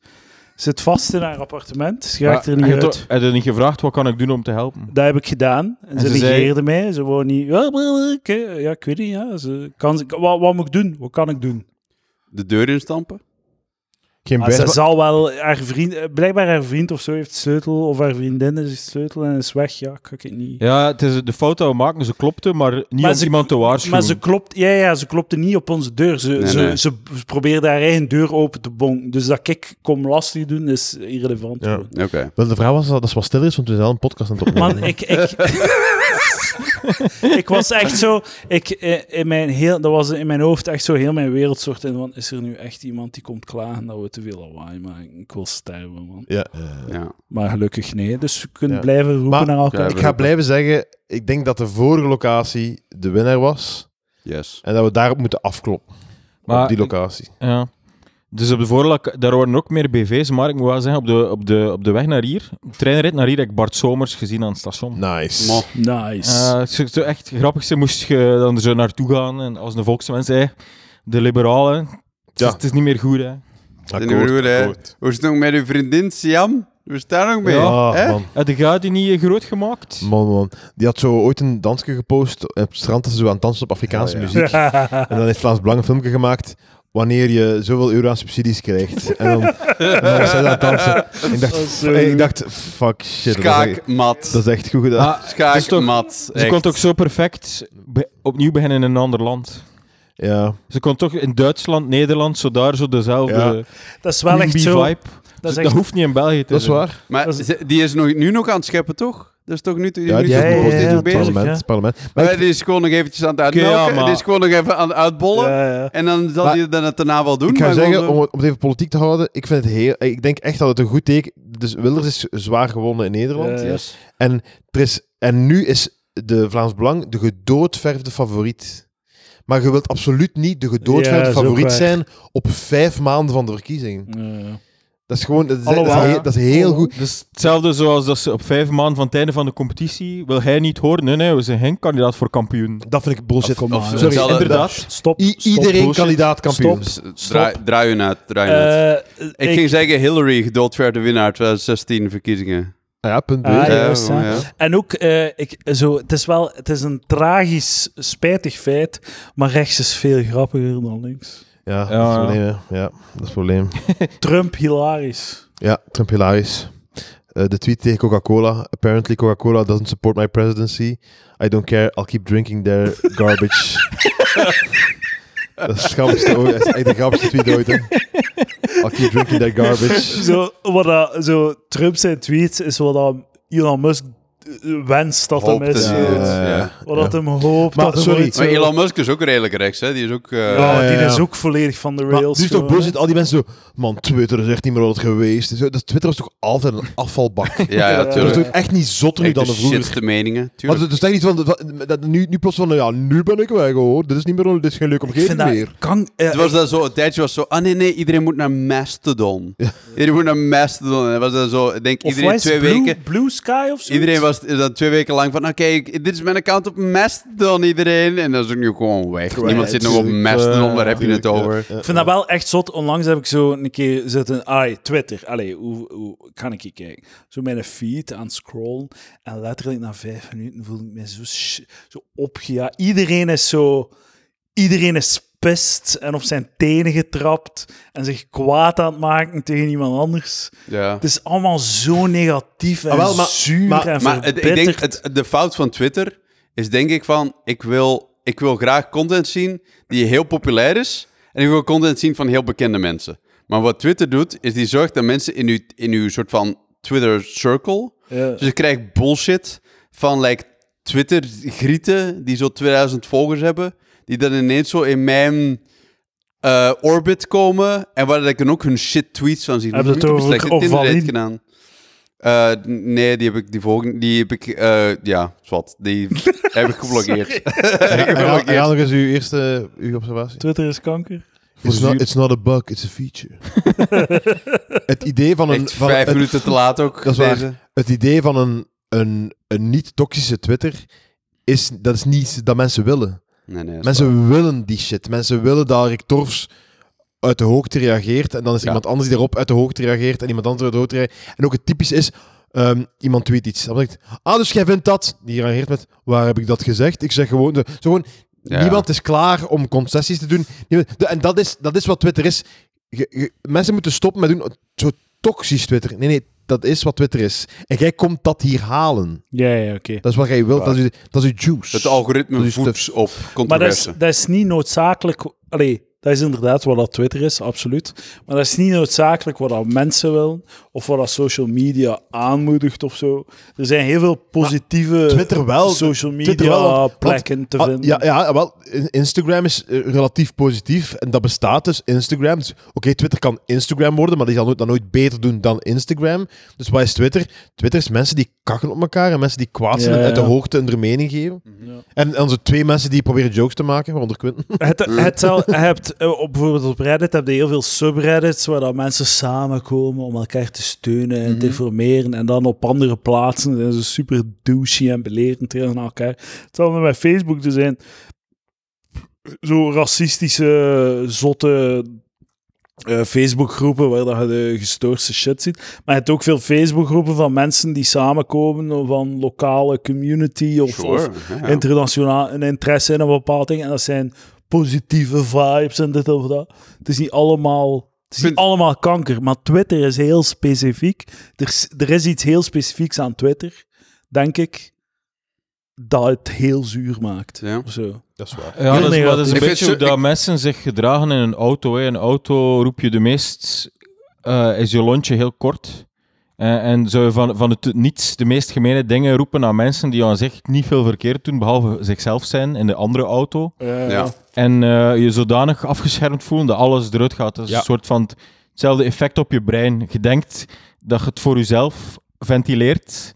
[SPEAKER 3] zit vast in haar appartement. Ze raakt er
[SPEAKER 1] Maar Ah, je
[SPEAKER 3] niet uit.
[SPEAKER 1] hebt toch- heb je niet gevraagd wat kan ik doen om te helpen?
[SPEAKER 3] Dat heb ik gedaan. En, ze
[SPEAKER 1] ze zei-
[SPEAKER 3] negeerde mij. Ze wou niet... Ja, wel, oké, ja, ik weet niet. Ja. Ze, kan, ze- wat, wat moet ik doen? Wat kan ik doen?
[SPEAKER 4] De deur instampen.
[SPEAKER 2] Geen
[SPEAKER 3] Maar ze
[SPEAKER 2] bijspraak.
[SPEAKER 3] zal wel haar vriend... eh, Blijkbaar haar vriend of zo heeft de sleutel. Of haar vriendin is de sleutel en is weg. Ja, ik weet het niet.
[SPEAKER 1] Ja, het is de fout dat we maken. Ze klopte, maar niet
[SPEAKER 3] Maar
[SPEAKER 1] om
[SPEAKER 3] ze-
[SPEAKER 1] iemand te waarschuwen.
[SPEAKER 3] Maar ze, klopt, ja, ja, ze klopte niet op onze deur. Ze,
[SPEAKER 4] Nee,
[SPEAKER 3] ze,
[SPEAKER 4] nee.
[SPEAKER 3] ze probeerde haar eigen deur open te bonken. Dus dat ik kom lastig doen, is irrelevant.
[SPEAKER 2] Ja.
[SPEAKER 3] gewoon.
[SPEAKER 4] Oké.
[SPEAKER 2] Wel, De vraag was dat het wat stil is, want we zijn al een podcast aan het opnemen.
[SPEAKER 3] Man, ik, ik, [LAUGHS] ik was echt zo. Ik, eh, in mijn heel, dat was in mijn hoofd echt zo heel mijn wereld soort in. Van, is er nu echt iemand die komt klagen dat we te veel lawaai maken? Ik wil sterven, man.
[SPEAKER 2] Ja. eh.
[SPEAKER 4] Ja.
[SPEAKER 3] Maar gelukkig nee. Dus we kunnen
[SPEAKER 2] Ja.
[SPEAKER 3] blijven roepen
[SPEAKER 2] Maar-
[SPEAKER 3] naar elkaar.
[SPEAKER 4] Ja,
[SPEAKER 2] Ik ga blijven zeggen, ik denk dat de vorige locatie de winnaar was.
[SPEAKER 4] Yes.
[SPEAKER 2] En dat we daarop moeten afkloppen.
[SPEAKER 1] Maar
[SPEAKER 2] op die
[SPEAKER 1] ik-
[SPEAKER 2] locatie.
[SPEAKER 1] Ja. Dus op de voorlak, daar waren ook meer BV's, maar ik moet wel zeggen, op de, op de, op de weg naar hier, de treinrit naar hier, heb ik Bart Somers gezien aan het station.
[SPEAKER 2] Nice.
[SPEAKER 4] Mo.
[SPEAKER 3] Nice.
[SPEAKER 1] Eh, het is zo echt grappig, ze moest je dan er zo naartoe gaan en als een volksmens, hè, de liberalen, het,
[SPEAKER 2] Ja.
[SPEAKER 1] is, het is niet meer goed. Hè.
[SPEAKER 4] En nu bedoel, hè, Hoe is het nog met uw vriendin Siam? Hoe is het daar nog mee?
[SPEAKER 2] Ja,
[SPEAKER 4] hè?
[SPEAKER 2] man.
[SPEAKER 1] Had de gaat die niet eh, groot gemaakt?
[SPEAKER 2] Man, man. Die had zo ooit een dansje gepost op het strand. Dat ze zo aan het dansen op Afrikaanse
[SPEAKER 4] Oh, ja.
[SPEAKER 2] muziek. En dan heeft Vlaams Belang een filmpje gemaakt. Wanneer je zoveel euro aan subsidies krijgt. En dan, en dan was zij aan het dansen. Ik dacht,
[SPEAKER 3] Dat is zo
[SPEAKER 2] f- ik
[SPEAKER 3] goed.
[SPEAKER 2] dacht fuck shit. Dat is, echt, dat
[SPEAKER 4] Schaakmat.
[SPEAKER 2] is echt goed gedaan.
[SPEAKER 1] Ah, dat is toch-
[SPEAKER 4] Schaakmat.
[SPEAKER 1] ze kon ook zo perfect be- opnieuw beginnen in een ander land.
[SPEAKER 2] Ja.
[SPEAKER 1] Ze kon toch in Duitsland, Nederland, zo daar zo dezelfde
[SPEAKER 3] dat is wel
[SPEAKER 1] Queen
[SPEAKER 3] echt
[SPEAKER 1] Bee
[SPEAKER 3] zo.
[SPEAKER 1] vibe.
[SPEAKER 3] Dat is
[SPEAKER 1] Dat,
[SPEAKER 3] echt
[SPEAKER 1] hoeft niet in België te
[SPEAKER 2] Dat is
[SPEAKER 1] zijn.
[SPEAKER 2] waar.
[SPEAKER 4] Maar
[SPEAKER 3] Dat is-
[SPEAKER 4] ze- die is nog, nu nog aan het scheppen, toch? Dat is toch nu, nu
[SPEAKER 2] Ja, die
[SPEAKER 4] toch
[SPEAKER 3] ja,
[SPEAKER 2] heeft
[SPEAKER 3] ja,
[SPEAKER 2] een post
[SPEAKER 4] nog
[SPEAKER 3] ja,
[SPEAKER 2] in
[SPEAKER 4] steeds
[SPEAKER 2] het
[SPEAKER 3] tuurlijk,
[SPEAKER 4] bezig?
[SPEAKER 3] ja.
[SPEAKER 2] parlement. het parlement. Maar
[SPEAKER 4] Maar
[SPEAKER 2] ik-
[SPEAKER 4] die is gewoon nog eventjes aan het uitmelken.
[SPEAKER 1] Oké, ja, maar-
[SPEAKER 4] Die is gewoon nog even aan het uitbollen.
[SPEAKER 3] Ja, ja.
[SPEAKER 4] En dan zal
[SPEAKER 2] Maar-
[SPEAKER 4] hij dan het daarna wel doen.
[SPEAKER 2] Ik ga
[SPEAKER 4] maar
[SPEAKER 2] zeggen,
[SPEAKER 4] gewoon
[SPEAKER 2] om
[SPEAKER 4] zo-
[SPEAKER 2] het, om het even politiek te houden, ik, vind het heel, ik denk echt dat het een goed teken Dus Wilders is zwaar gewonnen in Nederland.
[SPEAKER 3] Ja.
[SPEAKER 4] Yes.
[SPEAKER 2] En, er is, en nu is de Vlaams Belang de gedoodverfde favoriet. Maar je wilt absoluut niet de gedoodverfde
[SPEAKER 3] Ja, dat is ook
[SPEAKER 2] favoriet
[SPEAKER 3] waar.
[SPEAKER 2] zijn op vijf maanden van de verkiezing.
[SPEAKER 3] Ja, ja.
[SPEAKER 2] Dat is gewoon, dat is,
[SPEAKER 3] Alhoewel,
[SPEAKER 2] dat is,
[SPEAKER 3] ja.
[SPEAKER 2] heel- dat is heel goed.
[SPEAKER 1] Dus hetzelfde zoals dat ze op vijf maanden van het einde van de competitie wil hij niet horen. Nee, nee, we zijn geen kandidaat voor kampioen.
[SPEAKER 2] Dat vind ik bullshit.
[SPEAKER 3] Ah, Kom maar.
[SPEAKER 1] Sorry,
[SPEAKER 4] Hetzelfde-
[SPEAKER 1] inderdaad.
[SPEAKER 3] Stop.
[SPEAKER 2] I-
[SPEAKER 3] stop.
[SPEAKER 2] iedereen
[SPEAKER 1] bullshit.
[SPEAKER 2] kandidaat kampioen.
[SPEAKER 3] Stop.
[SPEAKER 4] eh, Draai, draai hun uit, draai hun uit.
[SPEAKER 3] Eh,
[SPEAKER 4] Ik,
[SPEAKER 3] ik-
[SPEAKER 4] ging zeggen, Hillary gedoodverde winnaar 2016 verkiezingen.
[SPEAKER 2] Ah ja, punt B.
[SPEAKER 3] Ah,
[SPEAKER 4] Eh,
[SPEAKER 3] juist, ja. En ook, eh, ik, zo, het, is wel, het is een tragisch, spijtig feit, maar rechts is veel grappiger dan links.
[SPEAKER 2] Ja, dat is
[SPEAKER 1] Ja,
[SPEAKER 2] het
[SPEAKER 1] ja.
[SPEAKER 2] probleem. hè. Ja, dat is het probleem.
[SPEAKER 3] Trump, hilarisch.
[SPEAKER 2] Ja, Trump hilarisch. Eh, de tweet tegen Coca-Cola. Apparently Coca-Cola doesn't support my presidency. I don't care. I'll keep drinking their garbage. dat is het grappigste ooit. Dat is echt de grappigste tweet ooit. hè. I'll keep drinking their garbage.
[SPEAKER 3] Zo, wat dat, zo, Trump zijn tweet is wat dat Elon Musk eh, wenst dat hem
[SPEAKER 4] Hoopt eh,
[SPEAKER 3] is.
[SPEAKER 4] en
[SPEAKER 2] Ja,
[SPEAKER 4] hoopt,
[SPEAKER 3] zoiets.
[SPEAKER 2] ja.
[SPEAKER 3] Wat dat hem hoopt
[SPEAKER 2] Maar
[SPEAKER 3] dat hem
[SPEAKER 2] sorry,
[SPEAKER 3] ooit zo-
[SPEAKER 4] Maar Elon Musk is ook redelijk rechts, hè? Die is ook... eh,
[SPEAKER 3] Ja,
[SPEAKER 2] Ja,
[SPEAKER 3] die
[SPEAKER 2] ja, ja.
[SPEAKER 3] is ook volledig van de
[SPEAKER 2] Maar
[SPEAKER 3] rails.
[SPEAKER 2] nu is toch
[SPEAKER 3] gewoon, hè.
[SPEAKER 2] bullshit, al die mensen zo... Man, Twitter is echt niet meer wat het geweest is. Dat Twitter was toch altijd een
[SPEAKER 3] [LAUGHS]
[SPEAKER 2] afvalbak?
[SPEAKER 4] ja, ja,
[SPEAKER 3] Ja.
[SPEAKER 2] Dat is
[SPEAKER 4] tuurlijk.
[SPEAKER 2] toch echt niet zotter nu
[SPEAKER 4] Echt
[SPEAKER 2] dan
[SPEAKER 4] de
[SPEAKER 2] de vroeger.
[SPEAKER 4] shitste meningen,
[SPEAKER 2] Maar
[SPEAKER 4] tuurlijk.
[SPEAKER 2] het is echt niet van, dat- dat- nu, nu plots van, ja, nu ben ik weg hoor. Dit is, niet meer, dit is geen leuke
[SPEAKER 3] Ik vind
[SPEAKER 2] omgeving
[SPEAKER 3] dat...
[SPEAKER 2] meer.
[SPEAKER 3] Kan, eh,
[SPEAKER 4] Het was dat zo, een tijdje was zo, ah nee, nee, iedereen moet naar Mastodon. Iedereen moet naar Mastodon. En dan was dat zo, ik denk
[SPEAKER 3] of
[SPEAKER 4] iedereen
[SPEAKER 3] wat is
[SPEAKER 4] twee
[SPEAKER 3] Blue,
[SPEAKER 4] weken...
[SPEAKER 3] Blue Sky of zo?
[SPEAKER 4] Iedereen was is dan twee weken lang van, oké, ik- dit is mijn account op Mastodon, iedereen. En dan is ook nu gewoon weg. Niemand zit nog op
[SPEAKER 2] tuurlijk,
[SPEAKER 4] Mastodon,
[SPEAKER 1] eh,
[SPEAKER 4] waar heb je het over?
[SPEAKER 3] Ik vind dat wel echt zot. Onlangs heb ik zo een keer zitten... Ai, Twitter. Allee, hoe, hoe kan ik hier kijken? Zo mijn feed aan het scrollen. En letterlijk na vijf minuten voel ik me zo, sh- zo opgea. Iedereen is zo... Iedereen is pist en op zijn tenen getrapt. En zich kwaad aan het maken tegen iemand anders.
[SPEAKER 4] Ja.
[SPEAKER 3] Het is allemaal zo negatief en
[SPEAKER 2] Ah, wel, maar-
[SPEAKER 3] zuur
[SPEAKER 2] maar-
[SPEAKER 3] en
[SPEAKER 4] Maar het-
[SPEAKER 3] verbitterd.
[SPEAKER 4] ik denk, het, de fout van Twitter is denk ik van, ik wil, ik wil graag content zien die heel populair is. En ik wil content zien van heel bekende mensen. Maar wat Twitter doet, is die zorgt dat mensen in uw, in uw soort van Twitter-circle...
[SPEAKER 3] Ja.
[SPEAKER 4] Dus je krijgt bullshit van like, Twitter-grieten die zo 2000 volgers hebben. Die dan ineens zo in mijn eh, orbit komen. En waar ik dan ook hun shit tweets van zie.
[SPEAKER 3] Heb je het
[SPEAKER 4] Niet op
[SPEAKER 3] over
[SPEAKER 4] slechte
[SPEAKER 3] Of
[SPEAKER 4] Tinder date
[SPEAKER 3] Valin?
[SPEAKER 4] gedaan. Eh, n- nee, die heb ik die volgende. Die heb ik. eh, ja, zwart.
[SPEAKER 3] [LAUGHS]
[SPEAKER 4] Die heb ik geblokkeerd. ik heb
[SPEAKER 2] Ja,
[SPEAKER 4] geblokkeerd.
[SPEAKER 2] nog eens uw eerste uw observatie.
[SPEAKER 3] Twitter is kanker.
[SPEAKER 2] It's not, it's not a bug, it's a [LAUGHS] feature. het idee van een,
[SPEAKER 4] Echt
[SPEAKER 2] van
[SPEAKER 4] vijf
[SPEAKER 2] het,
[SPEAKER 4] minuten te laat ook.
[SPEAKER 2] Dat is waar.
[SPEAKER 4] deze.
[SPEAKER 2] het idee van een, een, een niet-toxische Twitter is, dat is niet dat mensen willen.
[SPEAKER 4] Nee, nee. dat is
[SPEAKER 2] Mensen willen die shit. Mensen willen dat Rick Torfs uit de hoogte reageert. En dan is
[SPEAKER 4] Ja.
[SPEAKER 2] iemand anders die daarop uit de hoogte reageert. En iemand anders uit de hoogte reageert. En ook het typisch is, ehm, iemand tweet iets. Dan zegt, ah, dus jij vindt dat. Die reageert met, waar heb ik dat gezegd? Ik zeg gewoon... de- Zo gewoon
[SPEAKER 4] Ja.
[SPEAKER 2] Niemand is klaar om concessies te doen. Niemand- de- en dat is, dat is wat Twitter is. Je- je- mensen moeten stoppen met doen... Zo toxisch Twitter. Nee, nee, dat is wat Twitter is. En jij komt dat hier halen.
[SPEAKER 3] Ja, ja, oké.
[SPEAKER 2] Dat is wat jij wilt. Dat is, dat is je juice.
[SPEAKER 4] Het algoritme
[SPEAKER 2] Dus de-
[SPEAKER 4] voedt op
[SPEAKER 3] Maar dat is,
[SPEAKER 4] controverse.
[SPEAKER 3] dat is niet noodzakelijk. Allee, dat is inderdaad wat dat Twitter is, absoluut. Maar dat is niet noodzakelijk wat dat mensen willen. Of wat dat social media aanmoedigt of zo. Er zijn heel veel positieve
[SPEAKER 2] Twitter wel.
[SPEAKER 3] social media
[SPEAKER 2] Twitter wel, want- want-
[SPEAKER 3] plekken te
[SPEAKER 2] Ah,
[SPEAKER 3] vinden.
[SPEAKER 2] Ja, ja, wel, in- Instagram is eh, relatief positief en dat bestaat dus. Instagram, dus, oké, Twitter kan Instagram worden, maar die zal nooit, dat nooit beter doen dan Instagram. Dus wat is Twitter? Twitter is mensen die kakken op elkaar en mensen die kwaad zijn
[SPEAKER 3] Ja,
[SPEAKER 2] en uit de
[SPEAKER 3] ja.
[SPEAKER 2] hoogte hun mening geven.
[SPEAKER 3] Ja.
[SPEAKER 2] En, en zo twee mensen die proberen jokes te maken, waaronder Quinten. [LAUGHS]
[SPEAKER 3] Het, het zal- je hebt, eh, op, bijvoorbeeld op Reddit heb je heel veel subreddits waar dat mensen samenkomen om elkaar te steunen en te informeren. En dan op andere plaatsen zijn ze super douchey en belerend tegen elkaar. Hetzelfde met Facebook, er zijn zo racistische, zotte eh, Facebookgroepen waar dat je de gestoordste shit ziet. Maar je hebt ook veel Facebookgroepen van mensen die samenkomen van lokale community of- of
[SPEAKER 4] Sure, ja.
[SPEAKER 3] internationaal een interesse in een bepaald ding. En dat zijn positieve vibes en dit of dat. Het is niet allemaal, het is niet
[SPEAKER 4] Punt.
[SPEAKER 3] allemaal kanker, maar Twitter is heel specifiek. Er, is- er is iets heel specifieks aan Twitter, denk ik, dat het heel zuur maakt.
[SPEAKER 4] Ja.
[SPEAKER 3] Of zo.
[SPEAKER 2] Dat is waar.
[SPEAKER 1] Ja, dat is, maar dat is
[SPEAKER 4] Ik
[SPEAKER 1] een
[SPEAKER 4] vind
[SPEAKER 1] beetje
[SPEAKER 4] zo-
[SPEAKER 1] hoe dat
[SPEAKER 4] ik-
[SPEAKER 1] mensen zich gedragen in een auto. Hè. Een auto roep je de meest... eh, is je lontje heel kort. En, en zou je van, van het niets de meest gemene dingen roepen aan mensen die aan zich niet veel verkeerd doen, behalve zichzelf zijn in de andere auto.
[SPEAKER 4] Ja.
[SPEAKER 1] En eh, je zodanig afgeschermd voelen dat alles eruit gaat. Dat is
[SPEAKER 2] Ja.
[SPEAKER 1] een soort van t- hetzelfde effect op je brein. Je denkt dat je het voor jezelf ventileert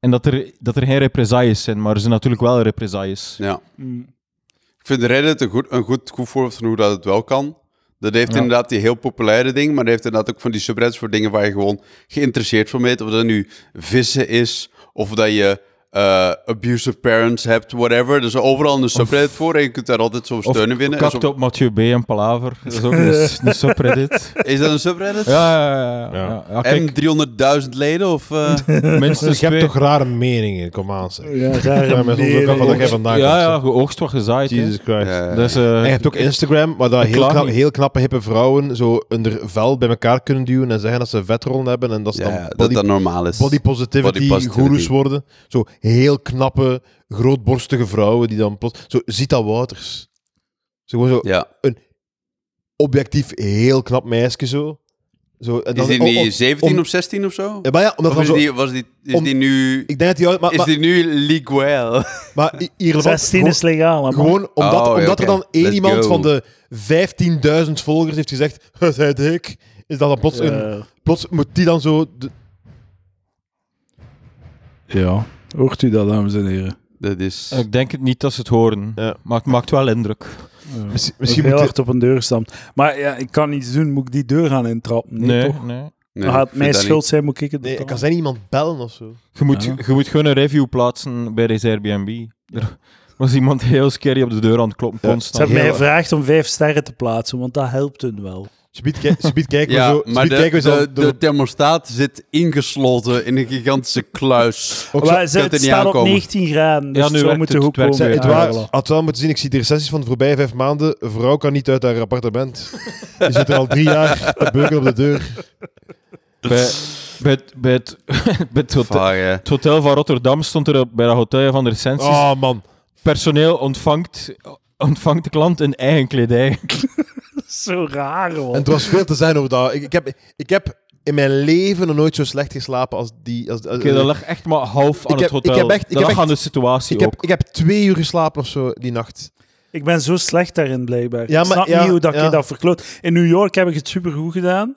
[SPEAKER 1] en dat er, dat er geen represailles zijn, maar er zijn natuurlijk wel represailles.
[SPEAKER 4] Ja.
[SPEAKER 3] Mm.
[SPEAKER 4] Ik vind Reddit een goed, een goed, goed voorbeeld van hoe dat het wel kan. Dat heeft inderdaad die heel populaire dingen, maar dat heeft inderdaad ook van die subreddits voor dingen waar je gewoon geïnteresseerd van bent. Of dat nu vissen is, of dat je eh, abusive parents hebt, whatever. Dus overal een subreddit voor en je kunt daar altijd zo'n
[SPEAKER 1] Of
[SPEAKER 4] steunen winnen. En
[SPEAKER 1] kakt
[SPEAKER 4] zo-
[SPEAKER 1] op Mathieu B. en Palaver. Dat
[SPEAKER 2] [LAUGHS]
[SPEAKER 1] is ook een, een subreddit.
[SPEAKER 4] Is dat een subreddit?
[SPEAKER 1] Ja, ja, ja. ja. ja. ja, kijk,
[SPEAKER 4] En 300.000 leden?
[SPEAKER 2] [LAUGHS]
[SPEAKER 4] Of, eh,
[SPEAKER 1] minstens
[SPEAKER 2] Dus je hebt
[SPEAKER 1] Dus twee...
[SPEAKER 2] toch rare meningen, kom aan. zeg.
[SPEAKER 3] Ja,
[SPEAKER 2] Ja,
[SPEAKER 3] rare
[SPEAKER 2] maar soms ook wel
[SPEAKER 3] mening.
[SPEAKER 2] van dat jij vandaan
[SPEAKER 1] Ja,
[SPEAKER 2] komt,
[SPEAKER 1] ja,
[SPEAKER 2] zeg.
[SPEAKER 1] geoogst wordt gezaaid. hè.
[SPEAKER 2] Jesus Christ.
[SPEAKER 4] Ja.
[SPEAKER 1] Dat is, eh,
[SPEAKER 2] En je hebt ook Instagram, waar dat
[SPEAKER 1] Ik
[SPEAKER 2] heel,
[SPEAKER 1] klaag
[SPEAKER 2] knap-
[SPEAKER 1] niet.
[SPEAKER 2] heel knappe hippe vrouwen zo onder vel bij elkaar kunnen duwen en zeggen dat ze vetrollen hebben en dat ze
[SPEAKER 4] ja,
[SPEAKER 2] dan
[SPEAKER 4] dat
[SPEAKER 2] body,
[SPEAKER 4] dat normaal is.
[SPEAKER 2] body positivity
[SPEAKER 4] body positivity.
[SPEAKER 2] goeroes worden. Zo heel knappe, grootborstige vrouwen die dan plots... Zo Zita Wouters. Zo, gewoon zo
[SPEAKER 4] Ja.
[SPEAKER 2] objectief heel knap meisje zo. zo en
[SPEAKER 4] Is
[SPEAKER 2] dan-
[SPEAKER 4] die
[SPEAKER 2] oh, oh,
[SPEAKER 4] niet 17
[SPEAKER 2] om-
[SPEAKER 4] of 16 of zo?
[SPEAKER 2] Ja, maar ja, omdat dan
[SPEAKER 4] Of is
[SPEAKER 2] zo...
[SPEAKER 4] die, was die, is
[SPEAKER 2] om-
[SPEAKER 4] die nu...
[SPEAKER 2] Ik denk dat die... uit- Maar,
[SPEAKER 4] Is
[SPEAKER 2] maar,
[SPEAKER 4] die nu Liguel? [LAUGHS]
[SPEAKER 2] maar i- irrelevant.
[SPEAKER 3] 16
[SPEAKER 2] Gewoon-
[SPEAKER 3] is legaal, hè, man.
[SPEAKER 2] Gewoon omdat,
[SPEAKER 4] Oh, ja,
[SPEAKER 2] omdat
[SPEAKER 4] oké.
[SPEAKER 2] er dan één
[SPEAKER 4] Let's
[SPEAKER 2] iemand
[SPEAKER 4] go.
[SPEAKER 2] van de 15.000 volgers heeft gezegd: [LAUGHS] Het heet ik. Is dat dan plots, een,
[SPEAKER 3] Eh,
[SPEAKER 2] plots moet die dan zo. de-
[SPEAKER 3] ja, hoort u dat, dames en heren?
[SPEAKER 4] Dat
[SPEAKER 2] Eh,
[SPEAKER 4] is...
[SPEAKER 1] Ik denk het niet dat ze het horen.
[SPEAKER 2] Ja.
[SPEAKER 1] Maar het maakt wel indruk.
[SPEAKER 2] Misschien,
[SPEAKER 3] Misschien
[SPEAKER 2] misschien
[SPEAKER 3] heel
[SPEAKER 2] moet
[SPEAKER 3] hard op een deur stampt. Maar ja, ik kan niets doen. Moet ik die deur gaan intrappen? Nee,
[SPEAKER 1] Nee,
[SPEAKER 3] toch?
[SPEAKER 1] nee.
[SPEAKER 4] Nee,
[SPEAKER 3] Gaat
[SPEAKER 4] ik
[SPEAKER 3] het mijn
[SPEAKER 4] vind dat
[SPEAKER 3] schuld zijn, moet ik het
[SPEAKER 2] nee,
[SPEAKER 3] betalen?
[SPEAKER 2] ik kan zijn iemand bellen of zo.
[SPEAKER 1] Je moet,
[SPEAKER 3] Ja.
[SPEAKER 1] je moet gewoon een review plaatsen bij deze Airbnb. Er was iemand heel scary op de deur aan het kloppen,
[SPEAKER 2] Ja.
[SPEAKER 3] Ze
[SPEAKER 1] constant.
[SPEAKER 3] hebben mij
[SPEAKER 2] Heel-
[SPEAKER 3] gevraagd om vijf sterren te plaatsen, want dat helpt hun wel.
[SPEAKER 2] Ze biedt ki- ze biedt kijken
[SPEAKER 4] niet. Ja,
[SPEAKER 2] we zo. ze
[SPEAKER 4] maar
[SPEAKER 2] biedt
[SPEAKER 4] de,
[SPEAKER 2] kijken we zo
[SPEAKER 4] de, de
[SPEAKER 2] door-
[SPEAKER 4] thermostaat zit ingesloten in een gigantische kluis.
[SPEAKER 2] ook zo-
[SPEAKER 3] Maar ze,
[SPEAKER 4] kan
[SPEAKER 3] het
[SPEAKER 4] er niet
[SPEAKER 3] staat op
[SPEAKER 4] aankomen.
[SPEAKER 3] 19 graden, dus
[SPEAKER 1] Ja, nu
[SPEAKER 3] ja, zo
[SPEAKER 1] werkt
[SPEAKER 3] moet de
[SPEAKER 1] het,
[SPEAKER 3] hoek
[SPEAKER 1] het werkt
[SPEAKER 3] komen.
[SPEAKER 2] Zeg,
[SPEAKER 1] weer.
[SPEAKER 2] het
[SPEAKER 1] Ja,
[SPEAKER 2] waar,
[SPEAKER 3] Ah, voilà.
[SPEAKER 2] had wel moeten zien, ik zie de recessies van de voorbije vijf maanden. Vrouw kan niet uit haar appartement. Die zit er al drie jaar te beuken op de
[SPEAKER 3] [LAUGHS]
[SPEAKER 2] deur.
[SPEAKER 1] Bij, bij, het, bij, het, bij het, [LAUGHS] hotel,
[SPEAKER 4] Vaar, hè.
[SPEAKER 1] het hotel van Rotterdam stond er op- bij dat hotel van de recensies.
[SPEAKER 3] Ah,
[SPEAKER 2] Oh man.
[SPEAKER 1] Personeel ontvangt, ontvangt de klant in eigen kledij.
[SPEAKER 3] [LAUGHS] Zo raar, hoor.
[SPEAKER 2] En het was veel te zijn over dat. Ik, ik, heb, ik heb in mijn leven nog nooit zo slecht geslapen als die. Als, als-
[SPEAKER 1] Oké, dat lag echt maar half aan
[SPEAKER 2] Ik
[SPEAKER 1] het
[SPEAKER 2] heb-
[SPEAKER 1] hotel.
[SPEAKER 2] ik heb echt- ik
[SPEAKER 1] dat
[SPEAKER 2] heb
[SPEAKER 1] lag
[SPEAKER 2] echt-
[SPEAKER 1] aan de situatie
[SPEAKER 2] Ik heb,
[SPEAKER 1] ook.
[SPEAKER 2] ik heb twee uur geslapen of zo die nacht.
[SPEAKER 3] Ik ben zo slecht daarin, blijkbaar.
[SPEAKER 2] Ja,
[SPEAKER 3] ik
[SPEAKER 2] maar-
[SPEAKER 3] snap
[SPEAKER 2] ja,
[SPEAKER 3] niet hoe dat
[SPEAKER 2] ja.
[SPEAKER 3] ik dat verkloot. In New York heb ik het supergoed gedaan.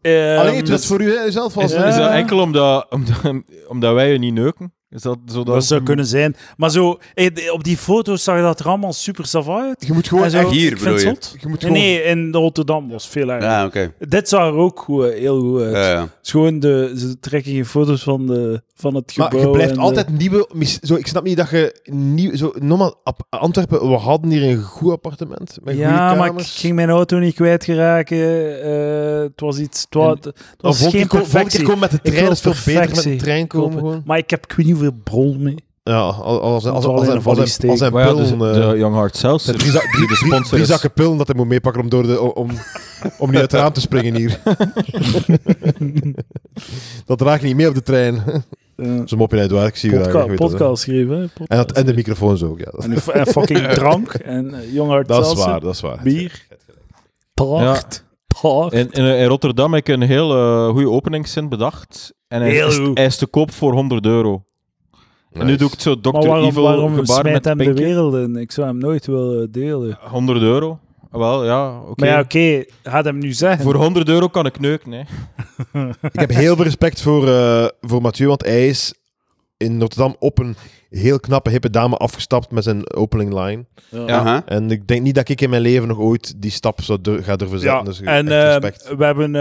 [SPEAKER 3] Ehm,
[SPEAKER 2] Alleen het was voor u zelf was
[SPEAKER 1] Is,
[SPEAKER 3] Ja.
[SPEAKER 1] is dat enkel omdat, omdat, omdat wij je niet neuken? Is dat zo
[SPEAKER 3] dat zou kunnen zijn. Maar zo, eh, op die foto's zag dat er allemaal super saf uit.
[SPEAKER 2] Je moet gewoon
[SPEAKER 3] En zo,
[SPEAKER 2] echt.
[SPEAKER 4] Hier
[SPEAKER 3] ik vind
[SPEAKER 4] bedoel je?
[SPEAKER 3] het zot.
[SPEAKER 2] Je moet
[SPEAKER 3] Nee,
[SPEAKER 2] gewoon.
[SPEAKER 3] nee, in Rotterdam was veel erger.
[SPEAKER 4] Ja, oké.
[SPEAKER 3] Dit zag er ook goed, heel goed uit.
[SPEAKER 4] Ja, ja.
[SPEAKER 3] Het is gewoon de, ze trekken geen foto's van, de, van het gebouw.
[SPEAKER 2] Maar je blijft
[SPEAKER 3] en,
[SPEAKER 2] altijd nieuwe. mis- Zo, ik snap niet dat je nieuw. Zo, normaal, Ap- Antwerpen, we hadden hier een goed appartement.
[SPEAKER 3] eh,
[SPEAKER 2] Met
[SPEAKER 3] ja,
[SPEAKER 2] goede
[SPEAKER 3] maar ik
[SPEAKER 2] kamers.
[SPEAKER 3] ging mijn auto niet kwijtgeraken. eh het was iets... Het was, het
[SPEAKER 2] Dan
[SPEAKER 3] was
[SPEAKER 2] volgende
[SPEAKER 3] geen
[SPEAKER 2] keer kom- volgende
[SPEAKER 3] perfectie.
[SPEAKER 2] keer komen met de
[SPEAKER 3] Ik
[SPEAKER 2] trein.
[SPEAKER 3] wil
[SPEAKER 2] Dat is veel beter met de
[SPEAKER 3] perfectie.
[SPEAKER 2] trein komen.
[SPEAKER 3] Klopt.
[SPEAKER 2] Gewoon.
[SPEAKER 3] Maar ik heb ik weet niet hoeveel brol mee.
[SPEAKER 2] Ja, als- als- als- als-
[SPEAKER 3] wel in
[SPEAKER 2] als
[SPEAKER 3] een
[SPEAKER 2] een- als een-
[SPEAKER 3] valies
[SPEAKER 2] als een
[SPEAKER 1] Maar ja, dus
[SPEAKER 2] pil. eh,
[SPEAKER 1] de Young Heart zelfs.
[SPEAKER 2] Drie, za- drie,
[SPEAKER 1] de
[SPEAKER 2] drie-
[SPEAKER 1] sponsor
[SPEAKER 2] drie
[SPEAKER 1] is.
[SPEAKER 2] zakken pillen dat hij moet meepakken om, door de, om, om niet uit het raam te springen hier. dat draag je niet mee op de trein.
[SPEAKER 3] Eh,
[SPEAKER 2] Zo'n mopje uit waar, ik zie je
[SPEAKER 3] podca-
[SPEAKER 2] graag, je weet dat, hè.
[SPEAKER 3] podcast schreven. hè,
[SPEAKER 2] [LAUGHS]
[SPEAKER 3] podcast.
[SPEAKER 2] En, dat, en de microfoons ook, ja. Dat,
[SPEAKER 3] En, f- en fucking drank. En eh, jong hart
[SPEAKER 2] dat is
[SPEAKER 3] zelfs,
[SPEAKER 2] waar, dat is waar.
[SPEAKER 3] Bier. Pracht. Pracht.
[SPEAKER 1] In, in, in Rotterdam heb ik een heel eh, goede openingszin bedacht. En hij,
[SPEAKER 3] Heel
[SPEAKER 1] is,
[SPEAKER 3] goed.
[SPEAKER 1] hij is te koop voor 100 euro. En nu doe ik het zo Dr.
[SPEAKER 3] maar waarom,
[SPEAKER 1] Evil
[SPEAKER 3] waarom
[SPEAKER 1] gebaar
[SPEAKER 3] smijt
[SPEAKER 1] met
[SPEAKER 3] hem
[SPEAKER 1] pinkie.
[SPEAKER 3] de wereld in? Ik zou hem nooit willen delen.
[SPEAKER 1] 100 euro. Wel, ja, oké.
[SPEAKER 3] Maar ja, oké, ga het hem nu zeggen.
[SPEAKER 1] Voor 100 euro kan ik neuken, hè.
[SPEAKER 2] Ik heb heel veel respect voor, eh, voor Mathieu, want hij is in Rotterdam op een heel knappe, hippe dame afgestapt met zijn opening line.
[SPEAKER 3] Ja.
[SPEAKER 4] Aha.
[SPEAKER 2] En ik denk niet dat ik in mijn leven nog ooit die stap zou dur- ga durven zetten.
[SPEAKER 3] Ja,
[SPEAKER 2] Dus
[SPEAKER 3] en
[SPEAKER 2] echt
[SPEAKER 3] eh,
[SPEAKER 2] respect.
[SPEAKER 3] we hebben, eh,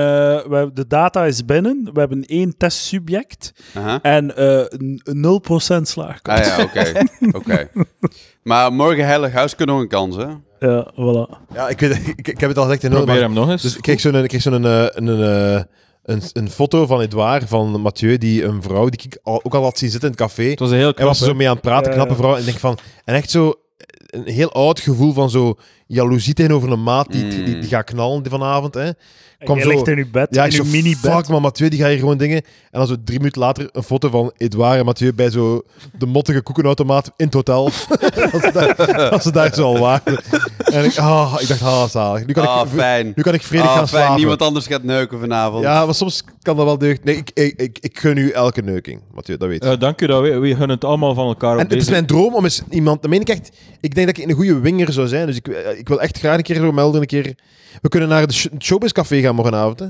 [SPEAKER 3] we hebben, de data is binnen. We hebben één testsubject
[SPEAKER 4] Aha.
[SPEAKER 3] en eh, n- 0% slaagkans.
[SPEAKER 4] Ah
[SPEAKER 2] [LAUGHS]
[SPEAKER 4] ja, oké. oké. Maar morgen Heilig Huis kunnen we een kans, hè?
[SPEAKER 3] Ja, voilà.
[SPEAKER 2] ja, ik, weet, [LAUGHS] ik, ik heb het al gezegd in de
[SPEAKER 1] Probeer hem nog eens.
[SPEAKER 2] Dus ik kreeg zo'n, ik kreeg zo'n eh, een, eh, een, een foto van Edouard, van Mathieu, die een vrouw, die ik al, ook al had zien zitten in het café.
[SPEAKER 1] het was een heel
[SPEAKER 2] En
[SPEAKER 1] knap,
[SPEAKER 2] was ze
[SPEAKER 1] hè.
[SPEAKER 2] zo mee aan het praten,
[SPEAKER 3] Ja,
[SPEAKER 2] knappe
[SPEAKER 3] ja.
[SPEAKER 2] vrouw. En ik denk van, en echt zo een heel oud gevoel van zo jaloezie tegenover een maat die, die,
[SPEAKER 1] Mm.
[SPEAKER 2] die, gaat knallen die vanavond. Hè. Kwam
[SPEAKER 3] En je
[SPEAKER 2] zo-
[SPEAKER 3] ligt in uw bed,
[SPEAKER 2] Ja,
[SPEAKER 3] in
[SPEAKER 2] ik
[SPEAKER 3] uw
[SPEAKER 2] zo,
[SPEAKER 3] mini-bed.
[SPEAKER 2] fuck man, Mathieu, die gaat hier gewoon dingen. En dan zo drie minuten later een foto van Edouard en Mathieu bij zo de mottige koekenautomaat in het hotel. [LAUGHS] dat, ze daar, dat ze daar zo al waren. En ik, ah, ik dacht, ah, zalig. Nu kan
[SPEAKER 4] Ah,
[SPEAKER 2] ik,
[SPEAKER 4] fijn.
[SPEAKER 2] nu kan ik vredig
[SPEAKER 4] Ah,
[SPEAKER 2] gaan
[SPEAKER 4] fijn.
[SPEAKER 2] slapen.
[SPEAKER 4] Niemand anders gaat neuken vanavond.
[SPEAKER 2] Ja, maar soms kan dat wel deugd. Nee, ik, ik, ik, ik gun u elke neuking, Mathieu, dat weet je.
[SPEAKER 1] Eh, dank u, dat we, we gunnen het allemaal van elkaar
[SPEAKER 2] en
[SPEAKER 1] op
[SPEAKER 2] het is
[SPEAKER 1] deze...
[SPEAKER 2] mijn droom om eens iemand... Dan meen ik echt... Ik denk dat ik een goede winger zou zijn. Dus ik, eh, ik wil echt graag een keer zo melden. Een keer... We kunnen naar de sh- het Showbiz Café gaan morgenavond, hè.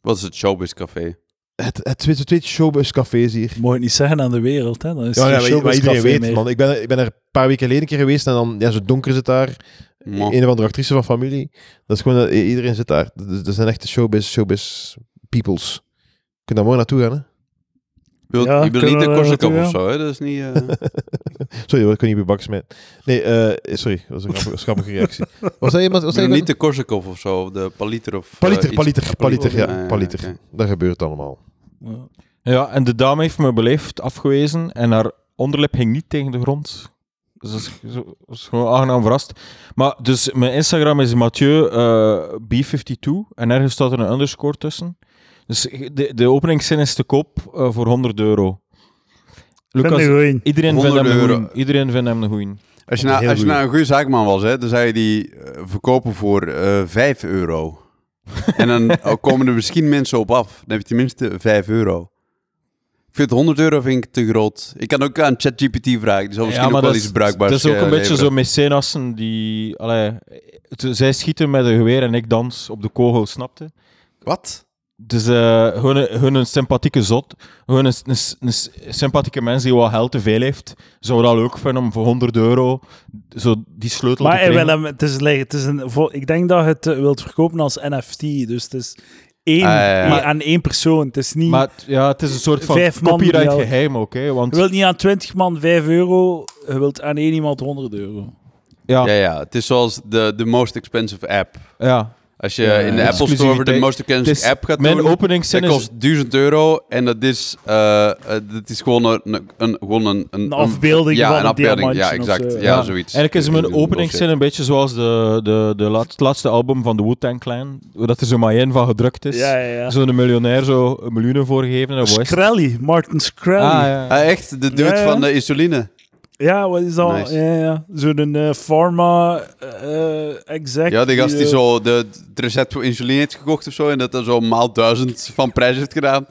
[SPEAKER 4] Wat is het Showbiz Café?
[SPEAKER 2] Het, het tweede, het tweede Showbiz Café is hier.
[SPEAKER 3] Moet je niet zeggen aan de wereld, hè? Dan is
[SPEAKER 2] Ja,
[SPEAKER 3] het
[SPEAKER 2] ja
[SPEAKER 3] geen
[SPEAKER 2] maar, maar
[SPEAKER 3] showbiz
[SPEAKER 2] iedereen
[SPEAKER 3] café
[SPEAKER 2] weet,
[SPEAKER 3] meer.
[SPEAKER 2] man. Ik ben, ik ben er een paar weken geleden een keer geweest en dan... Ja, zo donker is het daar.
[SPEAKER 4] Mwah.
[SPEAKER 2] een of andere actrice van familie. Dat is gewoon, dat- i- iedereen zit daar. Dat, dat zijn echte showbiz, showbiz peoples. Je kunt daar mooi naartoe gaan, hè?
[SPEAKER 4] Ik bedoel,
[SPEAKER 3] Ja,
[SPEAKER 4] ik bedoel
[SPEAKER 3] kunnen
[SPEAKER 4] niet de
[SPEAKER 3] we
[SPEAKER 4] Korsakoff
[SPEAKER 3] naartoe
[SPEAKER 4] of zo, hè? Dat is
[SPEAKER 3] [LAUGHS]
[SPEAKER 4] niet... eh,
[SPEAKER 2] Sorry hoor, ik kon niet op je bak smijten. Nee, eh, sorry, dat was een
[SPEAKER 4] [LAUGHS]
[SPEAKER 2] grappige, grappige reactie. Was dat iemand?
[SPEAKER 4] ik
[SPEAKER 2] Was dat
[SPEAKER 4] bedoel
[SPEAKER 2] iemand?
[SPEAKER 4] niet de Korsakoff of zo, of de Paliter of... eh,
[SPEAKER 2] Paliter,
[SPEAKER 4] iets.
[SPEAKER 2] paliter, paliter,
[SPEAKER 3] Paliter,
[SPEAKER 4] ja,
[SPEAKER 2] ja,
[SPEAKER 4] ja,
[SPEAKER 2] paliter.
[SPEAKER 4] oké.
[SPEAKER 2] Dat gebeurt allemaal.
[SPEAKER 3] Ja.
[SPEAKER 1] Ja, en de dame heeft me beleefd afgewezen en haar onderlip hing niet tegen de grond. Dus dat is, zo, dat is gewoon aangenaam verrast. Maar dus mijn Instagram is Mathieu eh, B52 en ergens staat er een underscore tussen. Dus de, de openingszin is te koop eh, voor 100 euro.
[SPEAKER 3] Vind ik
[SPEAKER 1] Lucas,
[SPEAKER 3] goed.
[SPEAKER 1] iedereen vindt, hem
[SPEAKER 4] 100
[SPEAKER 1] een
[SPEAKER 4] euro.
[SPEAKER 1] goeie. iedereen vindt hem een goeie.
[SPEAKER 4] Als je,
[SPEAKER 2] Dat is
[SPEAKER 4] nou,
[SPEAKER 2] heel
[SPEAKER 4] als je
[SPEAKER 2] goed.
[SPEAKER 4] nou een goede zaakman was, hè, dan zou je die eh, verkopen voor eh
[SPEAKER 1] [LAUGHS]
[SPEAKER 4] 5 euro. en dan ook komen er misschien mensen op af. Dan heb je tenminste 5 euro. Ik vind 100 euro vind ik te groot. Ik kan ook aan ChatGPT vragen. Die zal misschien ook wel
[SPEAKER 1] dat is-
[SPEAKER 4] iets bruikbaars
[SPEAKER 1] Dat is ook
[SPEAKER 4] eh,
[SPEAKER 1] een beetje
[SPEAKER 4] leveren.
[SPEAKER 1] zo mecenassen die... Allee, het- zij schieten met een geweer en ik dans op de kogel, snapte?
[SPEAKER 4] Wat?
[SPEAKER 1] Dus eh gewoon, een, gewoon een sympathieke zot. Gewoon een, een, een sympathieke mens die wat geld te veel heeft. Zou dat leuk vinden om voor 100 euro zo die sleutel
[SPEAKER 3] Maar
[SPEAKER 1] te
[SPEAKER 3] hij
[SPEAKER 1] krijgen.
[SPEAKER 3] wil hem, het is, like, het is een, vol- ik denk dat je het eh, wilt verkopen als NFT. Dus het is één,
[SPEAKER 4] Ah, ja, ja.
[SPEAKER 3] i- aan één persoon. Het is niet,
[SPEAKER 1] Maar het- ja, het is een soort van
[SPEAKER 3] Vijf man
[SPEAKER 1] copyright
[SPEAKER 3] die elk-
[SPEAKER 1] geheim ook. Hè, want
[SPEAKER 3] je wilt niet aan 20 man 5 euro, je wilt aan één iemand 100 euro.
[SPEAKER 1] ja,
[SPEAKER 4] Ja,
[SPEAKER 1] ja,
[SPEAKER 4] ja. Het is zoals de, de most expensive app. Als je in de
[SPEAKER 1] ja.
[SPEAKER 4] Apple Store voor de
[SPEAKER 1] Exclusiviteit.
[SPEAKER 4] most
[SPEAKER 1] Het is-
[SPEAKER 4] expensive app gaat
[SPEAKER 1] mijn
[SPEAKER 4] doen...
[SPEAKER 1] openingszin
[SPEAKER 4] Dat
[SPEAKER 1] is...
[SPEAKER 4] kost 1000 euro en dat is, eh, eh, dat is gewoon een, een, een- gewoon een, een,
[SPEAKER 3] Een afbeelding
[SPEAKER 4] ja,
[SPEAKER 3] van
[SPEAKER 4] een
[SPEAKER 3] een
[SPEAKER 4] afbeelding. Ja,
[SPEAKER 3] diamantje of
[SPEAKER 4] exact.
[SPEAKER 3] zo.
[SPEAKER 4] Ja,
[SPEAKER 1] Ja.
[SPEAKER 4] zoiets.
[SPEAKER 1] Eigenlijk is mijn openingszin
[SPEAKER 4] openingszin.
[SPEAKER 1] een beetje zoals de, de, de laat- het laatste album van de Wu-Tang Clan. Dat er zo maar één van gedrukt is.
[SPEAKER 3] Ja, ja, ja.
[SPEAKER 1] Zo'n miljonair zo een miljoen voorgegeven. en dat was-
[SPEAKER 3] Skrelly, Martin Skrelly.
[SPEAKER 1] Ah,
[SPEAKER 3] ja.
[SPEAKER 1] ja.
[SPEAKER 4] Ah, echt? De dude
[SPEAKER 3] Ja, ja.
[SPEAKER 4] van de insuline?
[SPEAKER 3] wat is dat?
[SPEAKER 4] Nice.
[SPEAKER 3] Ja, ja. Zo'n eh, pharma eh exec.
[SPEAKER 4] Ja, die gast die
[SPEAKER 3] eh,
[SPEAKER 4] zo de, het recept voor insuline heeft gekocht of zo en dat er zo maal duizend van prijs heeft gedaan.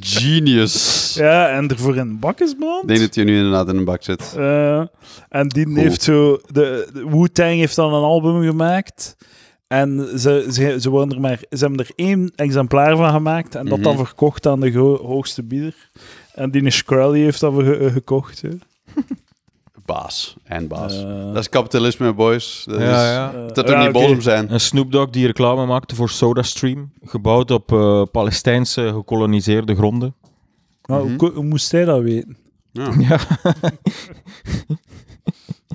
[SPEAKER 4] Genius.
[SPEAKER 3] eh, Ja, en ervoor in bak is beland.
[SPEAKER 4] Ik denk dat je nu inderdaad in een bak zit.
[SPEAKER 3] Eh, en die
[SPEAKER 4] Cool.
[SPEAKER 3] heeft zo... De, de Wu-Tang heeft dan een album gemaakt. En ze, ze, ze, worden er maar, ze hebben er één exemplaar van gemaakt. En dat
[SPEAKER 4] Mhm.
[SPEAKER 3] dan verkocht aan de go- hoogste bieder. En die Shkreli heeft dat ge- eh, gekocht. hè.
[SPEAKER 4] Baas. En baas.
[SPEAKER 3] Eh,
[SPEAKER 4] dat is kapitalisme, boys. Dat
[SPEAKER 1] Ja,
[SPEAKER 4] is,
[SPEAKER 1] ja.
[SPEAKER 3] eh,
[SPEAKER 4] Dat er
[SPEAKER 3] ja,
[SPEAKER 4] niet
[SPEAKER 3] oké.
[SPEAKER 4] boos om zijn.
[SPEAKER 1] Een Snoop Dogg die reclame maakte voor SodaStream, gebouwd op eh, Palestijnse gekoloniseerde gronden.
[SPEAKER 3] Maar hoe,
[SPEAKER 4] Mhm.
[SPEAKER 3] ko- hoe moest hij dat weten?
[SPEAKER 4] Ja.
[SPEAKER 1] Ja.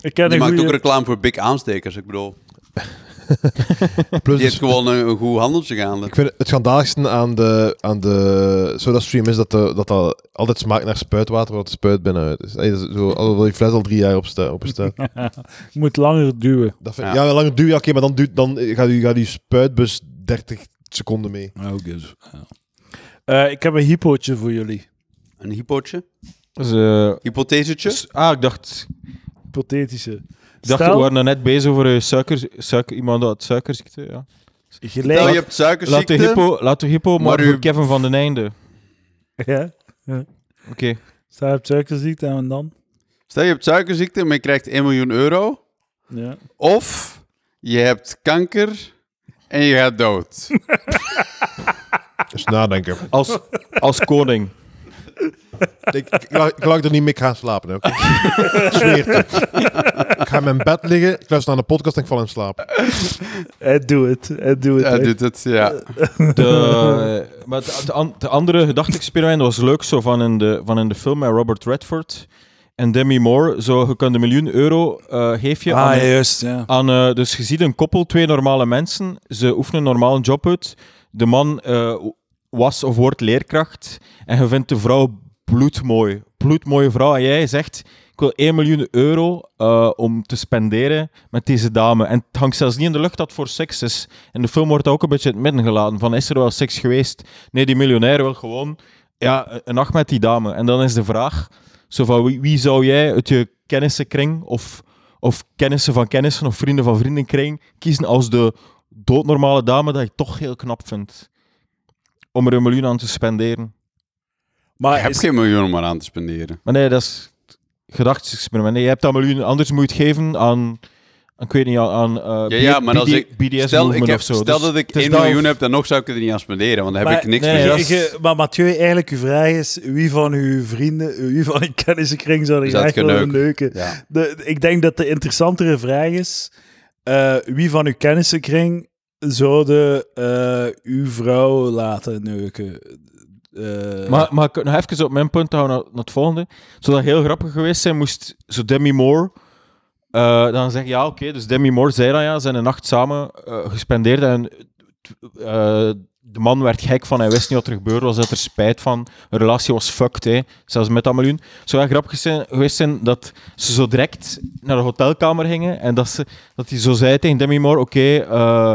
[SPEAKER 3] Ik ken
[SPEAKER 4] Die
[SPEAKER 3] een
[SPEAKER 4] maakt ook
[SPEAKER 3] goeie-
[SPEAKER 4] reclame voor big aanstekers, ik bedoel.
[SPEAKER 2] Plus,
[SPEAKER 3] Dus-
[SPEAKER 2] dus
[SPEAKER 4] Die
[SPEAKER 2] het-
[SPEAKER 4] heeft gewoon een, een goed handeltje gaande.
[SPEAKER 2] ik vind het schandaligste aan de, aan de SodaStream is dat, de, dat dat altijd smaakt naar spuitwater, wat spuit binnenuit is. Hey, dat is zo, alhoewel die fles al drie jaar op sta- open
[SPEAKER 1] [LAUGHS]
[SPEAKER 2] staat.
[SPEAKER 3] Je moet langer duwen.
[SPEAKER 2] Dat vind,
[SPEAKER 4] Ja.
[SPEAKER 2] ja, lang langer duur, ja, oké, maar dan, duurt, dan gaat, u, gaat uw spuitbus 30 seconden mee.
[SPEAKER 3] Eh, ik heb een hypootje voor jullie.
[SPEAKER 4] Een hypootje?
[SPEAKER 1] Dus, eh,
[SPEAKER 4] Hypothesetje?
[SPEAKER 1] s- ah, ik dacht,
[SPEAKER 3] Hypothetische.
[SPEAKER 1] ik dacht we
[SPEAKER 3] Stel,
[SPEAKER 1] waren nou net bezig over eh, suiker, suiker, iemand uit suikerziekte. Ja.
[SPEAKER 3] gelijk...
[SPEAKER 4] Stel, je hebt
[SPEAKER 1] Laat, de
[SPEAKER 4] suikerziekte.
[SPEAKER 1] hippo, laat de hippo maar,
[SPEAKER 4] Maar u-
[SPEAKER 1] voor Kevin van den Einde.
[SPEAKER 3] [LAUGHS] Ja.
[SPEAKER 1] Oké.
[SPEAKER 3] Stel, je hebt suikerziekte en dan?
[SPEAKER 4] Stel, je hebt suikerziekte, maar je krijgt 1 miljoen euro.
[SPEAKER 3] Ja.
[SPEAKER 4] Of je hebt kanker en je gaat dood.
[SPEAKER 2] Dus
[SPEAKER 1] [LAUGHS]
[SPEAKER 2] nadenken.
[SPEAKER 3] [LAUGHS]
[SPEAKER 1] Als, als koning.
[SPEAKER 2] Ik, ik, laat- ik laat er niet mee gaan slapen. Hè, oké? Ik zweer het. Ik ga in mijn bed liggen, ik luister naar de podcast en ik val in slaap.
[SPEAKER 3] I do it. I do it.
[SPEAKER 4] Ja,
[SPEAKER 3] I-
[SPEAKER 4] dit, het,
[SPEAKER 3] Eh,
[SPEAKER 4] ja.
[SPEAKER 1] De,
[SPEAKER 3] [LAUGHS]
[SPEAKER 1] maar de, de an- de andere gedachte-experiment was leuk, zo van in, de, van in de film met Robert Redford en Demi Moore. Zo, je kan de miljoen euro eh geef je aan
[SPEAKER 3] ah,
[SPEAKER 1] een-
[SPEAKER 3] ja, juist, ja.
[SPEAKER 1] Aan, eh, dus je ziet een koppel, twee normale mensen. Ze oefenen een normale job uit. De man eh, was of wordt leerkracht. En je vindt de vrouw bloedmooi. Bloedmooie vrouw. En jij zegt, ik wil 1 miljoen euro eh, om te spenderen met deze dame. En het hangt zelfs niet in de lucht dat het voor seks is. In de film wordt dat ook een beetje in het midden gelaten. Van, is er wel seks geweest? Nee, die miljonair wil gewoon ja, een nacht met die dame. En dan is de vraag, zo van, wie, wie zou jij uit je kennissenkring of of kennissen van kennissen of vrienden van vrienden krijgen, kiezen als de doodnormale dame dat je toch heel knap vindt. Om er een miljoen aan te spenderen.
[SPEAKER 4] Je
[SPEAKER 3] Maar
[SPEAKER 4] hebt
[SPEAKER 3] is,
[SPEAKER 4] geen miljoen om eraan te spenderen.
[SPEAKER 1] Maar nee, dat is het gedachtesexperiment. Nee, je hebt dat miljoen, anders moet je het geven aan, aan ik weet niet, aan- aan eh,
[SPEAKER 4] Ja, ja,
[SPEAKER 1] B-
[SPEAKER 4] maar als
[SPEAKER 1] BD
[SPEAKER 4] ik-
[SPEAKER 1] BDS
[SPEAKER 4] Stel, ik
[SPEAKER 1] movement
[SPEAKER 4] heb,
[SPEAKER 1] of zo.
[SPEAKER 4] stel
[SPEAKER 1] Dus
[SPEAKER 4] dat ik
[SPEAKER 1] het is
[SPEAKER 4] 1
[SPEAKER 1] dat
[SPEAKER 4] miljoen
[SPEAKER 1] of-
[SPEAKER 4] heb, dan nog zou ik er niet aan spenderen, want dan heb
[SPEAKER 3] Maar-
[SPEAKER 4] ik niks
[SPEAKER 1] nee, eh,
[SPEAKER 4] meer. Dus
[SPEAKER 1] dat
[SPEAKER 3] je-
[SPEAKER 1] is-
[SPEAKER 3] je- maar Mathieu, eigenlijk uw vraag is, wie van uw vrienden, wie van uw kennissenkring zou er
[SPEAKER 4] Zou het
[SPEAKER 3] graag willen
[SPEAKER 4] geneuken?
[SPEAKER 3] neuken?
[SPEAKER 4] Ja.
[SPEAKER 3] De, ik denk dat de interessantere vraag is, eh, wie van uw kennissenkring zouden eh, uw vrouw laten neuken? Eh,
[SPEAKER 1] Maar, maar ik- nog even op mijn punt te houden naar, naar het volgende. Zou dat heel grappig geweest zijn, moest zo Demi Moore eh, dan zeggen, ja, oké, dus Demi Moore zei dan, ja, ze zijn een nacht samen eh, gespendeerd en eh, de man werd gek van, hij wist niet wat er gebeurde, was dat er spijt van, een relatie was fucked, hè, zelfs met dat miljoen. Zou dat grappig zijn, geweest zijn dat ze zo direct naar de hotelkamer gingen en dat, ze, dat hij zo zei tegen Demi Moore, oké, eh,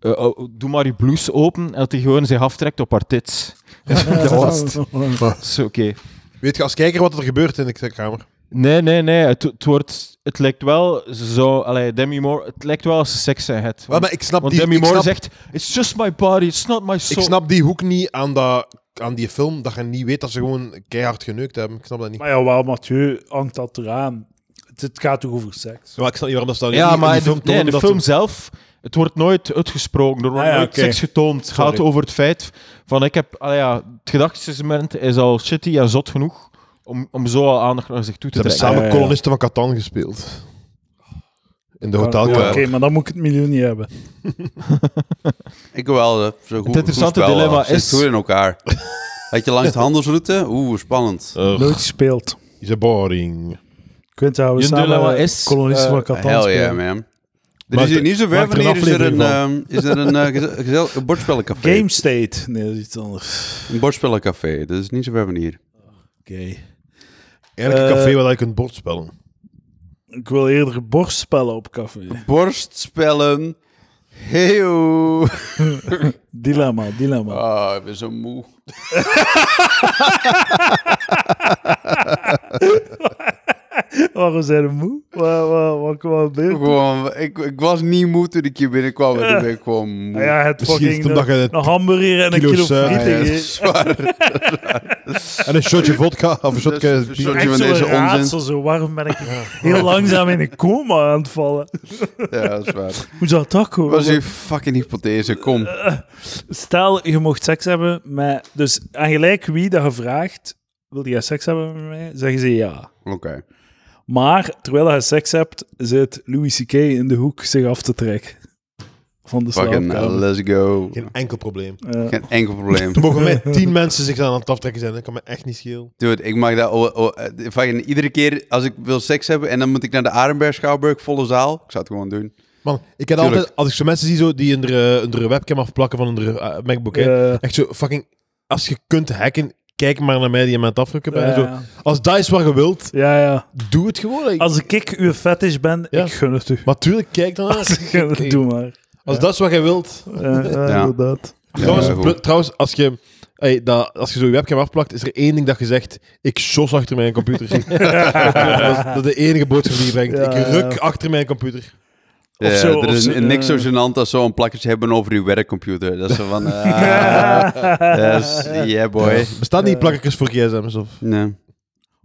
[SPEAKER 1] eh, oh, doe maar je blouse open, en dat hij gewoon zich aftrekt op haar tits. dat was het. Zo, Oké.
[SPEAKER 2] Weet je als kijker wat er gebeurt in de kamer?
[SPEAKER 1] Nee, nee, nee. Het, het wordt, het lijkt wel zo. Allee, Demi Moore. Het lijkt wel als ze seks zijn. Het.
[SPEAKER 2] Wel, maar ik snap,
[SPEAKER 1] Want
[SPEAKER 2] die,
[SPEAKER 1] Demi
[SPEAKER 2] ik,
[SPEAKER 1] Moore
[SPEAKER 2] snap,
[SPEAKER 1] zegt: It's just my body, it's not my
[SPEAKER 2] ik
[SPEAKER 1] soul.
[SPEAKER 2] snap die hoek niet aan, dat, aan die film, dat je niet weet dat ze gewoon keihard geneukt hebben. Ik snap dat niet.
[SPEAKER 3] [LAUGHS] Maar ja, wel, Mathieu hangt dat eraan. Het, het gaat toch over seks?
[SPEAKER 2] Maar ik snap niet waarom dat ze dat
[SPEAKER 1] ja,
[SPEAKER 2] niet in
[SPEAKER 1] maar
[SPEAKER 2] die
[SPEAKER 1] in de,
[SPEAKER 2] film
[SPEAKER 1] nee, in de
[SPEAKER 2] tonen, dat
[SPEAKER 1] film zelf. Het wordt nooit uitgesproken. Er wordt
[SPEAKER 3] Ah ja,
[SPEAKER 1] nooit
[SPEAKER 3] oké.
[SPEAKER 1] seks getoond. Het
[SPEAKER 2] Sorry.
[SPEAKER 1] gaat over het feit van: ik heb. Allee, ja, het gedachtsegment is al shitty en zot genoeg. Om, om zo al aandacht naar zich toe
[SPEAKER 2] Ze
[SPEAKER 1] te
[SPEAKER 2] hebben
[SPEAKER 1] trekken.
[SPEAKER 2] samen
[SPEAKER 3] Ja, ja, ja.
[SPEAKER 2] kolonisten van Catan gespeeld. In de
[SPEAKER 3] Oké,
[SPEAKER 2] hotelkamer.
[SPEAKER 3] maar dan moet ik het miljoen niet hebben.
[SPEAKER 4] Ik wel. eh, Zo goed,
[SPEAKER 1] Het interessante
[SPEAKER 4] goed spel,
[SPEAKER 1] dilemma
[SPEAKER 4] eh, zit
[SPEAKER 1] is-
[SPEAKER 4] goed in
[SPEAKER 1] [LAUGHS]
[SPEAKER 4] elkaar. Had je langs de handelsroute? Oeh,
[SPEAKER 1] Eh,
[SPEAKER 4] spannend.
[SPEAKER 2] Ugh,
[SPEAKER 3] Nooit gespeeld.
[SPEAKER 2] is a boring.
[SPEAKER 3] Quint houden
[SPEAKER 1] Je dilemma
[SPEAKER 3] samen
[SPEAKER 1] is,
[SPEAKER 3] is, kolonisten
[SPEAKER 1] eh,
[SPEAKER 3] van Catan
[SPEAKER 4] Hell yeah,
[SPEAKER 3] spelen.
[SPEAKER 4] man. Er
[SPEAKER 2] Maakt
[SPEAKER 4] is hier
[SPEAKER 2] er-
[SPEAKER 4] niet zo ver
[SPEAKER 2] maakt er een
[SPEAKER 4] wanneer is er een,
[SPEAKER 2] aflevering
[SPEAKER 4] ehm, is er een eh, geze- gezellig- een bordspellencafé.
[SPEAKER 3] Game State. Nee, dat is iets anders.
[SPEAKER 4] Een bordspellencafé. Dat is niet zo ver van hier.
[SPEAKER 3] Oké.
[SPEAKER 2] Eigenlijk
[SPEAKER 3] Eh,
[SPEAKER 2] een café waar je kunt bordspellen.
[SPEAKER 3] Ik wil eerder borstspellen op café.
[SPEAKER 4] Borstspellen. Heyo.
[SPEAKER 3] Dilemma, dilemma.
[SPEAKER 4] Ah, ik ben zo moe.
[SPEAKER 3] Waarom zijn we moe? Wat, wat, wat kwam er binnen?
[SPEAKER 4] Gewoon, ik, ik was niet moe toen ik hier binnenkwam. En nu
[SPEAKER 1] Eh.
[SPEAKER 4] ben ik gewoon moe.
[SPEAKER 3] Ah ja, het
[SPEAKER 2] Misschien is
[SPEAKER 3] fucking eh,
[SPEAKER 2] het omdat je
[SPEAKER 3] een,
[SPEAKER 2] een
[SPEAKER 3] een hamburger en een
[SPEAKER 2] kilo
[SPEAKER 3] kilo
[SPEAKER 2] suiker-
[SPEAKER 3] frieten.
[SPEAKER 4] Ah ja, dat
[SPEAKER 3] hè.
[SPEAKER 4] is waar.
[SPEAKER 2] En een shotje vodka [LAUGHS] of een shotje
[SPEAKER 4] Dus- dus-
[SPEAKER 2] bier.
[SPEAKER 4] sorry.
[SPEAKER 3] Echt
[SPEAKER 4] van
[SPEAKER 3] zo'n
[SPEAKER 4] deze onzin.
[SPEAKER 3] raadsel, zo. Waarom ben ik heel langzaam in een coma aan het vallen?
[SPEAKER 4] Ja, dat is waar.
[SPEAKER 3] Hoe zou dat komen?
[SPEAKER 4] Wat is uw fucking hypothese? Kom.
[SPEAKER 3] Stel, je mocht seks hebben met... Dus aan gelijk wie dat je vraagt, wil jij seks hebben met mij? Zeggen ze ja.
[SPEAKER 4] Oké.
[SPEAKER 3] Maar terwijl je seks hebt, zit Louis C.K. in de hoek zich af te trekken. Van de
[SPEAKER 4] Fucking hell,
[SPEAKER 3] slaapkamer.
[SPEAKER 4] let's go.
[SPEAKER 2] Geen enkel probleem.
[SPEAKER 3] Ja.
[SPEAKER 4] Geen enkel
[SPEAKER 3] [LAUGHS]
[SPEAKER 4] probleem.
[SPEAKER 2] Er mogen [LAUGHS] mij tien mensen zich aan het aftrekken zijn. Dat kan me echt niet schelen.
[SPEAKER 4] Dude, ik mag dat... Oh, oh, eh, fucking iedere keer als ik wil seks hebben en dan moet ik naar de Arenberg Schouwburg, volle zaal. Ik zou het gewoon doen.
[SPEAKER 2] Man, ik heb
[SPEAKER 4] Tuurlijk.
[SPEAKER 2] altijd... Als ik zo mensen zie zo, die onder een webcam afplakken van onder eh, MacBook, hè.
[SPEAKER 3] Ja.
[SPEAKER 2] echt zo fucking... Als je kunt hacken, kijk maar naar mij die aan het afdrukken bent. En
[SPEAKER 3] Ja.
[SPEAKER 2] Zo, als dat is wat je wilt,
[SPEAKER 3] ja, ja.
[SPEAKER 2] doe het gewoon. hè.
[SPEAKER 3] Als ik uw fetish ben,
[SPEAKER 2] Ja.
[SPEAKER 3] ik gun het u.
[SPEAKER 2] Maar tuurlijk, kijk dan
[SPEAKER 3] Als
[SPEAKER 2] naar.
[SPEAKER 3] ik gun het, doe maar.
[SPEAKER 2] Als dat is wat je wilt.
[SPEAKER 3] Ja, ja, [LAUGHS]
[SPEAKER 4] Ja.
[SPEAKER 3] inderdaad.
[SPEAKER 2] Trouwens,
[SPEAKER 4] Ja, goed.
[SPEAKER 2] pl- trouwens als je... hey, dat, als je zo je webcam afplakt, is er één ding dat je zegt... Ik jos achter mijn
[SPEAKER 3] [LAUGHS]
[SPEAKER 2] computer. dat is de enige boodschap die je brengt.
[SPEAKER 3] Ja,
[SPEAKER 2] ik ruk
[SPEAKER 3] ja.
[SPEAKER 2] achter mijn computer.
[SPEAKER 3] Of
[SPEAKER 4] Eh,
[SPEAKER 3] zo,
[SPEAKER 4] er
[SPEAKER 3] of
[SPEAKER 4] is
[SPEAKER 3] zo,
[SPEAKER 4] n- niks zo
[SPEAKER 3] [LAUGHS] eh.
[SPEAKER 4] gênant als zo'n plakketje hebben over uw werkcomputer. Dat is zo
[SPEAKER 3] [LAUGHS]
[SPEAKER 4] van... ah, yes, yeah, boy.
[SPEAKER 2] Bestaan die plakkers voor gsm's? Of? [LAUGHS]
[SPEAKER 4] Nee.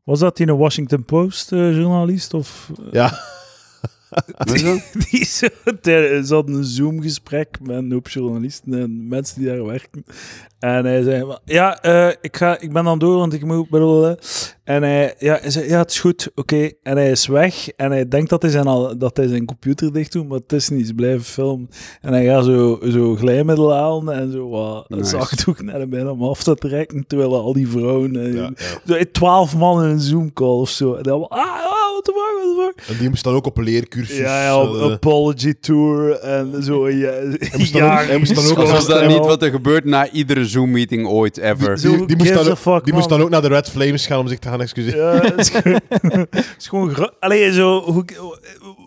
[SPEAKER 3] Was dat die een Washington Post-journalist? of
[SPEAKER 2] Ja.
[SPEAKER 4] Wat is [LAUGHS] dat?
[SPEAKER 3] [LAUGHS] die zo, ter- ze hadden een Zoom-gesprek met een hoop journalisten en mensen die daar werken. En hij zei, maar, ja, eh, ik, ga, ik ben dan door, want ik moet... blablabla." En hij, ja, hij zei, ja, het is goed, oké. En hij is weg en hij denkt dat hij zijn, al, dat hij zijn computer dicht doet, maar het is niet, ze blijven filmen. En hij gaat zo, zo glijmiddel halen en zo wat
[SPEAKER 4] Nice.
[SPEAKER 3] zakdoek naar de binnen om af te trekken, terwijl al die vrouwen... eh,
[SPEAKER 2] Ja, ja.
[SPEAKER 3] zo in 12 man in een Zoom-call of zo. En dan, ah, ah, wat de fuck, wat de fuck.
[SPEAKER 2] En die moest dan ook op een leercursus.
[SPEAKER 3] Ja, ja, op
[SPEAKER 2] eh,
[SPEAKER 3] apology tour en
[SPEAKER 2] [LAUGHS]
[SPEAKER 3] zo. Ja,
[SPEAKER 2] moest dan ook- hij moest dan ook
[SPEAKER 4] Of
[SPEAKER 2] al-
[SPEAKER 4] is dat niet wat er gebeurt na iedere Zoom-meeting ooit, ever?
[SPEAKER 2] die,
[SPEAKER 3] Who
[SPEAKER 2] die, moest
[SPEAKER 3] gives
[SPEAKER 2] dan,
[SPEAKER 3] a
[SPEAKER 2] ook-
[SPEAKER 3] fuck,
[SPEAKER 2] die
[SPEAKER 3] man?
[SPEAKER 2] moest dan ook naar de Red Flames gaan om zich te gaan excuseren.
[SPEAKER 3] Ja, het is gewoon-
[SPEAKER 2] [LAUGHS]
[SPEAKER 3] het is gewoon... gro- Allee, zo... Hoe,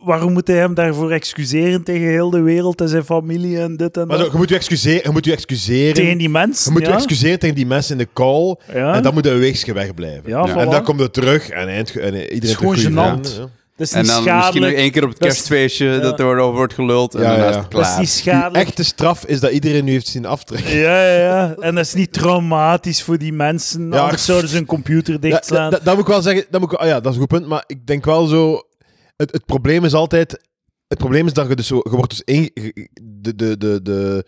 [SPEAKER 3] waarom moet hij hem daarvoor excuseren tegen heel de wereld en zijn familie en dit en
[SPEAKER 2] Maar zo,
[SPEAKER 3] dat?
[SPEAKER 2] je moet je excuseren. Je moet je excuseren,
[SPEAKER 3] Tegen die
[SPEAKER 2] je
[SPEAKER 3] mensen,
[SPEAKER 2] moet je
[SPEAKER 3] ja?
[SPEAKER 2] excuseren tegen die mensen in de call.
[SPEAKER 3] Ja.
[SPEAKER 2] En dan moet je weegsje wegblijven.
[SPEAKER 3] Ja,
[SPEAKER 2] En
[SPEAKER 3] voilà.
[SPEAKER 2] dan komt het terug en, eind, en iedereen
[SPEAKER 3] is
[SPEAKER 2] heeft
[SPEAKER 3] gewoon
[SPEAKER 2] goede
[SPEAKER 3] gênant.
[SPEAKER 2] vrienden, ja.
[SPEAKER 3] Dat is
[SPEAKER 4] En
[SPEAKER 3] niet
[SPEAKER 4] dan misschien nog
[SPEAKER 3] schadelijk.
[SPEAKER 4] één keer op het
[SPEAKER 3] Dat is-
[SPEAKER 4] kerstfeestje dat er over wordt geluld. En
[SPEAKER 2] Ja,
[SPEAKER 4] daarna
[SPEAKER 2] ja,
[SPEAKER 4] is
[SPEAKER 2] ja.
[SPEAKER 4] het
[SPEAKER 3] Dat is
[SPEAKER 4] klaar.
[SPEAKER 3] niet
[SPEAKER 2] Die
[SPEAKER 3] schadelijk.
[SPEAKER 2] echte straf is dat iedereen nu heeft zien aftrekken.
[SPEAKER 3] Ja, ja, ja. En dat is niet traumatisch voor die mensen.
[SPEAKER 2] Ja,
[SPEAKER 3] anders zouden ze hun computer
[SPEAKER 2] Ja,
[SPEAKER 3] dichtslaan.
[SPEAKER 2] dat- dat moet ik wel zeggen. Dat, moet ik, wel- ah ja, dat is een goed punt. Maar ik denk wel zo... Het, het probleem is altijd... Het probleem is dat je dus zo... Je wordt dus inge- je- de, de, de, de,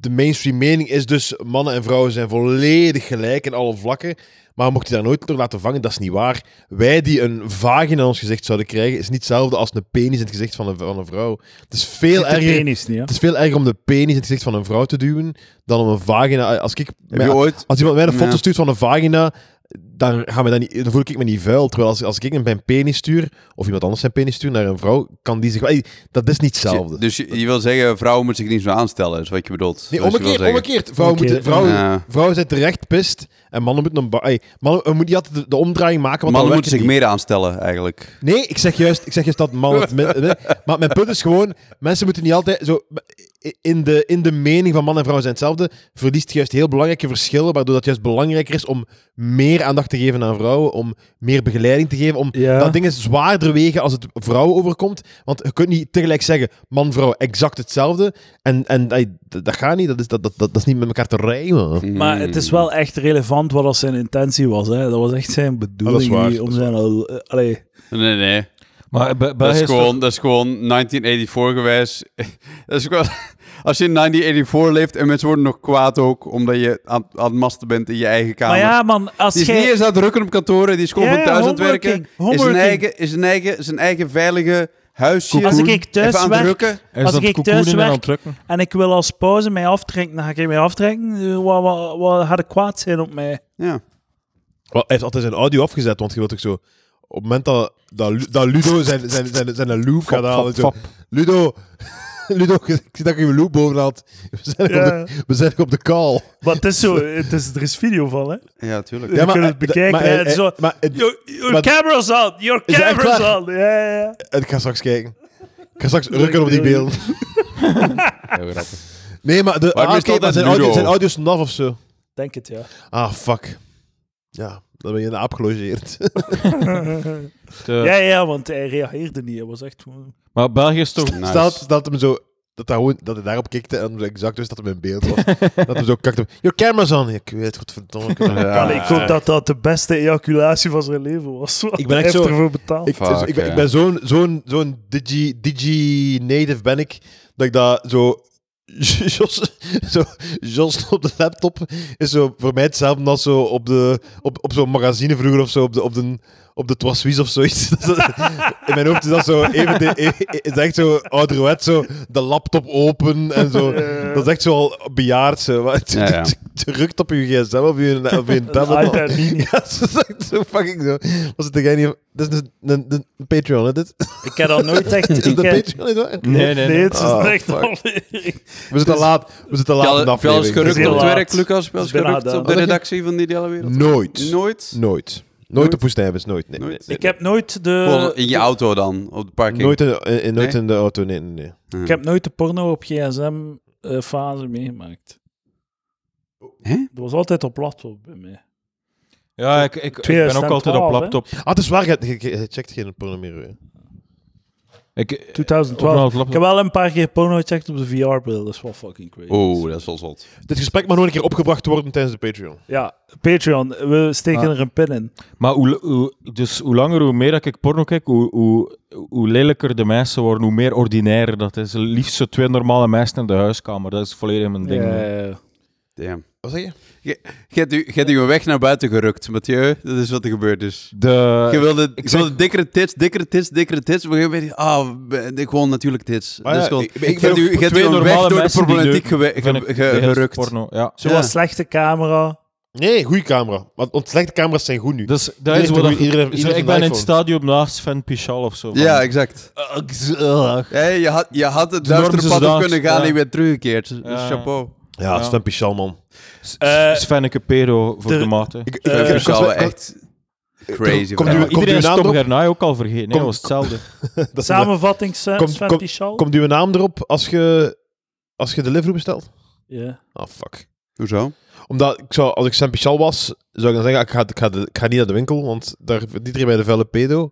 [SPEAKER 2] de mainstream mening is dus mannen en vrouwen zijn volledig gelijk in alle vlakken. Maar mocht je daar nooit door laten vangen, dat is niet waar. Wij die een vagina in ons gezicht zouden krijgen, is niet hetzelfde als een penis in het gezicht van een, van een vrouw. Het is veel
[SPEAKER 3] Zit de
[SPEAKER 2] erger.
[SPEAKER 3] penis niet, hè?
[SPEAKER 2] Het is veel erger om de penis in het gezicht van een vrouw te duwen dan om een vagina. Als, ik,
[SPEAKER 4] Heb je ooit...
[SPEAKER 2] als iemand mij een foto
[SPEAKER 4] Ja.
[SPEAKER 2] stuurt van een vagina, dan, gaan we dat niet, dan voel ik me niet vuil. Terwijl als, als ik hem mijn penis stuur, of iemand anders zijn penis stuurt naar een vrouw, kan die zich... wel- Hey, dat is niet hetzelfde.
[SPEAKER 4] Dus je, je wil zeggen, vrouwen moeten zich niet zo aanstellen, is wat je bedoelt.
[SPEAKER 2] Nee,
[SPEAKER 4] Dat is wat je
[SPEAKER 2] omgekeerd,
[SPEAKER 4] wil zeggen.
[SPEAKER 2] omgekeerd. Vrouwen,
[SPEAKER 3] Omgekeerd,
[SPEAKER 2] moeten, vrouwen,
[SPEAKER 4] ja.
[SPEAKER 2] vrouwen zijn terecht pist en mannen moeten een... ba- Hey, mannen we moeten niet altijd de, de omdraaiing maken, want
[SPEAKER 4] Mannen
[SPEAKER 2] dan
[SPEAKER 4] moeten zich
[SPEAKER 2] werkt het
[SPEAKER 4] meer aanstellen, eigenlijk.
[SPEAKER 2] niet. Nee, ik zeg juist, ik zeg juist dat mannen... het min- min- maar mijn punt is gewoon, mensen moeten niet altijd zo... In de, in de mening van man en vrouw zijn hetzelfde, verliest juist heel belangrijke verschillen, waardoor dat juist belangrijker is om meer aandacht te geven aan vrouwen, om meer begeleiding te geven, om
[SPEAKER 3] Ja.
[SPEAKER 2] dat ding is zwaarder wegen als het vrouwen overkomt. Want je kunt niet tegelijk zeggen man-vrouw exact hetzelfde. En, en ey, dat, dat gaat niet. Dat is, dat, dat, dat, dat is niet met elkaar te rijmen.
[SPEAKER 4] Hmm.
[SPEAKER 3] Maar het is wel echt relevant wat als zijn intentie was. Hè. Dat was echt zijn bedoeling
[SPEAKER 2] waar,
[SPEAKER 3] niet om
[SPEAKER 2] dat is
[SPEAKER 3] zijn... al- eh, allee,
[SPEAKER 4] Nee, nee.
[SPEAKER 1] Maar bij- bij
[SPEAKER 4] Dat is,
[SPEAKER 1] is toch-
[SPEAKER 4] gewoon, dat is gewoon 1984 geweest. [LAUGHS] dat is gewoon, als je in 1984 leeft en mensen worden nog kwaad ook omdat je aan, aan het masten bent in je eigen kamer.
[SPEAKER 3] maar ja, man, als
[SPEAKER 4] die is
[SPEAKER 3] jij...
[SPEAKER 4] niet eens aan het rukken op kantoren, die is gewoon
[SPEAKER 3] Ja,
[SPEAKER 4] van thuis aan het
[SPEAKER 3] homeworking,
[SPEAKER 4] werken. Is zijn,
[SPEAKER 3] homeworking.
[SPEAKER 4] eigen, is, zijn, eigen, zijn eigen veilige huisje.
[SPEAKER 3] Als ik thuis
[SPEAKER 4] Even aan het
[SPEAKER 3] werk-
[SPEAKER 4] rukken.
[SPEAKER 1] Hij is
[SPEAKER 3] Als
[SPEAKER 1] aan
[SPEAKER 3] ik
[SPEAKER 1] het
[SPEAKER 3] thuis
[SPEAKER 1] koekoenen en
[SPEAKER 3] werk-
[SPEAKER 1] aan het drukken.
[SPEAKER 3] en ik wil als pauze mij aftrekken, dan ga ik mij aftrekken. Eh, Wat, wat, wat gaat het kwaad zijn op mij?
[SPEAKER 4] Ja.
[SPEAKER 2] Wel, hij heeft altijd zijn audio afgezet, want je wilt toch zo... Op het moment dat, dat, Lu- dat Ludo zijn, zijn, zijn, zijn loop gaat
[SPEAKER 1] Fap,
[SPEAKER 2] halen...
[SPEAKER 1] fap,
[SPEAKER 2] zo,
[SPEAKER 1] fap.
[SPEAKER 2] Ludo, [LAUGHS] Ludo, ik zie dat je je loop boven had. We zijn, nog
[SPEAKER 3] Ja. [LAUGHS]
[SPEAKER 2] op, de, we zijn nog op de call.
[SPEAKER 3] Maar het is zo, het is, er is video van, hè?
[SPEAKER 4] ja, tuurlijk.
[SPEAKER 3] Ja. kunnen het
[SPEAKER 2] eh,
[SPEAKER 3] bekijken,
[SPEAKER 2] maar,
[SPEAKER 3] hè,
[SPEAKER 2] eh,
[SPEAKER 3] het
[SPEAKER 2] eh,
[SPEAKER 3] is zo-
[SPEAKER 2] maar het-
[SPEAKER 3] Your, your
[SPEAKER 2] Maar-
[SPEAKER 3] camera's on! Your
[SPEAKER 2] Is dat echt
[SPEAKER 3] camera's
[SPEAKER 2] waar?
[SPEAKER 3] on! Ja, ja, ja.
[SPEAKER 2] eh, ik ga straks kijken. Ik ga straks rukken op die
[SPEAKER 3] Leuk, leuk.
[SPEAKER 2] beelden.
[SPEAKER 4] [LAUGHS]
[SPEAKER 2] Nee, maar, de,
[SPEAKER 4] Waarom
[SPEAKER 2] ah,
[SPEAKER 4] is het
[SPEAKER 2] oké, maar
[SPEAKER 4] altijd
[SPEAKER 2] zijn,
[SPEAKER 4] Ludo?
[SPEAKER 2] audio, zijn audio is naf of zo.
[SPEAKER 3] Denk het, ja.
[SPEAKER 2] Ah, fuck. Ja, dan ben je in de aap gelogeerd. [LAUGHS]
[SPEAKER 1] Eh,
[SPEAKER 3] Ja, ja, want hij reageerde niet. Hij was echt... gewoon-
[SPEAKER 1] Maar België is toch...
[SPEAKER 4] Nice.
[SPEAKER 2] Stel dat dat hem zo... Dat hij, gewoon, dat hij daarop kikte en exact wist dat hem in beeld was. dat hij zo kakte. op, Your camera's on. Ja, Ik weet, godverdomme.
[SPEAKER 4] [LAUGHS]
[SPEAKER 2] Ik, heb-
[SPEAKER 4] Ja.
[SPEAKER 3] Allee, ik hoop dat dat de beste ejaculatie van zijn leven was. want
[SPEAKER 2] Ik ben echt
[SPEAKER 3] hij heeft
[SPEAKER 2] zo-
[SPEAKER 3] ervoor betaald.
[SPEAKER 2] ik, dus
[SPEAKER 4] Fuck,
[SPEAKER 2] ik ben,
[SPEAKER 4] ja.
[SPEAKER 2] ik ben zo'n zo'n zo'n digi, digi native ben ik, dat ik dat zo... [LAUGHS] Jos, zo, Jos op de laptop is zo voor mij hetzelfde als zo op, de- op, op zo'n magazine vroeger of zo, op de, op de, op de Trois Suisses of zoiets. [LAUGHS] Dat is- In mijn hoofd is dat zo even, de, e- is echt zo ouderwet, zo de laptop open en zo. Dat is echt zo al bejaard. Zo. Maar het-
[SPEAKER 4] Ja, ja.
[SPEAKER 2] het- het Drukt op je gsm of je, of je tablet.
[SPEAKER 3] iPad mini.
[SPEAKER 2] [LAUGHS] Ja, ze zegt zo fucking zo. Was het degene die... Dit is een, een, een Patreon, hè, dit?
[SPEAKER 3] Ik heb dat nooit echt...
[SPEAKER 2] Is het
[SPEAKER 3] ik
[SPEAKER 2] een
[SPEAKER 3] heb-
[SPEAKER 2] Patreon, niet waar?
[SPEAKER 1] Nee, nee,
[SPEAKER 3] Nee,
[SPEAKER 1] nee.
[SPEAKER 3] het is
[SPEAKER 2] Ah,
[SPEAKER 3] echt
[SPEAKER 2] fuck.
[SPEAKER 3] aflevering.
[SPEAKER 2] We zitten laat. We zitten laat in de
[SPEAKER 4] Wel wel eens
[SPEAKER 2] aflevering.
[SPEAKER 3] Het is
[SPEAKER 4] gerukt
[SPEAKER 3] heel
[SPEAKER 4] op het
[SPEAKER 3] laat.
[SPEAKER 4] werk, Lucas? Wel eens
[SPEAKER 3] Het is bijna
[SPEAKER 4] gerukt op de
[SPEAKER 3] gedaan.
[SPEAKER 4] redactie van Die Ideale Wereld?
[SPEAKER 2] Nooit. Nooit.
[SPEAKER 4] Nooit?
[SPEAKER 2] Nooit.
[SPEAKER 4] Nooit.
[SPEAKER 2] op woestijnbus, nooit. Nee.
[SPEAKER 4] Nooit.
[SPEAKER 2] Nee,
[SPEAKER 3] Ik heb eh, nooit
[SPEAKER 4] Gewoon
[SPEAKER 3] de...
[SPEAKER 4] in je auto dan, op de parking?
[SPEAKER 2] Nooit, in, in- in- nooit
[SPEAKER 4] Nee?
[SPEAKER 2] in de auto, nee, nee, nee.
[SPEAKER 3] Ik heb nooit de porno op gsm-fase eh, meegemaakt.
[SPEAKER 4] Hè?
[SPEAKER 3] Dat was altijd op laptop bij
[SPEAKER 1] Eh,
[SPEAKER 3] mij.
[SPEAKER 1] Ja, ik, ik, ik ben
[SPEAKER 3] 2012,
[SPEAKER 1] ook altijd op
[SPEAKER 3] hè?
[SPEAKER 1] laptop.
[SPEAKER 2] Ah, het is waar, je, je- je checkt geen porno meer. hè.
[SPEAKER 1] Ik, Op
[SPEAKER 3] 2012.
[SPEAKER 1] laptop.
[SPEAKER 3] Ik heb wel een paar keer porno gecheckt op de VR-bril. Dat is wel fucking crazy.
[SPEAKER 4] Oeh, dat is wel zot.
[SPEAKER 2] Dit gesprek mag nog een keer opgebracht worden tijdens de Patreon.
[SPEAKER 3] Ja, Patreon. We
[SPEAKER 1] Ah.
[SPEAKER 3] steken er een pin in.
[SPEAKER 1] Maar hoe, hoe- dus hoe langer, hoe meer dat ik porno kijk, hoe, hoe, hoe lelijker de mensen worden, hoe meer ordinair dat is. Liefst zo twee normale mensen in de huiskamer. Dat is volledig mijn ding.
[SPEAKER 3] Ja.
[SPEAKER 4] Damn.
[SPEAKER 2] Wat zeg je?
[SPEAKER 4] Get u, get u een weg naar buiten gerukt, Mathieu. Dat is wat er gebeurd is.
[SPEAKER 1] De,
[SPEAKER 4] Je wilde, ik
[SPEAKER 1] Eh, zeg-
[SPEAKER 4] wilde dikkere tits, dikkere tits, dikkere tits. Maar je weet, ah, be- ik gewoon natuurlijk tits.
[SPEAKER 2] Maar
[SPEAKER 4] Dat
[SPEAKER 2] ja,
[SPEAKER 4] is gewoon,
[SPEAKER 2] ik- ik
[SPEAKER 4] get
[SPEAKER 2] ben
[SPEAKER 4] u,
[SPEAKER 2] ook
[SPEAKER 4] get u
[SPEAKER 1] twee
[SPEAKER 4] een weg
[SPEAKER 1] normale
[SPEAKER 4] door de
[SPEAKER 1] mensen die
[SPEAKER 4] problematiek
[SPEAKER 1] leuk-
[SPEAKER 4] gewe-
[SPEAKER 1] vind
[SPEAKER 4] ge-
[SPEAKER 1] ik
[SPEAKER 4] ge-
[SPEAKER 1] de hele
[SPEAKER 4] gerukt.
[SPEAKER 1] Porno, ja.
[SPEAKER 3] Zo'n
[SPEAKER 4] Ja.
[SPEAKER 3] slechte camera.
[SPEAKER 2] Nee, goede camera. Want want slechte camera's zijn goed nu.
[SPEAKER 1] Dus dat
[SPEAKER 2] Iedereen
[SPEAKER 1] is
[SPEAKER 2] heeft
[SPEAKER 1] wat
[SPEAKER 2] een
[SPEAKER 1] ik-
[SPEAKER 2] goeie- iedereen heeft
[SPEAKER 1] zo,
[SPEAKER 2] een
[SPEAKER 1] Ik ben in het
[SPEAKER 2] iPhone.
[SPEAKER 1] stadium naast Sven Pichal of zo. van-
[SPEAKER 4] Ja, exact.
[SPEAKER 1] Ah, ik- ugh.
[SPEAKER 4] Hey, je, had, je had het
[SPEAKER 1] De norm
[SPEAKER 4] duistere
[SPEAKER 1] is
[SPEAKER 4] pad op
[SPEAKER 1] zodanig,
[SPEAKER 4] kunnen gaan
[SPEAKER 1] ja.
[SPEAKER 4] en je bent teruggekeerd. Dus
[SPEAKER 1] Ja.
[SPEAKER 4] chapeau.
[SPEAKER 2] ja,
[SPEAKER 1] Ja.
[SPEAKER 2] Sven Pichal, man.
[SPEAKER 1] S-
[SPEAKER 3] Eh,
[SPEAKER 1] Svenneke Pero voor
[SPEAKER 3] de-
[SPEAKER 1] de, mate.
[SPEAKER 2] Ik, ik,
[SPEAKER 3] Eh,
[SPEAKER 2] ik-
[SPEAKER 4] Dat
[SPEAKER 2] ik-
[SPEAKER 4] is dus wel
[SPEAKER 2] ik-
[SPEAKER 4] echt crazy.
[SPEAKER 2] komt
[SPEAKER 1] Ja,
[SPEAKER 2] u-
[SPEAKER 4] verhaal.
[SPEAKER 2] komt uw
[SPEAKER 1] iedereen is
[SPEAKER 2] naam
[SPEAKER 1] Tom
[SPEAKER 2] erop?
[SPEAKER 1] Gernaai ook al vergeten. Nee,
[SPEAKER 2] Kom-
[SPEAKER 1] dat was hetzelfde.
[SPEAKER 2] dat is-
[SPEAKER 3] Samenvatting, Sven
[SPEAKER 2] Komt-
[SPEAKER 3] Sven
[SPEAKER 2] komt-
[SPEAKER 3] Pichal.
[SPEAKER 2] Komt uw naam erop als je, als je Deliveroo bestelt?
[SPEAKER 3] Ja.
[SPEAKER 2] Ah, fuck.
[SPEAKER 4] Hoezo?
[SPEAKER 2] Omdat ik zou, als ik Saint Pichal was, zou ik dan zeggen: ik ga, ik, ga de- ik ga niet naar de winkel, want daar verdient iedereen bij de vuile pedo.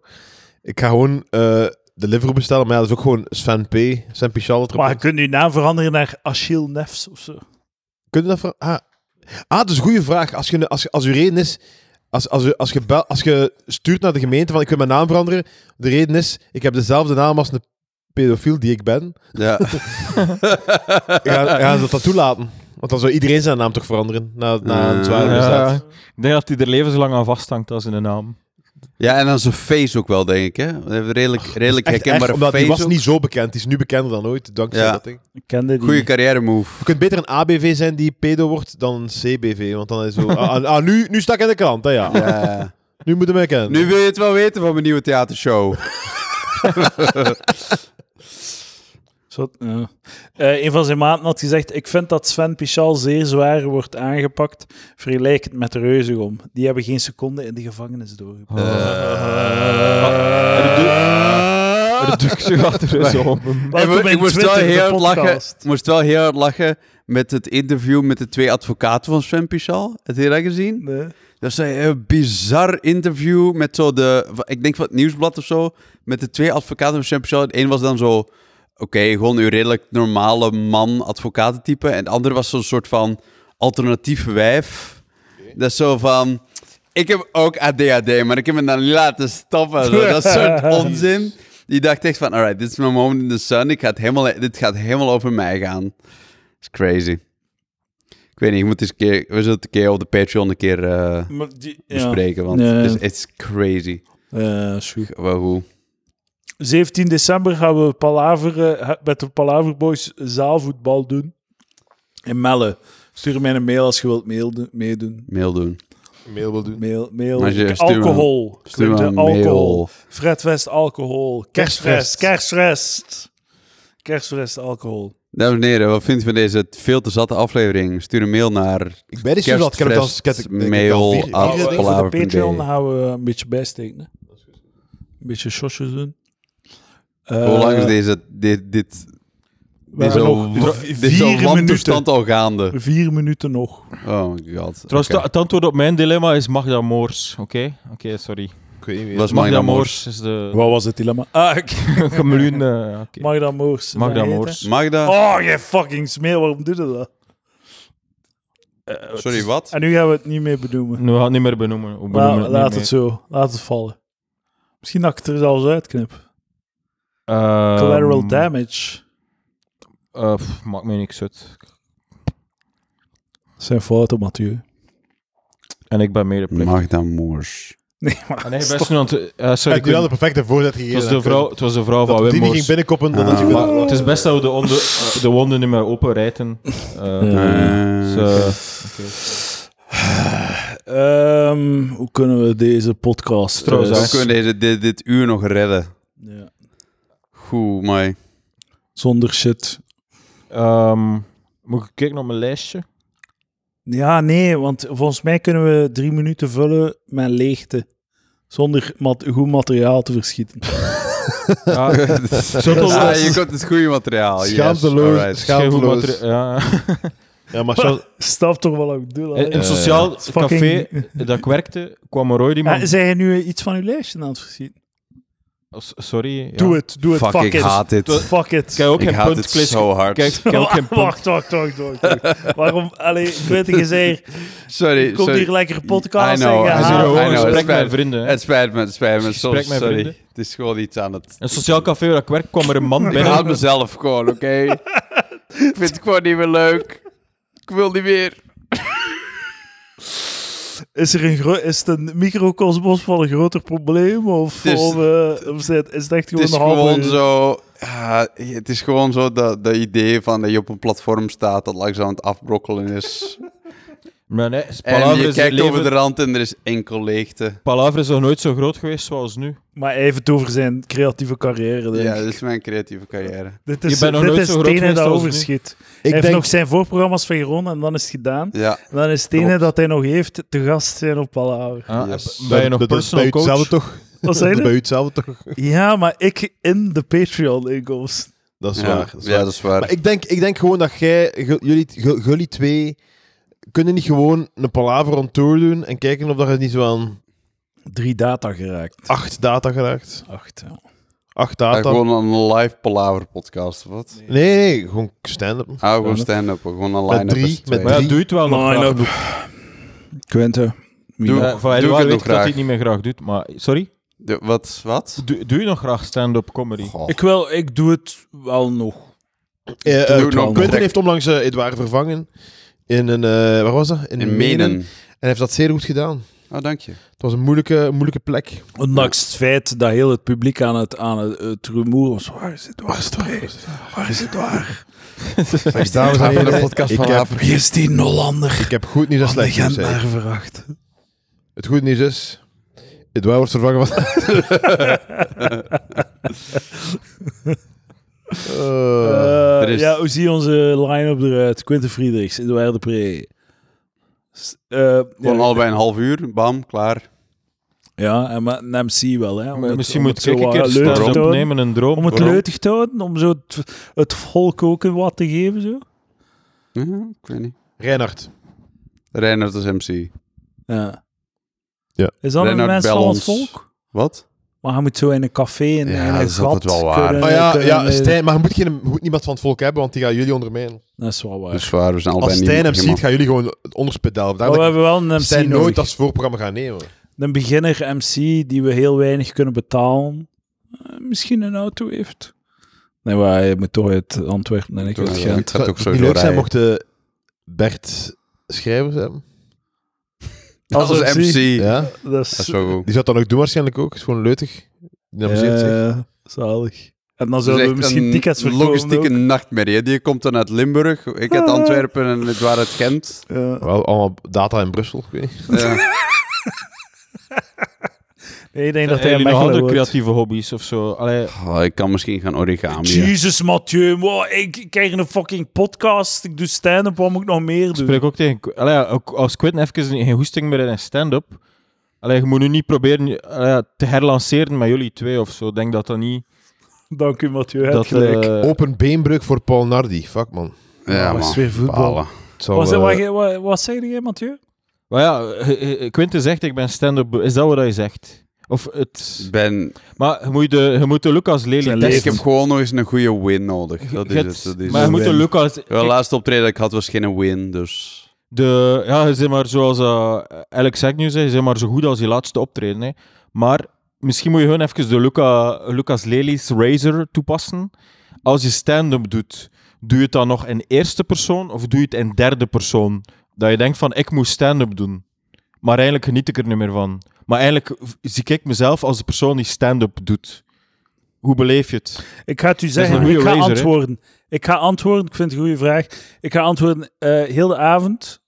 [SPEAKER 2] Ik ga gewoon eh Deliveroo bestellen. Maar ja, dat is ook gewoon Sven P. Saint Pichal.
[SPEAKER 3] Maar je kunt je naam veranderen naar Achille Nefs of zo.
[SPEAKER 2] Kun je dat ver- ah. ah, dat is een goede vraag. Als, je, als, je- als uw reden is. Als, als, u- als, je bel- als je stuurt naar de gemeente van ik wil mijn naam veranderen. De reden is, ik heb dezelfde naam als [LAUGHS] een pedofiel die ik ben.
[SPEAKER 4] Ja.
[SPEAKER 2] Gaan, gaan ze dat toelaten? Want dan zou iedereen zijn naam toch veranderen na, na een zware
[SPEAKER 4] Ja,
[SPEAKER 1] Ja,
[SPEAKER 2] misdaad.
[SPEAKER 1] ik denk dat hij er levenslang aan vasthangt als in een naam.
[SPEAKER 4] Ja, en dan zijn face ook wel, denk ik. Hè? We hebben redelijk, redelijk
[SPEAKER 2] Echt
[SPEAKER 4] herkenbare
[SPEAKER 2] erg, omdat die
[SPEAKER 4] face.
[SPEAKER 2] was niet zo bekend. Die is nu bekender dan ooit, dankzij
[SPEAKER 4] Ja.
[SPEAKER 2] dat ding.
[SPEAKER 3] Ik kende die.
[SPEAKER 4] Goede carrière move.
[SPEAKER 2] Je kunt beter een ABV zijn die pedo wordt dan een CBV. Want dan is zo... ah, ah, ah, nu, nu sta ik in de krant, hè, ja. Nu moeten we mij kennen.
[SPEAKER 4] Eh, Nu wil je het wel weten van mijn nieuwe
[SPEAKER 2] [LAUGHS]
[SPEAKER 4] theatershow.
[SPEAKER 3] Zo, ja. Eh, een van zijn maten had gezegd: Ik vind dat Sven Pichal zeer zwaar wordt aangepakt. Vergelijk het met Reuzegom. Die hebben geen seconde in de gevangenis doorgebracht.
[SPEAKER 4] Eh.
[SPEAKER 3] Eh.
[SPEAKER 1] Er duikt zo achter zo op hem.
[SPEAKER 3] Welkom
[SPEAKER 4] ik,
[SPEAKER 3] bij
[SPEAKER 4] ik moest wel
[SPEAKER 3] Twitter, de
[SPEAKER 4] heel hard lachen.
[SPEAKER 3] podcast.
[SPEAKER 4] ik moest wel heel hard lachen met het interview met de twee advocaten van Sven Pichal. Heb je dat gezien?
[SPEAKER 3] Nee.
[SPEAKER 4] Dat is een heel bizar interview met zo de, ik denk van het nieuwsblad of zo, met de twee advocaten van Sven Pichal. De een was dan zo, oké, gewoon een redelijk normale man, advocatentype. En de andere was zo'n soort van alternatief wijf. Dat is zo van, ik heb ook ADHD, maar ik heb me dan laten stoppen. Zo. Dat soort onzin. Die dacht echt van, alright, dit is mijn moment in the sun. Ik ga het helemaal, dit gaat helemaal over mij gaan. Dat is crazy. Ik weet niet, ik moet eens een keer, we zullen het een keer op de Patreon een keer... eh,
[SPEAKER 3] Maar die- ja.
[SPEAKER 4] bespreken, want
[SPEAKER 3] Ja, ja.
[SPEAKER 4] het is it's crazy.
[SPEAKER 3] Eh, is goed.
[SPEAKER 4] Wel hoe.
[SPEAKER 3] 17 december gaan we palaver, eh, met de Palaver Boys zaalvoetbal doen. In Melle. Stuur mij een mail als je wilt meeldo- meedoen.
[SPEAKER 4] Mail doen.
[SPEAKER 2] Mail wil doen.
[SPEAKER 3] Mail, mail.
[SPEAKER 4] Maar je- stuur me-
[SPEAKER 3] alcohol.
[SPEAKER 4] stuur me
[SPEAKER 3] Quinten,
[SPEAKER 4] een
[SPEAKER 3] alcohol.
[SPEAKER 4] mail.
[SPEAKER 3] Fredfest, alcohol. Kerstfest.
[SPEAKER 2] Kerstfest.
[SPEAKER 3] Kerstfest. Kerstfest, alcohol.
[SPEAKER 4] Dames en heren, wat vindt u van deze veel te zatte aflevering? Stuur een mail naar
[SPEAKER 2] Ik ben niet zo dat. Ik heb het al- ik heb- ik heb het al
[SPEAKER 4] Mail
[SPEAKER 2] vier- vier
[SPEAKER 4] af.
[SPEAKER 2] dingen.
[SPEAKER 3] Voor
[SPEAKER 4] Ah, palaver
[SPEAKER 3] de
[SPEAKER 4] punt
[SPEAKER 3] Patreon
[SPEAKER 4] D.
[SPEAKER 3] gaan we een beetje bijsteken. hè. Een beetje shotjes doen. Eh,
[SPEAKER 4] hoe lang is deze, dit, dit,
[SPEAKER 3] we
[SPEAKER 4] deze,
[SPEAKER 3] hebben nog
[SPEAKER 4] wa-
[SPEAKER 3] v-
[SPEAKER 4] deze
[SPEAKER 3] vier minuten.
[SPEAKER 4] wantoestand al gaande?
[SPEAKER 3] Vier minuten nog.
[SPEAKER 4] Oh my god.
[SPEAKER 1] Trouwens,
[SPEAKER 4] Oké.
[SPEAKER 1] ta- het antwoord op mijn dilemma is Magda Moors. Oké? Oké, sorry.
[SPEAKER 2] Ik weet niet meer.
[SPEAKER 4] was
[SPEAKER 1] Magda,
[SPEAKER 4] Magda
[SPEAKER 1] Moors.
[SPEAKER 4] Moors.
[SPEAKER 1] is de [LAUGHS]
[SPEAKER 3] Wat was het dilemma? Ah, ik-
[SPEAKER 1] gemluun. eh,
[SPEAKER 3] [LAUGHS]
[SPEAKER 1] oké.
[SPEAKER 3] Magda Moors.
[SPEAKER 1] Magda
[SPEAKER 3] Wat heet
[SPEAKER 1] Moors.
[SPEAKER 3] hij?
[SPEAKER 4] Magda,
[SPEAKER 3] Oh, je fucking smeel, waarom doe je dat?
[SPEAKER 4] sorry, wat?
[SPEAKER 3] En nu gaan we het niet meer benoemen.
[SPEAKER 1] Nu gaan het niet meer benoemen. We
[SPEAKER 3] Maar
[SPEAKER 1] benoemen het
[SPEAKER 3] Nou, laat
[SPEAKER 1] niet
[SPEAKER 3] het zo, laat het vallen. Misschien dat ik het er zelfs uitknip.
[SPEAKER 1] meer. Ehm,
[SPEAKER 3] Collateral damage.
[SPEAKER 1] eh, pff, maakt mij niks uit.
[SPEAKER 3] Dat zijn fouten, Mathieu.
[SPEAKER 1] En ik ben medeplicht.
[SPEAKER 4] Magda Moors.
[SPEAKER 3] Nee, maar...
[SPEAKER 1] Ah, nee, best nu aan het... eh, sorry, ik
[SPEAKER 2] Ik heb
[SPEAKER 1] weet-
[SPEAKER 2] de perfecte voorzet gegeven.
[SPEAKER 1] het, was de vrouw, het was de vrouw
[SPEAKER 2] Dat
[SPEAKER 1] van Wim
[SPEAKER 2] die niet
[SPEAKER 1] Moors.
[SPEAKER 2] ging binnenkoppen, dan had je
[SPEAKER 4] Ah.
[SPEAKER 1] Maar
[SPEAKER 2] wel...
[SPEAKER 1] het is best dat we de, onde, eh, de wonden niet meer openrijten. Eh, dus, eh,
[SPEAKER 3] Ehm, hoe kunnen we deze podcast...
[SPEAKER 1] Trouwens,
[SPEAKER 3] eh,
[SPEAKER 1] hè.
[SPEAKER 4] we
[SPEAKER 1] Zes.
[SPEAKER 4] kunnen deze, dit, dit uur nog redden.
[SPEAKER 3] ja,
[SPEAKER 4] Goed,
[SPEAKER 3] [LAUGHS]
[SPEAKER 4] maar
[SPEAKER 3] zonder shit.
[SPEAKER 1] ehm, moet ik kijken naar mijn lijstje?
[SPEAKER 3] Ja, nee, want volgens mij kunnen we drie minuten vullen met leegte. Zonder mat- goed materiaal te verschieten. [LAUGHS]
[SPEAKER 4] [LAUGHS]
[SPEAKER 1] Ah, het
[SPEAKER 4] Ah, je komt het goede materiaal. Yes,
[SPEAKER 2] Schaamteloos.
[SPEAKER 4] alright.
[SPEAKER 1] is geen goed
[SPEAKER 2] Schaamteloos.
[SPEAKER 1] materi- ja.
[SPEAKER 2] Ja, maar Charles-
[SPEAKER 3] Snap toch wel wat ik bedoel? hè?
[SPEAKER 1] In Eh, een sociaal
[SPEAKER 3] Eh, is
[SPEAKER 1] café
[SPEAKER 3] fucking-
[SPEAKER 1] dat ik werkte, kwam er ooit iemand...
[SPEAKER 3] Ah, zijn je nu eh, iets van uw lijstje aan het verschieten?
[SPEAKER 1] Oh, s- Sorry. ja.
[SPEAKER 3] Doe het, doe het.
[SPEAKER 4] Fuck,
[SPEAKER 3] Fuck,
[SPEAKER 4] ik
[SPEAKER 3] it.
[SPEAKER 4] haat dit.
[SPEAKER 3] Fuck it.
[SPEAKER 1] Ik heb ook
[SPEAKER 4] Ik
[SPEAKER 1] geen
[SPEAKER 4] haat dit
[SPEAKER 1] puntplays.
[SPEAKER 4] zo hard.
[SPEAKER 1] Kijk, ik heb ook geen punt.
[SPEAKER 3] wacht, wacht, wacht, wacht, wacht. Waarom? Allee, ik weet het, je zei hier,
[SPEAKER 4] [LAUGHS] Sorry,
[SPEAKER 3] komt
[SPEAKER 4] sorry.
[SPEAKER 3] hier lekker podcast
[SPEAKER 4] I know,
[SPEAKER 3] en
[SPEAKER 4] I
[SPEAKER 1] Het is hier
[SPEAKER 4] Ah,
[SPEAKER 1] gewoon
[SPEAKER 4] I
[SPEAKER 1] een
[SPEAKER 4] know, het
[SPEAKER 1] gesprek
[SPEAKER 4] spijt
[SPEAKER 1] met vrienden. hè.
[SPEAKER 4] Het spijt me, het spijt me.
[SPEAKER 1] Gesprek
[SPEAKER 4] Soms,
[SPEAKER 1] met
[SPEAKER 4] sorry.
[SPEAKER 1] vrienden.
[SPEAKER 4] Het is gewoon iets aan het...
[SPEAKER 1] Een sociaal café waar ik werk, kwam er een man
[SPEAKER 4] Ik haat
[SPEAKER 1] binnen.
[SPEAKER 4] mezelf gewoon, oké? ik vind het gewoon niet meer leuk. Ik wil niet meer.
[SPEAKER 3] Is, er een gro- is het een microcosmos van een groter probleem? Of,
[SPEAKER 4] Het is-
[SPEAKER 3] of, eh, of is, het, is het echt
[SPEAKER 4] Het
[SPEAKER 3] gewoon
[SPEAKER 4] is
[SPEAKER 3] een halve
[SPEAKER 4] gewoon
[SPEAKER 3] uur?
[SPEAKER 4] zo... ah, het is gewoon zo dat, dat idee van dat je op een platform staat dat langzaam aan het afbrokkelen is.
[SPEAKER 1] Maar nee, is
[SPEAKER 4] en
[SPEAKER 1] Palaver
[SPEAKER 4] je
[SPEAKER 1] is het
[SPEAKER 4] kijkt over de
[SPEAKER 1] leven-
[SPEAKER 4] rand en er is enkel leegte.
[SPEAKER 1] Palaver is nog nooit zo groot geweest zoals nu.
[SPEAKER 3] Maar even het over zijn creatieve carrière. denk
[SPEAKER 4] Ja,
[SPEAKER 3] ik.
[SPEAKER 4] dit is mijn creatieve carrière.
[SPEAKER 3] Dit is,
[SPEAKER 1] Je bent nog
[SPEAKER 3] dit
[SPEAKER 1] nooit
[SPEAKER 3] is
[SPEAKER 1] zo
[SPEAKER 3] het
[SPEAKER 1] groot
[SPEAKER 3] ene
[SPEAKER 1] geweest
[SPEAKER 3] dat
[SPEAKER 1] als nu.
[SPEAKER 3] overschiet. Hij
[SPEAKER 2] ik
[SPEAKER 3] heeft
[SPEAKER 2] denk...
[SPEAKER 3] nog zijn voorprogramma's van Jeroen en dan is het gedaan.
[SPEAKER 4] Ja.
[SPEAKER 3] En dan is het ene
[SPEAKER 4] Klopt.
[SPEAKER 3] dat hij nog heeft te gast zijn op
[SPEAKER 4] [LAUGHS]
[SPEAKER 3] Palaver.
[SPEAKER 1] Ah,
[SPEAKER 4] Yes.
[SPEAKER 1] heb- Ben je nog
[SPEAKER 2] dat- dat is
[SPEAKER 1] personal
[SPEAKER 2] bij u
[SPEAKER 1] coach?
[SPEAKER 2] hetzelfde toch?
[SPEAKER 3] Wat
[SPEAKER 2] Dat
[SPEAKER 3] zei
[SPEAKER 2] is
[SPEAKER 3] je?
[SPEAKER 2] bij u hetzelfde toch?
[SPEAKER 3] Ja, maar ik in de Patreon-inkomsten.
[SPEAKER 2] Dat is
[SPEAKER 4] ja.
[SPEAKER 2] waar. dat is
[SPEAKER 4] ja,
[SPEAKER 2] waar.
[SPEAKER 4] dat is waar.
[SPEAKER 2] Maar ik denk, ik denk gewoon dat jij, ge- jullie, ge- jullie twee, kunnen niet gewoon een palaver on tour doen en kijken of dat je niet zo aan
[SPEAKER 3] Drie data geraakt.
[SPEAKER 2] acht data geraakt.
[SPEAKER 3] Acht, ja.
[SPEAKER 2] Acht
[SPEAKER 4] Ah,
[SPEAKER 2] data.
[SPEAKER 4] gewoon een live palaver podcast, of wat?
[SPEAKER 2] Nee, nee, gewoon stand-up.
[SPEAKER 4] Ah, gewoon stand-up, gewoon een line-up.
[SPEAKER 2] drie,
[SPEAKER 4] is het twee.
[SPEAKER 2] met
[SPEAKER 1] Maar ja,
[SPEAKER 2] drie.
[SPEAKER 1] doe het wel nog
[SPEAKER 3] Line
[SPEAKER 1] graag
[SPEAKER 3] up.
[SPEAKER 1] genoeg.
[SPEAKER 3] Quinten.
[SPEAKER 4] Doe-
[SPEAKER 1] Ja, Van
[SPEAKER 4] doe ik
[SPEAKER 1] Edouard
[SPEAKER 4] het
[SPEAKER 1] weet
[SPEAKER 4] nog
[SPEAKER 1] ik dat hij
[SPEAKER 4] graag.
[SPEAKER 1] het niet meer graag doet, maar... Sorry?
[SPEAKER 4] De- wat? Wat?
[SPEAKER 1] Doe, doe je nog graag stand-up comedy?
[SPEAKER 4] Goh.
[SPEAKER 3] Ik, wel, ik doe het wel nog.
[SPEAKER 2] Eh, eh,
[SPEAKER 4] Doe nog
[SPEAKER 2] Quentin
[SPEAKER 4] direct.
[SPEAKER 2] heeft onlangs eh Edouard vervangen. in een, eh, waar was dat? In, Menen.
[SPEAKER 4] In Menen.
[SPEAKER 2] En hij heeft dat zeer goed gedaan.
[SPEAKER 4] Oh, dank je.
[SPEAKER 2] Het was een moeilijke, moeilijke [LAUGHS] plek.
[SPEAKER 3] Ondanks het feit dat heel het publiek aan het, aan het, het rumoer was. Waar is het waar? Is het waar? Waar is het waar?
[SPEAKER 2] Dames
[SPEAKER 5] Dames en heren, de podcast
[SPEAKER 2] ik,
[SPEAKER 5] van
[SPEAKER 2] heb,
[SPEAKER 5] Haver.
[SPEAKER 3] Wie is die Nollander?
[SPEAKER 2] ik heb goed nieuws en
[SPEAKER 3] Van de
[SPEAKER 2] slecht nieuws. hè.
[SPEAKER 3] Gentnaar veracht.
[SPEAKER 2] Het goede nieuws is... Het wel wordt vervangen
[SPEAKER 4] [LAUGHS]
[SPEAKER 2] van... Eh,
[SPEAKER 3] Eh,
[SPEAKER 4] er is-
[SPEAKER 3] Ja, hoe zie je onze line-up eruit? Quinten Friedrichs, Edouard de Pre. S- eh,
[SPEAKER 4] Gewoon
[SPEAKER 3] ja,
[SPEAKER 4] allebei een half uur. Bam, klaar.
[SPEAKER 3] ja, en maar een MC wel, hè? om
[SPEAKER 1] Maar
[SPEAKER 3] het-
[SPEAKER 1] Misschien
[SPEAKER 3] om
[SPEAKER 1] moet
[SPEAKER 3] het
[SPEAKER 1] ik
[SPEAKER 3] zo
[SPEAKER 1] een
[SPEAKER 3] wat
[SPEAKER 1] keer
[SPEAKER 3] leuk te
[SPEAKER 1] stand-up
[SPEAKER 3] tonen.
[SPEAKER 1] nemen, een droom.
[SPEAKER 3] Om het
[SPEAKER 1] Waarom?
[SPEAKER 3] leuk te houden, om zo het, het volk ook wat te geven, zo.
[SPEAKER 4] Ja, ik weet niet.
[SPEAKER 2] Reinhard.
[SPEAKER 4] Reinhard is MC.
[SPEAKER 3] Ja.
[SPEAKER 2] Ja.
[SPEAKER 3] Is dat een
[SPEAKER 4] Lennart,
[SPEAKER 3] mens
[SPEAKER 4] bel
[SPEAKER 3] van het
[SPEAKER 4] ons.
[SPEAKER 3] volk?
[SPEAKER 4] Wat?
[SPEAKER 3] Maar hij moet zo in een café en
[SPEAKER 4] Ja,
[SPEAKER 3] in
[SPEAKER 4] dat
[SPEAKER 3] een
[SPEAKER 4] is altijd
[SPEAKER 3] gat
[SPEAKER 4] wel waar.
[SPEAKER 3] kunnen- eh,
[SPEAKER 2] Oh ja,
[SPEAKER 3] kunnen-
[SPEAKER 2] ja Stijn, maar je moet, geen, je moet niemand van het volk hebben, want die gaan jullie ondermijnen.
[SPEAKER 3] Dat is wel waar.
[SPEAKER 4] Dat is Dus waar, we zijn allebei
[SPEAKER 2] Als
[SPEAKER 4] niet
[SPEAKER 2] Stijn hem ziet,
[SPEAKER 4] helemaal-
[SPEAKER 2] gaan jullie gewoon het onderspit delven.
[SPEAKER 3] Maar
[SPEAKER 2] Daarom
[SPEAKER 3] Oh, we
[SPEAKER 2] dat ik
[SPEAKER 3] hebben wel een MC
[SPEAKER 2] Stijn
[SPEAKER 3] nodig.
[SPEAKER 2] nooit als voorprogramma gaan nemen.
[SPEAKER 3] Een beginner MC die we heel weinig kunnen betalen. Eh, misschien een auto heeft. Nee, maar hij moet toch uit Antwerpen en ik
[SPEAKER 4] Toch
[SPEAKER 3] uit
[SPEAKER 4] wel.
[SPEAKER 3] Gent.
[SPEAKER 4] Het gaat ook
[SPEAKER 2] Het
[SPEAKER 4] zo
[SPEAKER 2] zou niet leuk zijn
[SPEAKER 4] doorrijden.
[SPEAKER 2] mocht eh, Bert schrijvers hebben.
[SPEAKER 4] Als
[SPEAKER 3] Als
[SPEAKER 4] MC.
[SPEAKER 3] MC.
[SPEAKER 2] Ja.
[SPEAKER 3] Dat
[SPEAKER 4] Dat is
[SPEAKER 3] is
[SPEAKER 4] wel goed.
[SPEAKER 2] Die zou het dan ook doen waarschijnlijk ook. Is gewoon leutig. Die amuseert zich.
[SPEAKER 3] Eh, zalig. En dan
[SPEAKER 4] Dat is
[SPEAKER 3] zullen we
[SPEAKER 4] echt
[SPEAKER 3] misschien
[SPEAKER 4] een
[SPEAKER 3] tickets verkopen.
[SPEAKER 4] logistieke
[SPEAKER 3] ook. Ah.
[SPEAKER 4] nachtmerrie. hè. Die komt dan uit Limburg, ik uit Antwerpen en het waar het
[SPEAKER 3] [LAUGHS]
[SPEAKER 4] Gent.
[SPEAKER 3] Ja.
[SPEAKER 2] Wel, allemaal data in Brussel. Ik weet niet.
[SPEAKER 4] Ja.
[SPEAKER 3] Nee, ik denk
[SPEAKER 1] Hebben
[SPEAKER 3] dat hij een
[SPEAKER 1] jullie nog
[SPEAKER 3] Mechelen
[SPEAKER 1] andere
[SPEAKER 3] wordt.
[SPEAKER 1] creatieve hobby's of zo? Allee,
[SPEAKER 4] Oh, ik kan misschien gaan origami. hè.
[SPEAKER 3] Jezus, Mathieu. wow, ik ik krijg een fucking podcast. Ik doe stand-up. Wat moet ik nog meer doen?
[SPEAKER 1] spreek ook tegen... Allee, ja, ook als Quinten even geen hoesting meer in een stand-up... Allee, je moet nu niet proberen allee, ja, te herlanceren met jullie twee of zo. Ik denk dat dat niet...
[SPEAKER 3] Dank u, Mathieu. Dat,
[SPEAKER 1] dat,
[SPEAKER 3] gelijk.
[SPEAKER 1] eh,
[SPEAKER 2] Open beenbreuk voor Paul Nardi. Fuck man.
[SPEAKER 4] Ja,
[SPEAKER 3] Oh,
[SPEAKER 4] man.
[SPEAKER 3] is weer voetbal.
[SPEAKER 4] Balen.
[SPEAKER 2] Het zal,
[SPEAKER 3] wat,
[SPEAKER 2] eh,
[SPEAKER 3] wat, wat, wat zei jij, Mathieu?
[SPEAKER 1] Maar ja, eh, eh, Quinten zegt ik ben stand-up... Is dat wat hij zegt? Of het...
[SPEAKER 4] Ik Ben,
[SPEAKER 1] Maar je moet de, je moet de Lucas Lely
[SPEAKER 3] Zijn
[SPEAKER 4] ik
[SPEAKER 1] testen.
[SPEAKER 4] heb gewoon nog eens een goede win nodig. Dat is
[SPEAKER 1] Je
[SPEAKER 4] het.
[SPEAKER 1] hebt-
[SPEAKER 4] Dat is
[SPEAKER 1] maar je
[SPEAKER 4] het.
[SPEAKER 1] moet de
[SPEAKER 3] Win.
[SPEAKER 1] Lucas...
[SPEAKER 4] Wel, laatste optreden dat ik had was geen win, dus...
[SPEAKER 1] De, ja, zeg maar, zoals eh, Alex Zack nu zei, zeg maar zo goed als je laatste optreden. Hè. Maar misschien moet je gewoon even de Luca, Lucas Lely's Razor toepassen. Als je stand-up doet, doe je het dan nog in eerste persoon of doe je het in derde persoon? Dat je denkt van, ik moet stand-up doen. Maar eigenlijk geniet ik er niet meer van. Maar eigenlijk v- zie ik mezelf als de persoon die stand-up doet. Hoe beleef je het?
[SPEAKER 3] Ik ga het u
[SPEAKER 1] een
[SPEAKER 3] zeggen.
[SPEAKER 1] goede
[SPEAKER 3] Ik ga
[SPEAKER 1] razor, hè?
[SPEAKER 3] antwoorden. Ik ga antwoorden. Ik vind het een goede vraag. Ik ga antwoorden eh, heel de avond.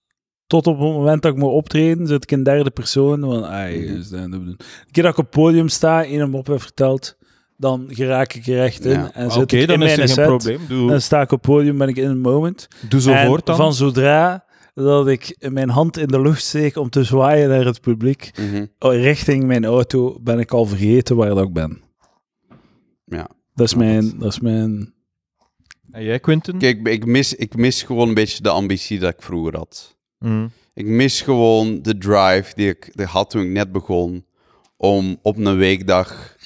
[SPEAKER 3] Tot op het moment dat ik moet optreden, zit ik in derde persoon. Want,
[SPEAKER 1] Mhm.
[SPEAKER 3] ai, stand-up doen. de keer dat ik op het podium sta en een mop heb verteld, dan geraak ik er echt in.
[SPEAKER 4] Ja.
[SPEAKER 3] En
[SPEAKER 1] Ah, Oké,
[SPEAKER 3] zit ik in
[SPEAKER 1] dan is
[SPEAKER 3] mijn
[SPEAKER 1] er geen
[SPEAKER 3] set.
[SPEAKER 1] probleem.
[SPEAKER 3] Dan
[SPEAKER 1] Doe,
[SPEAKER 3] sta ik op het podium, ben ik in een moment.
[SPEAKER 1] doe zo
[SPEAKER 3] en
[SPEAKER 1] voort dan.
[SPEAKER 3] van zodra dat ik mijn hand in de lucht steek om te zwaaien naar het publiek,
[SPEAKER 4] Mhm.
[SPEAKER 3] Oh, richting mijn auto, ben ik al vergeten waar dat ik ben.
[SPEAKER 4] Ja.
[SPEAKER 3] Dat is mijn... Dat is mijn
[SPEAKER 1] En jij, Quinten?
[SPEAKER 4] Kijk, ik mis, ik mis gewoon een beetje de ambitie dat ik vroeger had.
[SPEAKER 1] Mm.
[SPEAKER 4] Ik mis gewoon de drive die ik die had toen ik net begon. Om op een
[SPEAKER 1] [LAUGHS]
[SPEAKER 4] weekdag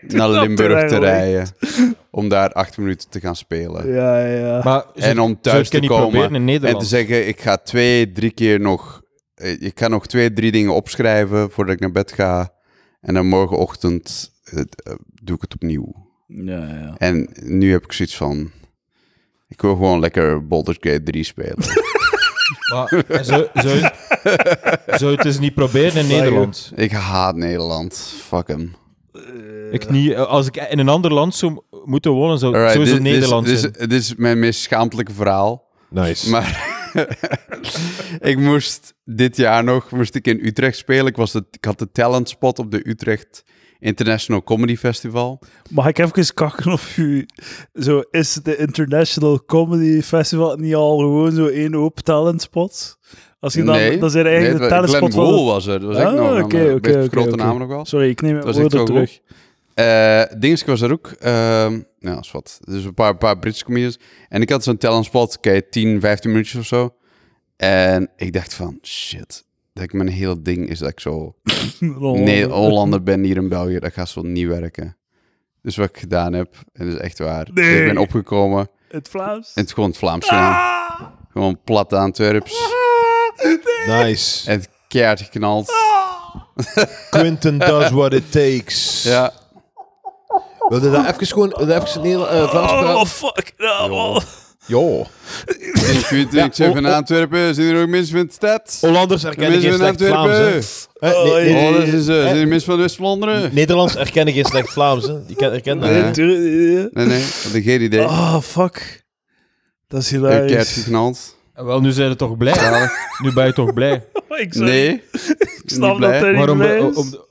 [SPEAKER 4] naar
[SPEAKER 3] dat
[SPEAKER 4] Limburg te
[SPEAKER 3] terwijl
[SPEAKER 4] rijden. Om daar acht minuten te gaan spelen.
[SPEAKER 3] ja, ja.
[SPEAKER 1] Maar
[SPEAKER 4] En om
[SPEAKER 1] zou
[SPEAKER 4] thuis
[SPEAKER 1] ik het
[SPEAKER 4] te
[SPEAKER 1] niet
[SPEAKER 4] komen
[SPEAKER 1] proberen in
[SPEAKER 4] en
[SPEAKER 1] Nederland?
[SPEAKER 4] te zeggen, ik ga twee, drie keer nog... eh, Ik ga nog twee, drie dingen opschrijven voordat ik naar bed ga. En dan morgenochtend eh, eh, doe ik het opnieuw.
[SPEAKER 3] ja, ja.
[SPEAKER 4] En nu heb ik zoiets van... Ik wil gewoon lekker Baldur's Gate 3 spelen.
[SPEAKER 1] Maar en zou, zou, zou je het eens niet proberen in Nederland?
[SPEAKER 4] ik haat Nederland. Fuck hem.
[SPEAKER 1] Ik niet, eh, als ik in een ander land zou m- moeten wonen, zou het
[SPEAKER 4] Eh. Alright,
[SPEAKER 1] sowieso
[SPEAKER 4] dit- dit is-
[SPEAKER 1] Nederland
[SPEAKER 4] dit, is-
[SPEAKER 1] zijn.
[SPEAKER 4] dit, is mijn meest schaamtelijke verhaal.
[SPEAKER 2] Nice.
[SPEAKER 4] Maar [LAUGHS] ik moest dit jaar nog moest ik in Utrecht spelen. Ik, was de, ik had de talent spot op de Utrecht International Comedy Festival.
[SPEAKER 3] Mag ik even kakken of u... Zo, is de International Comedy Festival niet al gewoon zo één hoop talentspot? Als je dan...
[SPEAKER 4] Nee,
[SPEAKER 3] dan zijn er
[SPEAKER 4] nee,
[SPEAKER 3] eigenlijk
[SPEAKER 4] het
[SPEAKER 3] de
[SPEAKER 4] wa-
[SPEAKER 3] talentspot
[SPEAKER 4] Glenn
[SPEAKER 3] van-
[SPEAKER 4] Wool was er. Dat was echt
[SPEAKER 3] Ah,
[SPEAKER 4] nog een
[SPEAKER 3] oké,
[SPEAKER 4] eh,
[SPEAKER 3] oké,
[SPEAKER 4] best
[SPEAKER 3] oké,
[SPEAKER 4] grote
[SPEAKER 3] oké.
[SPEAKER 4] naam nog wel.
[SPEAKER 3] Sorry, ik neem
[SPEAKER 4] was
[SPEAKER 3] mijn
[SPEAKER 4] echt
[SPEAKER 3] woorden
[SPEAKER 4] wel goed.
[SPEAKER 3] terug.
[SPEAKER 4] Eh Dingske was er ook. Ehm nou, dat is wat. Dus een paar, paar Britse comedians. En ik had zo'n talentspot, kijk, 10, 15 minuutjes of zo. En ik dacht van, shit. Dat ik mijn hele ding is dat ik zo...
[SPEAKER 3] [LAUGHS]
[SPEAKER 4] Nee, Hollander ben hier in België. Dat gaat zo niet werken. Dus wat ik gedaan heb, en dat is echt waar. dus
[SPEAKER 3] Nee. Ah.
[SPEAKER 4] ik ben opgekomen
[SPEAKER 3] Het Vlaams.
[SPEAKER 4] en het is gewoon het Vlaams gedaan. Gewoon plat aan Turps.
[SPEAKER 2] Nice.
[SPEAKER 4] En het keihard geknald.
[SPEAKER 3] Ah!
[SPEAKER 2] Quentin does what it takes.
[SPEAKER 4] [LAUGHS] Ja.
[SPEAKER 2] Wilde dat even gewoon... Wilde dat even een heel... eh, Vlaams praten?
[SPEAKER 3] Oh, fuck. Oh, Nou, man.
[SPEAKER 2] Jo.
[SPEAKER 4] In 2027 Antwerpen zijn er ook mensen van de stad.
[SPEAKER 1] Oh,
[SPEAKER 2] Hollanders erkennen
[SPEAKER 4] Mensen
[SPEAKER 2] geen
[SPEAKER 4] in
[SPEAKER 2] slecht Vlaams. hè.
[SPEAKER 4] Antwerpen.
[SPEAKER 2] Hè, Eh, nee, nee,
[SPEAKER 4] Oh,
[SPEAKER 2] nee,
[SPEAKER 4] dat is, eh,
[SPEAKER 2] hè.
[SPEAKER 4] zijn er mensen van West-Vlaanderen?
[SPEAKER 2] Nederlands erkennen geen slecht Vlaams. Hè. Die ken- herkennen dat.
[SPEAKER 4] Nee.
[SPEAKER 2] hè.
[SPEAKER 4] Nee, nee, dat had ik geen idee.
[SPEAKER 2] Oh,
[SPEAKER 4] Ik
[SPEAKER 3] Ah, fuck. Dat is
[SPEAKER 4] heb keihard
[SPEAKER 3] hilarisch.
[SPEAKER 4] geknald.
[SPEAKER 1] Eh, Wel, nu zijn ze toch blij? [LAUGHS] Nu ben je toch blij?
[SPEAKER 3] [LAUGHS] [LAUGHS] Ik, zou-
[SPEAKER 4] Nee,
[SPEAKER 3] ik snap
[SPEAKER 4] [LAUGHS] niet blij.
[SPEAKER 3] dat hij niet
[SPEAKER 1] Waarom,
[SPEAKER 3] blij
[SPEAKER 1] ben-
[SPEAKER 3] is.
[SPEAKER 1] om- om-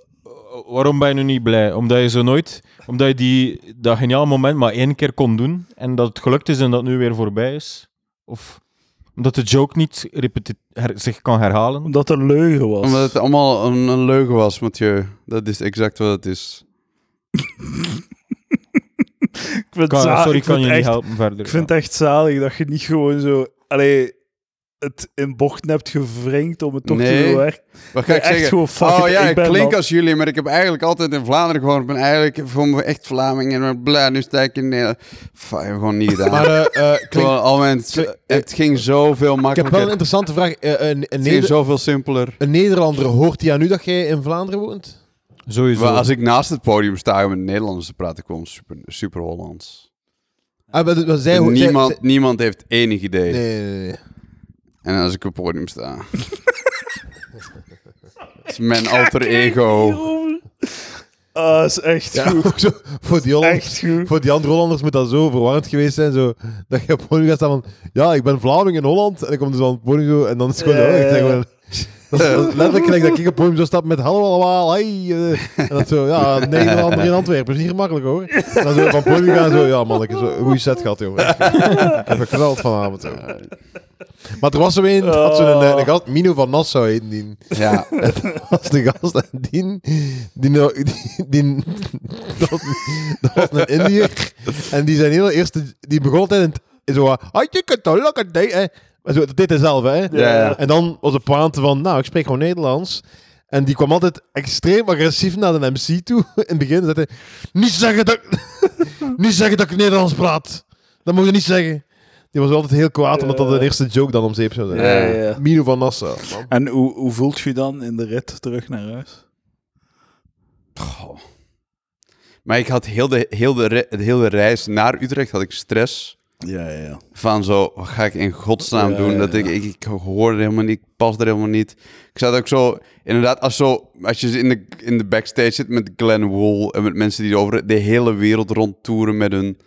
[SPEAKER 1] waarom ben je nu niet blij? Omdat je zo nooit, omdat je die, dat geniaal moment maar één keer kon doen en dat het gelukt is en dat het nu weer voorbij is? Of omdat de joke niet repeti- her- zich kan herhalen?
[SPEAKER 3] Omdat het een leugen was.
[SPEAKER 4] omdat het allemaal een, een leugen was, Mathieu. Dat is exact wat het is.
[SPEAKER 3] ik vind
[SPEAKER 1] Kan-
[SPEAKER 3] za-
[SPEAKER 1] sorry, ik
[SPEAKER 3] ik
[SPEAKER 1] kan
[SPEAKER 3] vind
[SPEAKER 1] je niet
[SPEAKER 3] echt-
[SPEAKER 1] helpen verder.
[SPEAKER 3] Ik vind het echt zalig dat je niet gewoon zo... Allee, het in bochten hebt gevringd om het toch
[SPEAKER 4] Nee.
[SPEAKER 3] te bewerken.
[SPEAKER 4] Wat ga
[SPEAKER 3] Nee,
[SPEAKER 4] ik
[SPEAKER 3] echt
[SPEAKER 4] zeggen?
[SPEAKER 3] gewoon, fuck
[SPEAKER 4] oh
[SPEAKER 3] it,
[SPEAKER 4] ja,
[SPEAKER 3] ik
[SPEAKER 4] ik
[SPEAKER 3] ben
[SPEAKER 4] klink
[SPEAKER 3] dat.
[SPEAKER 4] als jullie, maar ik heb eigenlijk altijd in Vlaanderen gewoond. Ik ben eigenlijk voor me echt Vlaming en bla, nu sta ik in Nederland. Fuck, ik heb gewoon niet gedaan.
[SPEAKER 2] Maar eh, eh, klink-
[SPEAKER 4] Gewoon, al mijn,
[SPEAKER 2] klink-
[SPEAKER 4] het ging zoveel
[SPEAKER 2] ik heb
[SPEAKER 4] makkelijker.
[SPEAKER 2] wel een interessante vraag. Eh, een, een,
[SPEAKER 4] het ging
[SPEAKER 2] Neder-
[SPEAKER 4] zoveel simpeler.
[SPEAKER 2] een Nederlander, hoort hij aan nu dat jij in Vlaanderen woont?
[SPEAKER 1] Sowieso.
[SPEAKER 4] Maar als ik naast het podium sta om met Nederlanders te praten, kom super, super Hollands.
[SPEAKER 2] Ah, maar, maar zij, hoort- zij-
[SPEAKER 4] niemand,
[SPEAKER 2] zij-
[SPEAKER 4] niemand heeft enig idee.
[SPEAKER 2] nee, nee, nee, [LAUGHS] nee.
[SPEAKER 4] En als ik op het podium sta. [LAUGHS] dat is mijn alter ego.
[SPEAKER 3] Ah, dat is echt
[SPEAKER 2] Ja,
[SPEAKER 3] goed.
[SPEAKER 2] ook zo, voor, die Hollanders-
[SPEAKER 3] Echt goed.
[SPEAKER 2] voor die andere Hollanders moet dat zo verwarrend geweest zijn. Zo, dat je op het podium gaat staan van... Ja, ik ben Vlaming in Holland. En dan komt dus aan het podium zo, En dan is het gewoon...
[SPEAKER 3] Ja,
[SPEAKER 2] oh, ik zeg
[SPEAKER 3] ja,
[SPEAKER 2] gewoon- dat is letterlijk gelijk dat ik op het podium zo stap met... Hallo allemaal, hey. eh, en dat zo... Ja, Nederlander in Antwerpen. is niet gemakkelijk hoor. En dan zo van het podium gaan zo... Ja man, ik heb zo een goede set gehad joh. Ik heb geknald vanavond. joh. Maar er was zo een... Had zo'n eh, een gast, Mino van Nassau heette die.
[SPEAKER 4] Ja,
[SPEAKER 2] [LAUGHS] Dat was de gast en die, die, nou- die, die- dat, was- dat was een Indiër. En die zijn hele eerste, die begon altijd in het, zo, ah, je kunt toch lekker date, hè. Maar zo, dit is zelf, hè.
[SPEAKER 4] Ja, ja.
[SPEAKER 2] En dan was de pointe van, nou, ik spreek gewoon Nederlands. En die kwam altijd extreem agressief naar de MC toe. [LAUGHS] In het begin zei hij, niet zeggen dat, [LAUGHS] ik- niet zeggen dat ik Nederlands praat. Dat moet je niet zeggen. Die was altijd heel kwaad, omdat dat de eerste joke dan om zeep zou zijn.
[SPEAKER 4] Ja.
[SPEAKER 2] Mino van Nassau. man.
[SPEAKER 3] En hoe, hoe voelt je dan in de rit terug naar huis?
[SPEAKER 4] maar ik had heel de, heel, de, re- heel de reis naar Utrecht had ik stress.
[SPEAKER 3] Ja, ja.
[SPEAKER 4] Van zo, wat ga ik in godsnaam
[SPEAKER 3] Ja,
[SPEAKER 4] doen? Dat
[SPEAKER 3] ja,
[SPEAKER 4] ik, ik, ik hoorde helemaal niet, ik pas er helemaal niet. Ik zat ook zo, inderdaad, als, zo, als je in de, in de backstage zit met Glenn Wool en met mensen die over de hele wereld rondtoeren met hun,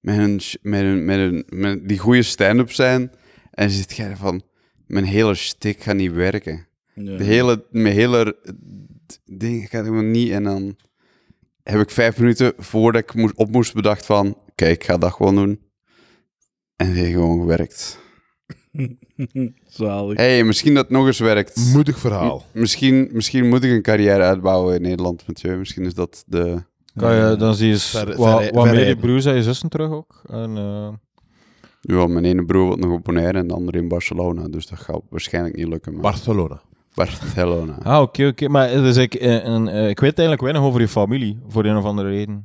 [SPEAKER 4] met hun, sh- met hun, met hun, met die goede stand-up zijn. En zit jij van, mijn hele stik gaat niet werken. De hele, mijn hele eh, d- ding gaat helemaal niet. En dan heb ik vijf minuten voordat ik moest, op moest bedacht van... Kijk, ik ga dat gewoon doen. En het heeft gewoon gewerkt.
[SPEAKER 3] [LAUGHS] Zalig.
[SPEAKER 4] Hé, hey, misschien dat het nog eens werkt.
[SPEAKER 2] Moedig verhaal.
[SPEAKER 4] misschien, misschien moet ik een carrière uitbouwen in Nederland, Mathieu. Misschien is dat de...
[SPEAKER 1] Kan je, dan zie je s-
[SPEAKER 2] Verre-
[SPEAKER 1] wa-
[SPEAKER 2] verre-
[SPEAKER 1] wat meer je
[SPEAKER 2] verrijden.
[SPEAKER 1] broers en je zussen terug ook. En, eh,
[SPEAKER 4] Ja, mijn ene broer wordt nog op Bonaire en de andere in Barcelona. Dus dat gaat waarschijnlijk niet lukken. Maar
[SPEAKER 2] Barcelona.
[SPEAKER 4] Barcelona.
[SPEAKER 1] Ah, oké, oké. Maar eh, dus ik, eh, en, eh, ik weet eigenlijk weinig over je familie, voor een of andere [LAUGHS] reden.
[SPEAKER 4] Wij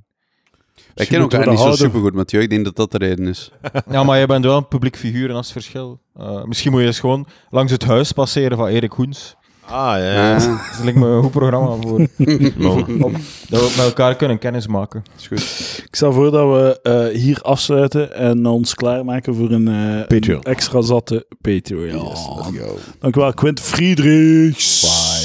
[SPEAKER 3] Misschien
[SPEAKER 4] kennen
[SPEAKER 3] moeten we
[SPEAKER 4] elkaar niet
[SPEAKER 3] dat
[SPEAKER 4] zo
[SPEAKER 3] houden.
[SPEAKER 4] supergoed, Mathieu. Ik denk dat dat de reden is.
[SPEAKER 1] Ja, maar je bent wel een publiek figuur en dat is het verschil. Eh, misschien moet je eens gewoon langs het huis passeren van Erik Hoens.
[SPEAKER 2] Ah, ja.
[SPEAKER 3] Eh.
[SPEAKER 4] Ah,
[SPEAKER 1] Dat lijkt me een goed programma [LAUGHS] voor. Om- dat we met elkaar kunnen kennismaken.
[SPEAKER 4] is goed.
[SPEAKER 3] Ik stel voor dat we eh, hier afsluiten en ons klaarmaken voor een, eh,
[SPEAKER 2] Patreon.
[SPEAKER 3] een extra zatte Patreon.
[SPEAKER 4] Yes, let's go.
[SPEAKER 3] Dankjewel, Quint Friedrichs.
[SPEAKER 2] Bye.